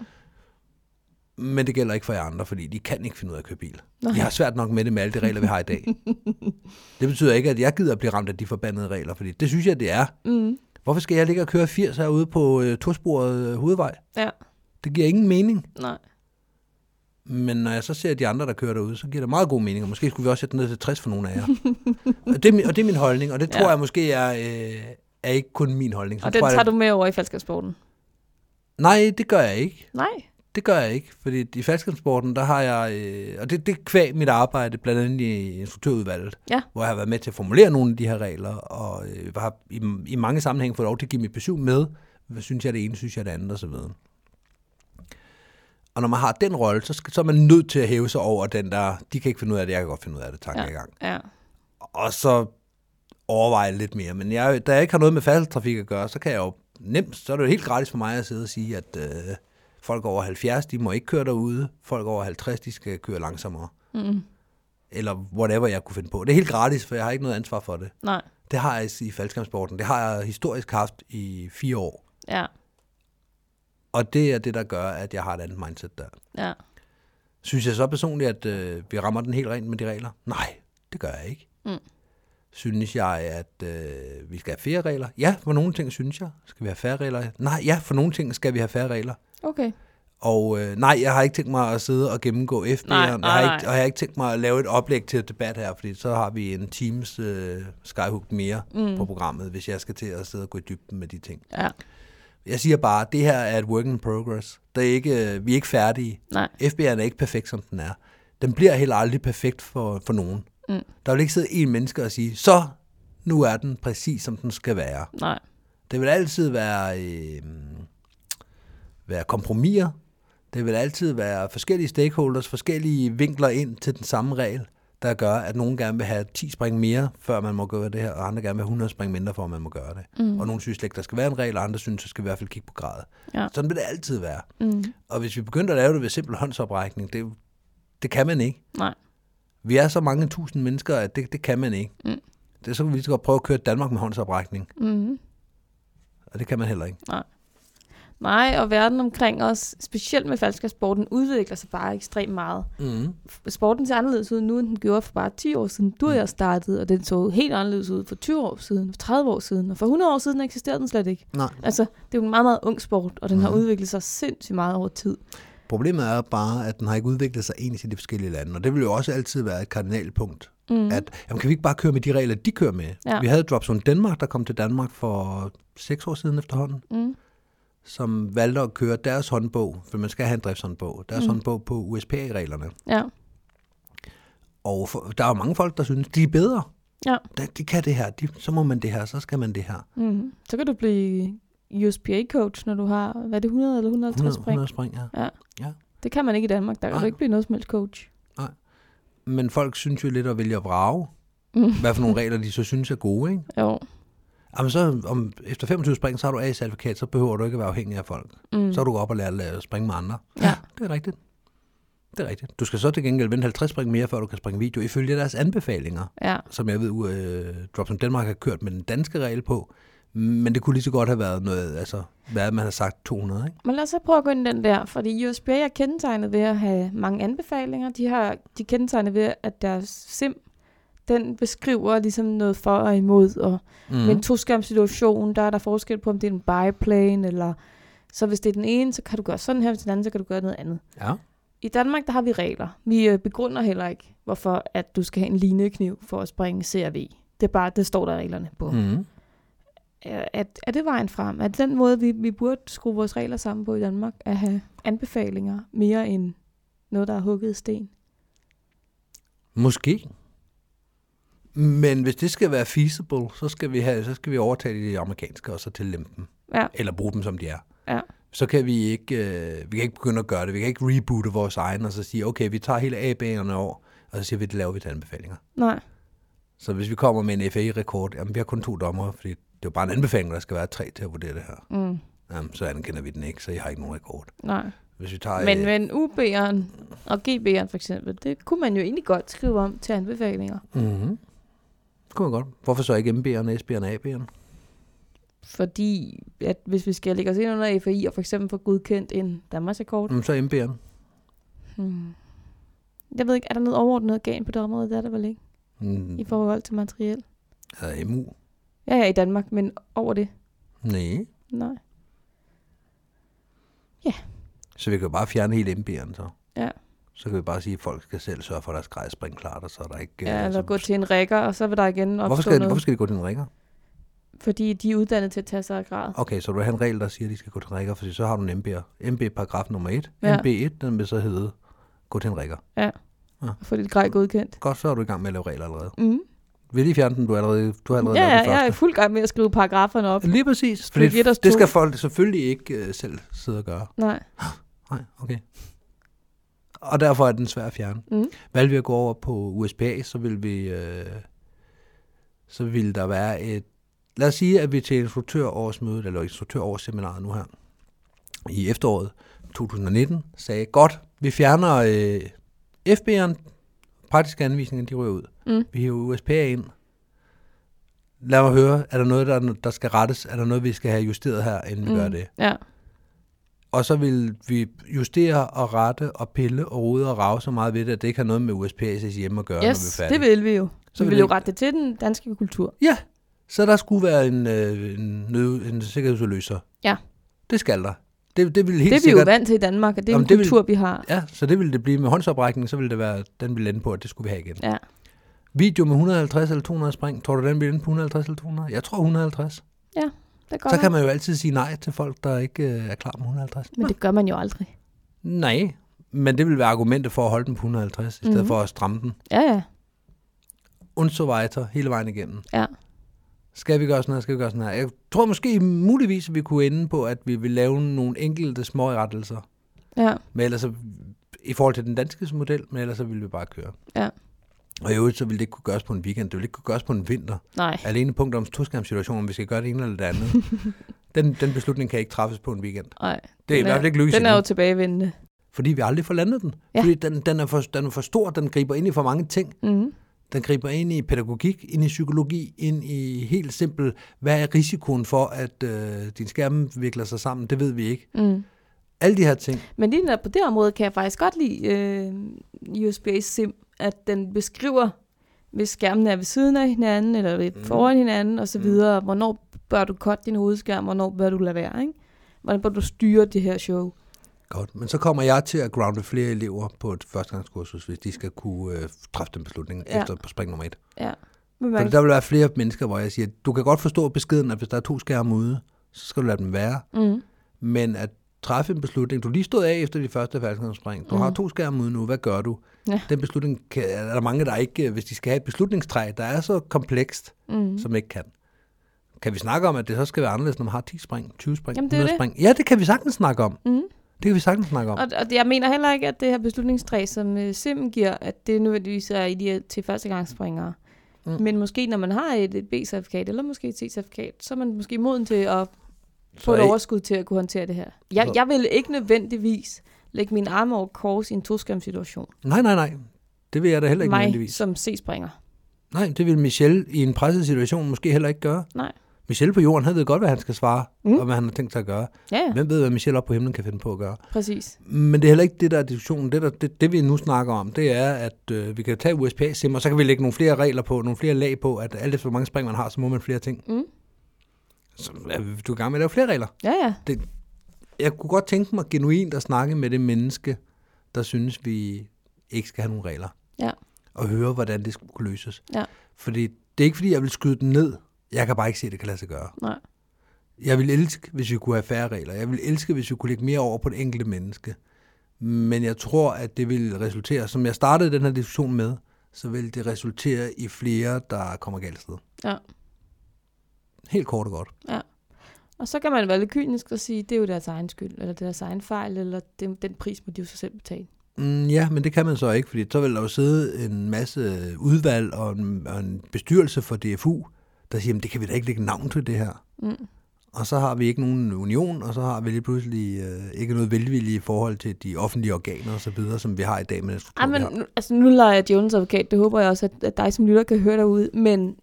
Men det gælder ikke for jer andre, fordi de kan ikke finde ud af at køre bil. Nej. Nej. Jeg har svært nok med det med alle de regler, vi har i dag. det betyder ikke, at jeg gider at blive ramt af de forbandede regler, fordi det synes jeg, det er. Mm. Hvorfor skal jeg ligge og køre 80 herude på øh, tosporet øh, hovedvej? Ja. Det giver ingen mening. Nej. Men når jeg så ser de andre, der kører derude, så giver det meget god mening, og måske skulle vi også sætte den ned til 60 for nogle af jer. og, det er min, og det er min holdning, og det tror Ja. ja. jeg måske er, øh, er ikke kun min holdning. Så Og den tror tager jeg, du med over i falskersporten. Nej, det gør jeg ikke. Nej. Det gør jeg ikke, fordi i faldskabssporten, der har jeg, øh, og det, det er kvæg mit arbejde, blandt andet i instruktørudvalget, Ja. hvor jeg har været med til at formulere nogle af de her regler, og øh, har i, i mange sammenhænge fået lov til at give mit besøg med, hvad synes jeg det ene, synes jeg det andet osv. Og når man har den rolle, så, skal, så er man nødt til at hæve sig over den der, de kan ikke finde ud af det, jeg kan godt finde ud af det, Ja. tankegang. Ja. ja. Og så overveje lidt mere, men jeg, da jeg ikke har noget med faldtrafik at gøre, så kan jeg jo nemt, så er det jo helt gratis for mig at sidde og sige, at øh, folk over 70, de må ikke køre derude, folk over 50, de skal køre langsommere. Mm. Eller whatever jeg kunne finde på. Det er helt gratis, for jeg har ikke noget ansvar for det. Nej. Det har jeg i faldskabssporten. Det har jeg historisk haft i fire år. Ja. Og det er det, der gør, at jeg har et andet mindset der. Ja. Synes jeg så personligt, at øh, vi rammer den helt rent med de regler? Nej, det gør jeg ikke. Mm. Synes jeg, at øh, vi skal have færre regler? Ja, for nogle ting synes jeg. Skal vi have færre regler? Nej, ja, for nogle ting skal vi have færre regler. Okay. Og øh, nej, jeg har ikke tænkt mig at sidde og gennemgå FB'eren, Nej, jeg nej, har nej. ikke, og jeg har ikke tænkt mig at lave et oplæg til debat her, fordi så har vi en times øh, skyhook mere mm. på programmet, hvis jeg skal til at sidde og gå i dybden med de ting. Ja. Jeg siger bare, det her er et work in progress. Det er ikke, øh, vi er ikke færdige. Nej. FBI'en er ikke perfekt, som den er. Den bliver heller aldrig perfekt for, for nogen. Mm. Der vil ikke sidde en menneske og sige, så nu er den præcis, som den skal være. Nej. Det vil altid være, øh, være kompromiser. Det vil altid være forskellige stakeholders, forskellige vinkler ind til den samme regel, der gør, at nogen gerne vil have 10 spring mere, før man må gøre det her, og andre gerne vil have 100 spring mindre, for at man må gøre det. Mm. Og nogle synes slet ikke, der skal være en regel, og andre synes, så skal vi i hvert fald kigge på gradet. Ja. Sådan vil det altid være. Mm. Og hvis vi begynder at lave det ved simpel håndsoprækning, det, det kan man ikke. Nej. Vi er så mange tusind mennesker, at det, det kan man ikke. Mm. Det, så kan vi lige så godt prøve at køre Danmark med håndsoprækning, Mm. og det kan man heller ikke. Nej, og verden omkring os, specielt med falskersporten, udvikler sig bare ekstremt meget. Mm. Sporten ser anderledes ud nu, end den gjorde for bare 10 år siden, du og Mm. jeg startede, og den så helt anderledes ud for 20 år siden, for 30 år siden, og for 100 år siden eksisterede den slet ikke. Nej. Altså, det er jo en meget, meget ung sport, og den Mm. har udviklet sig sindssygt meget over tid. Problemet er bare, at den har ikke udviklet sig ens i de forskellige lande, og det vil jo også altid være et kardinalpunkt. Mm. At, jamen, kan vi ikke bare køre med de regler, de kører med? Mhm. Ja. Vi havde Dropzone Danmark, der kom til Danmark for seks år siden efterhånden, Mm. som valgte at køre deres håndbog, for man skal have en driftshåndbog, Mhm. deres mm. håndbog på USPA-reglerne. Ja, Og for, der er jo mange folk, der synes, de er bedre. ja. De, de kan det her, de, så må man det her, så skal man det her. Mm. Så kan du blive USPA-coach, når du har, hvad er det, 100 eller 150 100, spring? 100 spring, ja. Ja. Ja. Det kan man ikke i Danmark, der kan Nej. du ikke blive noget som helst coach. Men folk synes jo lidt at vælge at vrage, Mm. hvad for nogle regler, de så synes er gode, ikke? Jo. Jamen så, om, efter 25 spring, så har du A-certifikat, så behøver du ikke at være afhængig af folk. Mm. Så er du op og lære at lave- springe med andre. Ja. Det er rigtigt. Det er rigtigt. Du skal så til gengæld vente 50 spring mere, før du kan springe video, ifølge deres anbefalinger, Ja, som jeg ved, uh, Drop som Danmark har kørt med den danske regel på. Men det kunne lige så godt have været noget, altså, hvad man har sagt 200, ikke? men lad os så prøve at gå ind i den der, fordi USPA er kendetegnet ved at have mange anbefalinger. De, har, de er kendetegnet ved, at deres sim, den beskriver ligesom noget for og imod, og mm. Mhm. med en toskærmssituation, der er der forskel på, om det er en biplane, eller så hvis det er den ene, så kan du gøre sådan her, hvis det er den anden, så kan du gøre noget andet. Ja. I Danmark, der har vi regler. Vi øh, begrunder heller ikke, hvorfor at du skal have en linekniv for at springe CRV. Det er bare, det står der i reglerne på. Mm. Mm. Er, er- er det vejen frem? Er det den måde, vi, vi burde skrue vores regler sammen på i Danmark? At have anbefalinger mere end noget, der er hugget i sten? Måske. Men hvis det skal være feasible, så skal vi, have, så skal vi overtage de amerikanske og så tillempe dem. Ja, eller bruge dem, som de er. Ja. Så kan vi ikke, øh, vi kan ikke begynde at gøre det. Vi kan ikke reboote vores egen og så sige, okay, vi tager hele A-banerne over, og så siger vi, det laver vi til anbefalinger. nej. Så hvis vi kommer med en FA-rekord, jamen vi har kun to dommer, fordi det er jo bare en anbefaling, der skal være tre til at vurdere det her. Mm, Jamen, så anerkender vi den ikke, så jeg har ikke nogen rekord. nej. Hvis vi tager... Men, øh, men UB'eren og GB'eren for eksempel, det kunne man jo egentlig godt skrive om til anbefalinger. Mhm. Det kunne man godt. Hvorfor så ikke MB'erne, SB'erne, AB'erne? Fordi at hvis vi skal lægge os ind under FAI og for eksempel få godkendt en Danmarksrekord, Jamen, så MB'erne. Hmm. Jeg ved ikke, er der noget overordnet organ på det område? Det er der vel ikke, Mm, i forhold til materiel. er MU? Ja, ja, i Danmark, men over det? Nej. Nej. Så vi kan jo bare fjerne hele MB'eren så. Ja. Så kan vi bare sige, at folk skal selv sørge for, at deres græsspring klart, og så er der ikke... øh, Ja, eller altså, gå til en rækker, og så vil der igen opstå hvorfor skal, de, noget. hvorfor skal de gå til en rækker? Fordi de er uddannet til at tage sig af grad. Okay, så du vil have en regel, der siger, at de skal gå til en rækker, for så har du en MB'er. MB paragraf nummer 1. Ja. Ja. MB1, den vil så hedde gå til en rækker. Og få dit grej godkendt. Godt, så er du i gang med at lave regler allerede. Mm. Vil de fjerne den? Du har allerede, du har allerede Ja, ja, lavet den jeg er i første. fuld gang med at skrive paragraferne op. Lige præcis. For Skal vi give os det, det to? skal folk selvfølgelig ikke øh, selv sidde og gøre. Nej. Nej, okay. Og derfor er den svær at fjerne. Mm. Valgte vi at gå over på USPA, så vil vi... Øh, så vil der være et... Lad os sige, at vi til instruktørårsmødet, eller instruktørårsseminaret nu her, i efteråret 2019, sagde, godt, vi fjerner øh, FB'eren, praktiske anvisninger, de ryger ud. Mm. Vi hiver USPA ind. Lad mig høre, er der noget, der, der skal rettes? Er der noget, vi skal have justeret her, inden vi mm. gør det? Ja, Og så vil vi justere og rette og pille og rode og rave så meget ved det, at det ikke har noget med USPAC's hjemme at gøre, yes, når vi er færdige. det vil vi jo. Så Så vi vil vil jo det- rette det til den danske kultur. Ja, så der skulle være en, øh, en, nød, en sikkerhedsudløser. Ja. Det skal der. Det, det vil helt det er vi sikkert... jo vant til i Danmark, og det er Jamen, en det vil- kultur, vi har. Ja, så det ville det blive med håndsoprækning, så ville det være, den ville ende på, at det skulle vi have igen. Ja. Video med 150 eller 200 spring, tror du, den ville ende på 150 eller 200? Jeg tror 150. det går Så kan man jo altid sige nej til folk, der ikke øh, er klar med 150. Men det gør man jo aldrig. Nej, men det vil være argumentet for at holde den på 150, i stedet Mhm. for at stramme den. Ja, ja. Und so weiter, hele vejen igennem. ja. Skal vi gøre sådan her, skal vi gøre sådan her. Jeg tror måske muligvis, at vi kunne ende på, at vi vil lave nogle enkelte små rettelser. ja. Men ellers så, i forhold til den danske model, men ellers så ville vi bare køre. Ja. Og i øvrigt, så ville det ikke kunne gøres på en weekend. Det ville ikke kunne gøres på en vinter. Nej, Alene punkt om toskærmssituationen, om vi skal gøre det ene eller det andet. den, den beslutning kan ikke træffes på en weekend. nej. Det er i Den er- hvert fald ikke lykkes Den er endnu. jo tilbagevendende. Fordi vi aldrig får landet den. Ja. Ja. Fordi den, den, er for, den er for stor, den griber ind i for mange ting. Mm-hmm. Den griber ind i pædagogik, ind i psykologi, ind i helt simpelt, hvad er risikoen for, at øh, din skærm vikler sig sammen? Det ved vi ikke. Mm. Alle de her ting. Men lige netop på det område kan jeg faktisk godt lide øh, USB Sim, at den beskriver, hvis skærmene er ved siden af hinanden, eller lidt mm. foran hinanden osv., Mm. mm. hvornår bør du cutte din hovedskærm, hvornår bør du lade være, ikke? Hvordan bør du styre det her show? Godt. Men så kommer jeg til at grounde flere elever på et førstegangskursus, hvis de skal kunne øh, træffe den beslutning Ja. ja. efter på spring nummer et. Ja. Men Fordi man, der vil være flere mennesker, hvor jeg siger, du kan godt forstå beskeden, at hvis der er to skærme ude, så skal du lade dem være. mm, Men at træffe en beslutning, du er lige stod af efter de første faldskærmsspring, du mm. har to skærme ude nu, hvad gør du? Mhm. Ja. Den beslutning kan, er der mange, der ikke, øh, hvis de skal have et beslutningstræ, der er så komplekst, mm. mm. som ikke kan. Kan vi snakke om, at det så skal være anderledes, når man har 10 spring, 20 spring, Jamen, det er 100 det. spring? Ja, det kan vi sagtens snakke om. Mm. Det kan vi sagtens snakke om. Og, og det- jeg mener heller ikke, at det her beslutningstræ, som øh, Sim giver, at det nødvendigvis er ideelt til førstegangsspringere. Mm. Mm. Men måske, når man har et, et B-certifikat, eller måske et C-certifikat, så er man måske moden til at få Så et er I- overskud til at kunne håndtere det her. Jeg, Så- jeg vil ikke nødvendigvis lægge min arm over kors i en toskærmssituation. Nej, nej, nej. Det vil jeg da heller ikke Mig nødvendigvis. som C-springer. Nej, det vil Michelle i en presset situation måske heller ikke gøre. Nej. Michelle på jorden, han ved godt, hvad han skal svare, Mm. mm. og hvad han har tænkt sig at gøre. Ja, ja, Hvem ved, hvad Michelle op på himlen kan finde på at gøre? præcis. Men det er heller ikke det, der er diskussionen. Det, der, det, det vi nu snakker om, det er, at øh, vi kan tage USPA-sim, og så kan vi lægge nogle flere regler på, nogle flere lag på, at alt efter hvor mange spring man har, så må man flere ting. Mm. Så er du i gang med at lave flere regler. Ja, ja. Jeg kunne godt tænke mig genuint at snakke med det menneske, der synes, vi ikke skal have nogle regler. Ja. Og høre, hvordan det skulle kunne løses. Ja. Fordi det er ikke, fordi jeg vil skyde den ned. Jeg kan bare ikke se, at det kan lade sig gøre. Nej. Jeg vil elske, hvis vi kunne have færre regler. Jeg vil elske, hvis vi kunne lægge mere over på det enkelte menneske. Men jeg tror, at det vil resultere, som jeg startede den her diskussion med, så vil det resultere i flere, der kommer galt sted. Ja. Helt kort og godt. Og så kan man være lidt kynisk og sige, det er jo deres egen skyld, eller det er deres egen fejl, eller det, den pris må de jo så selv betale. Mm, ja, men det kan man så ikke, fordi så vil der jo sidde en masse udvalg og en, og en bestyrelse for DFU, der siger, "Jamen, det kan vi da ikke lægge navn til det her. Mm. Og så har vi ikke nogen union, og så har vi lige pludselig øh, ikke noget velvillige i forhold til de offentlige organer osv., som vi har i dag med den struktur, Ej, vi men har. nu, altså, nu leger jeg djævelens advokat. Det håber jeg også, at, at dig som lytter kan høre derude. Men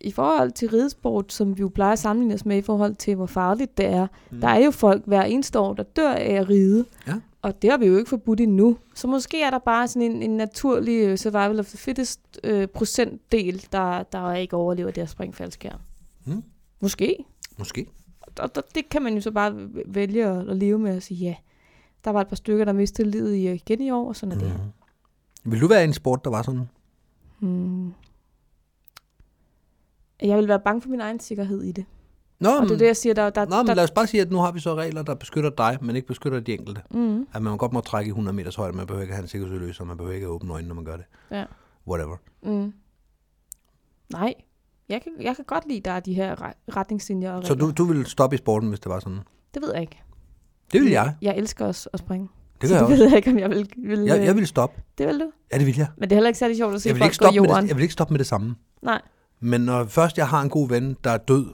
i forhold til ridesport, som vi jo plejer at sammenligne os med i forhold til, hvor farligt det er, mm. der er jo folk hver eneste år, der dør af at ride. Ja. Og det har vi jo ikke forbudt endnu. Så måske er der bare sådan en, en naturlig øh, survival of the fittest øh, procentdel, der, der ikke overlever det at springe faldskærm. Mm. Måske. Måske. Og der, det kan man jo så bare vælge at, at leve med og sige, ja, der var et par stykker, der mistede livet i- øh, igen i år, og sådan er det. Mhm. Vil du være i en sport, der var sådan? Hmm. Jeg vil være bange for min egen sikkerhed i det. Nå, Og det er det, jeg siger, der... der, Mm. Nå, men der lad os bare sige, at nu har vi så regler, der beskytter dig, men ikke beskytter de enkelte. mm, At man godt må trække i 100 meters højde, man behøver ikke at have en sikkerhedsudløs, og man behøver ikke at åbne øjnene, når man gør det. Ja. Whatever. mm. Nej, jeg kan, jeg kan godt lide, der er de her re- retningslinjer og regler. Så du, du ville stoppe i sporten, hvis det var sådan? Det ved jeg ikke. Det ville jeg. Jeg elsker også at springe. Det så gør jeg det også. ved jeg ikke, om jeg vil... vil Jeg, jeg vil. ville stoppe. Det vil du. Ja, det vil jeg. Men det er heller ikke særlig sjovt at se Jeg vil, folk ikke gå i stoppe med jorden. det, jeg vil ikke stoppe med det samme. Nej. Men når først jeg har en god ven, der er død,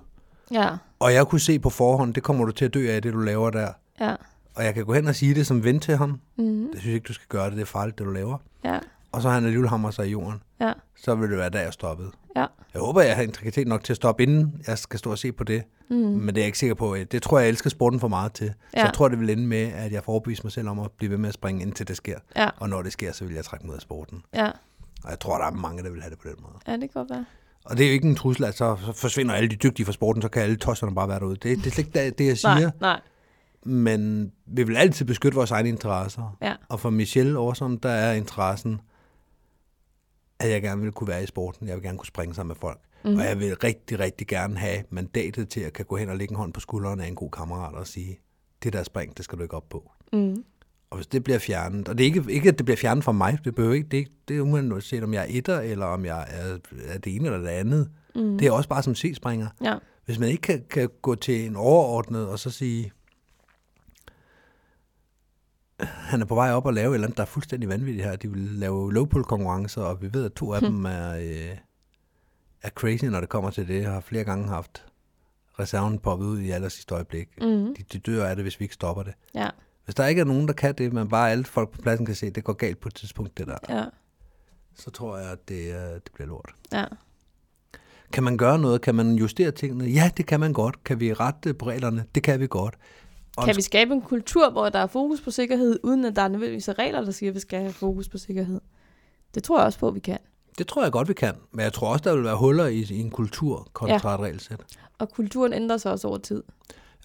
Ja, og jeg kunne se på forhånd, det kommer du til at dø af, det du laver der. ja. Og jeg kan gå hen og sige det som ven til ham. Mm, Det synes jeg ikke, du skal gøre det, det er farligt, det du laver. ja, Og så har han alligevel hamret sig i jorden. ja, så vil det være, da jeg stoppede. Ja. Jeg håber, jeg har integritet nok til at stoppe, inden jeg skal stå og se på det. mm, Mm. Men det er jeg ikke sikker på. Det tror jeg, jeg elsker sporten for meget til. Ja. Ja. Så jeg tror, det vil ende med, at jeg får overbevist mig selv om at blive ved med at springe, indtil det sker. ja, Og når det sker, så vil jeg trække mig ud af sporten. ja. Og jeg tror, der er mange, der vil have det på den måde. Ja, det kan godt være. Og det er jo ikke en trussel, at så, så forsvinder alle de dygtige fra sporten, så kan alle tosserne bare være derude. Det, det er slet ikke det, jeg Nej, siger. nej, Men vi vil altid beskytte vores egne interesser. ja. Og for Michelle Årsom, der er interessen, at jeg gerne ville kunne være i sporten. Jeg vil gerne kunne springe sammen med folk. Mm. Og jeg vil rigtig, rigtig gerne have mandatet til at kan gå hen og lægge en hånd på skulderen af en god kammerat og sige, det der spring, det skal du ikke op på. Mm. Og hvis det bliver fjernet, og det er ikke, ikke at det bliver fjernet fra mig, det behøver ikke, det er, ikke- det er uanset om jeg er etter, eller om jeg er, er det ene eller det andet. Mm. Det er også bare som C-springer. Ja. Hvis man ikke kan, kan gå til en overordnet og så sige, han er på vej op og lave et eller andet, der er fuldstændig vanvittigt her. De vil lave lowpool-konkurrencer, og vi ved, at to af dem er, øh, er crazy, når det kommer til det. Jeg har flere gange haft reserven poppet ud i aller sidste øjeblik. Mm. De, de dør af det, hvis vi ikke stopper det. Ja. Hvis der ikke er nogen, der kan det, men bare alle folk på pladsen kan se, at det går galt på et tidspunkt, det der, Ja. så tror jeg, at det, øh, det bliver lort. Ja. Kan man gøre noget? Kan man justere tingene? Ja, det kan man godt. Kan vi rette på reglerne? Det kan vi godt. Og Kan vi skabe en kultur, hvor der er fokus på sikkerhed, uden at der er nødvendigvis er regler, der siger, at vi skal have fokus på sikkerhed? Det tror jeg også på, at vi kan. Det tror jeg godt, vi kan. Men jeg tror også, der vil være huller i, i en kultur kontra ja. et regelsæt. Og kulturen ændrer sig også over tid.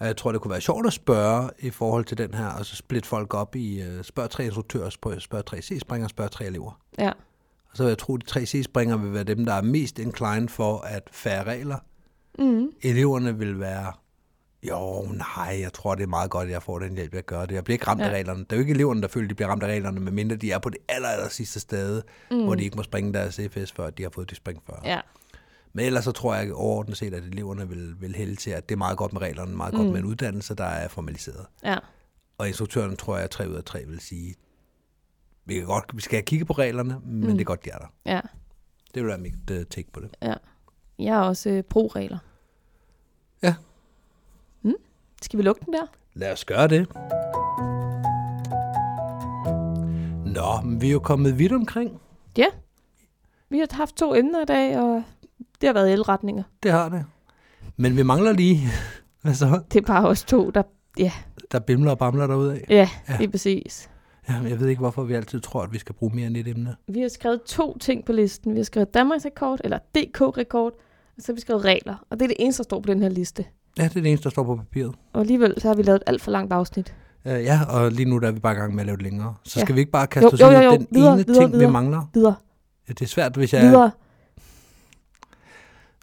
Og Jeg tror, det kunne være sjovt at spørge i forhold til den her, og så splitte folk op i øh, spørg tre instruktører, spørg, spørg tre C-springere, spørg tre elever. Ja. Og så vil jeg tro, at de tre C-springere vil være dem, der er mest inclined for at færre regler. Mm. Eleverne vil være, jo, nej, jeg tror, det er meget godt, at jeg får den hjælp, jeg gør det. Jeg bliver ikke ramt ja. af Ja. reglerne. Det er jo ikke eleverne, der føler, de bliver ramt af reglerne, medmindre de er på det aller, aller sidste sted, mm. hvor de ikke må springe deres CFS, før de har fået det spring før. Ja. Men ellers så tror jeg overordnet set, at eleverne vil, vil hælde til, at det er meget godt med reglerne, meget godt mm. med en uddannelse, der er formaliseret. Ja. Og instruktøren tror jeg, at 3 ud af 3 vil sige, vi, kan godt, vi skal kigge på reglerne, men mm. det er godt, de er der. Ja. Det vil være mit uh, take på det. Ja. Jeg er også øh, pro-regler. Ja. Mm. Skal vi lukke den der? Lad os gøre det. Nå, men vi er jo kommet vidt omkring. Ja. Vi har haft to emner i dag, og det har været elretninger. Det har det. Men vi mangler lige, hvad så? Det er bare os to, der... Ja, Der bimler og bamler derudad. ja, Ja. ja. lige præcis. Jamen, Jeg ved ikke, hvorfor vi altid tror, at vi skal bruge mere end et emne. Vi har skrevet to ting på listen. Vi har skrevet Danmarks rekord, eller DK-rekord, og så har vi skrevet regler. Og det er det eneste, der står på den her liste. Ja, det er det eneste, der står på papiret. Og alligevel så har vi lavet et alt for langt afsnit. Øh, ja, og lige nu der er vi bare i gang med at lave det længere. Så Ja. skal vi ikke bare kaste Jo, os jo, ud jo, i jo. den Videre, ene videre, ting, vi videre. mangler? Videre, Ja, det er svært, hvis ja. jeg... videre.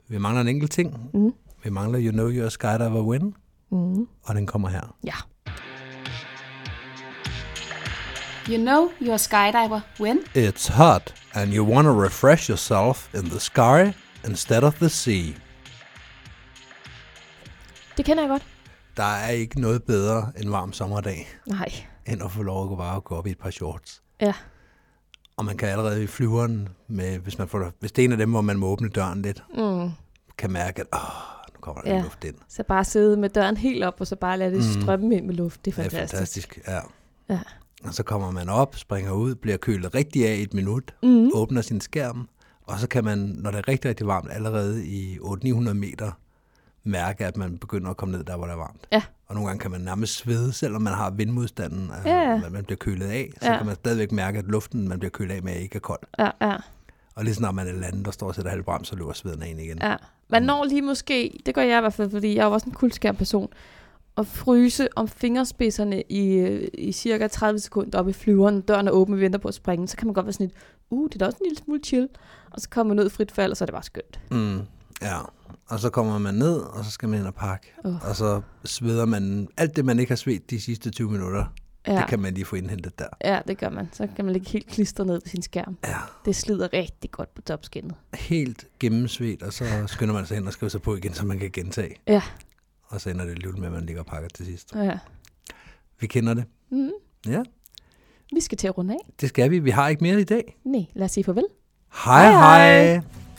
Vi mangler en enkelt ting. Mm. Vi mangler You Know Your Skydiver When, Mm. og den kommer her. Ja. You know you're a skydiver when? It's hot, and you want to refresh yourself in the sky instead of the sea. Det kender jeg godt. Der er ikke noget bedre en varm sommerdag, Nej. end at få lov at bare at gå op i et par shorts. Ja. Og man kan allerede i flyveren, med, hvis, man får, hvis det er en af dem, hvor man må åbne døren lidt, Mm. kan mærke, at åh, nu kommer der ja. Ja. luft ind. Så bare sidde med døren helt op, og så bare lade det Mm. strømme ind med luft. Det er fantastisk. Det er fantastisk, ja. Ja. Og så kommer man op, springer ud, bliver kølet rigtig af i et minut, Mm. åbner sin skærm, og så kan man, når det er rigtig, rigtig varmt, allerede i 800-900 meter, mærke, at man begynder at komme ned der, hvor der er varmt. Ja. Og nogle gange kan man nærmest svede, selvom man har vindmodstanden, altså, Ja. man- man bliver kølet af, så Ja. kan man stadigvæk mærke, at luften, man bliver kølet af med, ikke er kold. Ja, ja, Og lige snart man er landet, der står og sætter halvbrem, så løber sveden af en igen. ja. Mm. Man når lige måske, det gør jeg i hvert fald, fordi jeg er jo også en kuldskær person, at fryse om fingerspidserne i, øh, i cirka 30 sekunder op i flyveren, døren er åben, vi venter på at springe, så kan man godt være sådan lidt, uh, det er da også en lille smule chill, og så kommer man ud i frit fald, og så er det bare skønt. Mm, ja. Og så kommer man ned, og så skal man ind og pakke. Uh. Og så sveder man alt det, man ikke har svedt de sidste 20 minutter. Ja, Det kan man lige få indhentet der. ja, det gør man. Så kan man ligge helt klistret ned på sin skærm. Ja, Det slider rigtig godt på topskinnet. helt gennemsvedt, og så skynder man sig hen og skriver sig på igen, så man kan gentage. Ja. Og så ender det alligevel med, at man ligger og pakker til sidst. Ja. Vi kender det. Mm. Ja, Vi skal til at runde af. det skal vi. Vi har ikke mere i dag. Nej, lad os sige farvel. Hej hej! Hej, hej. hej.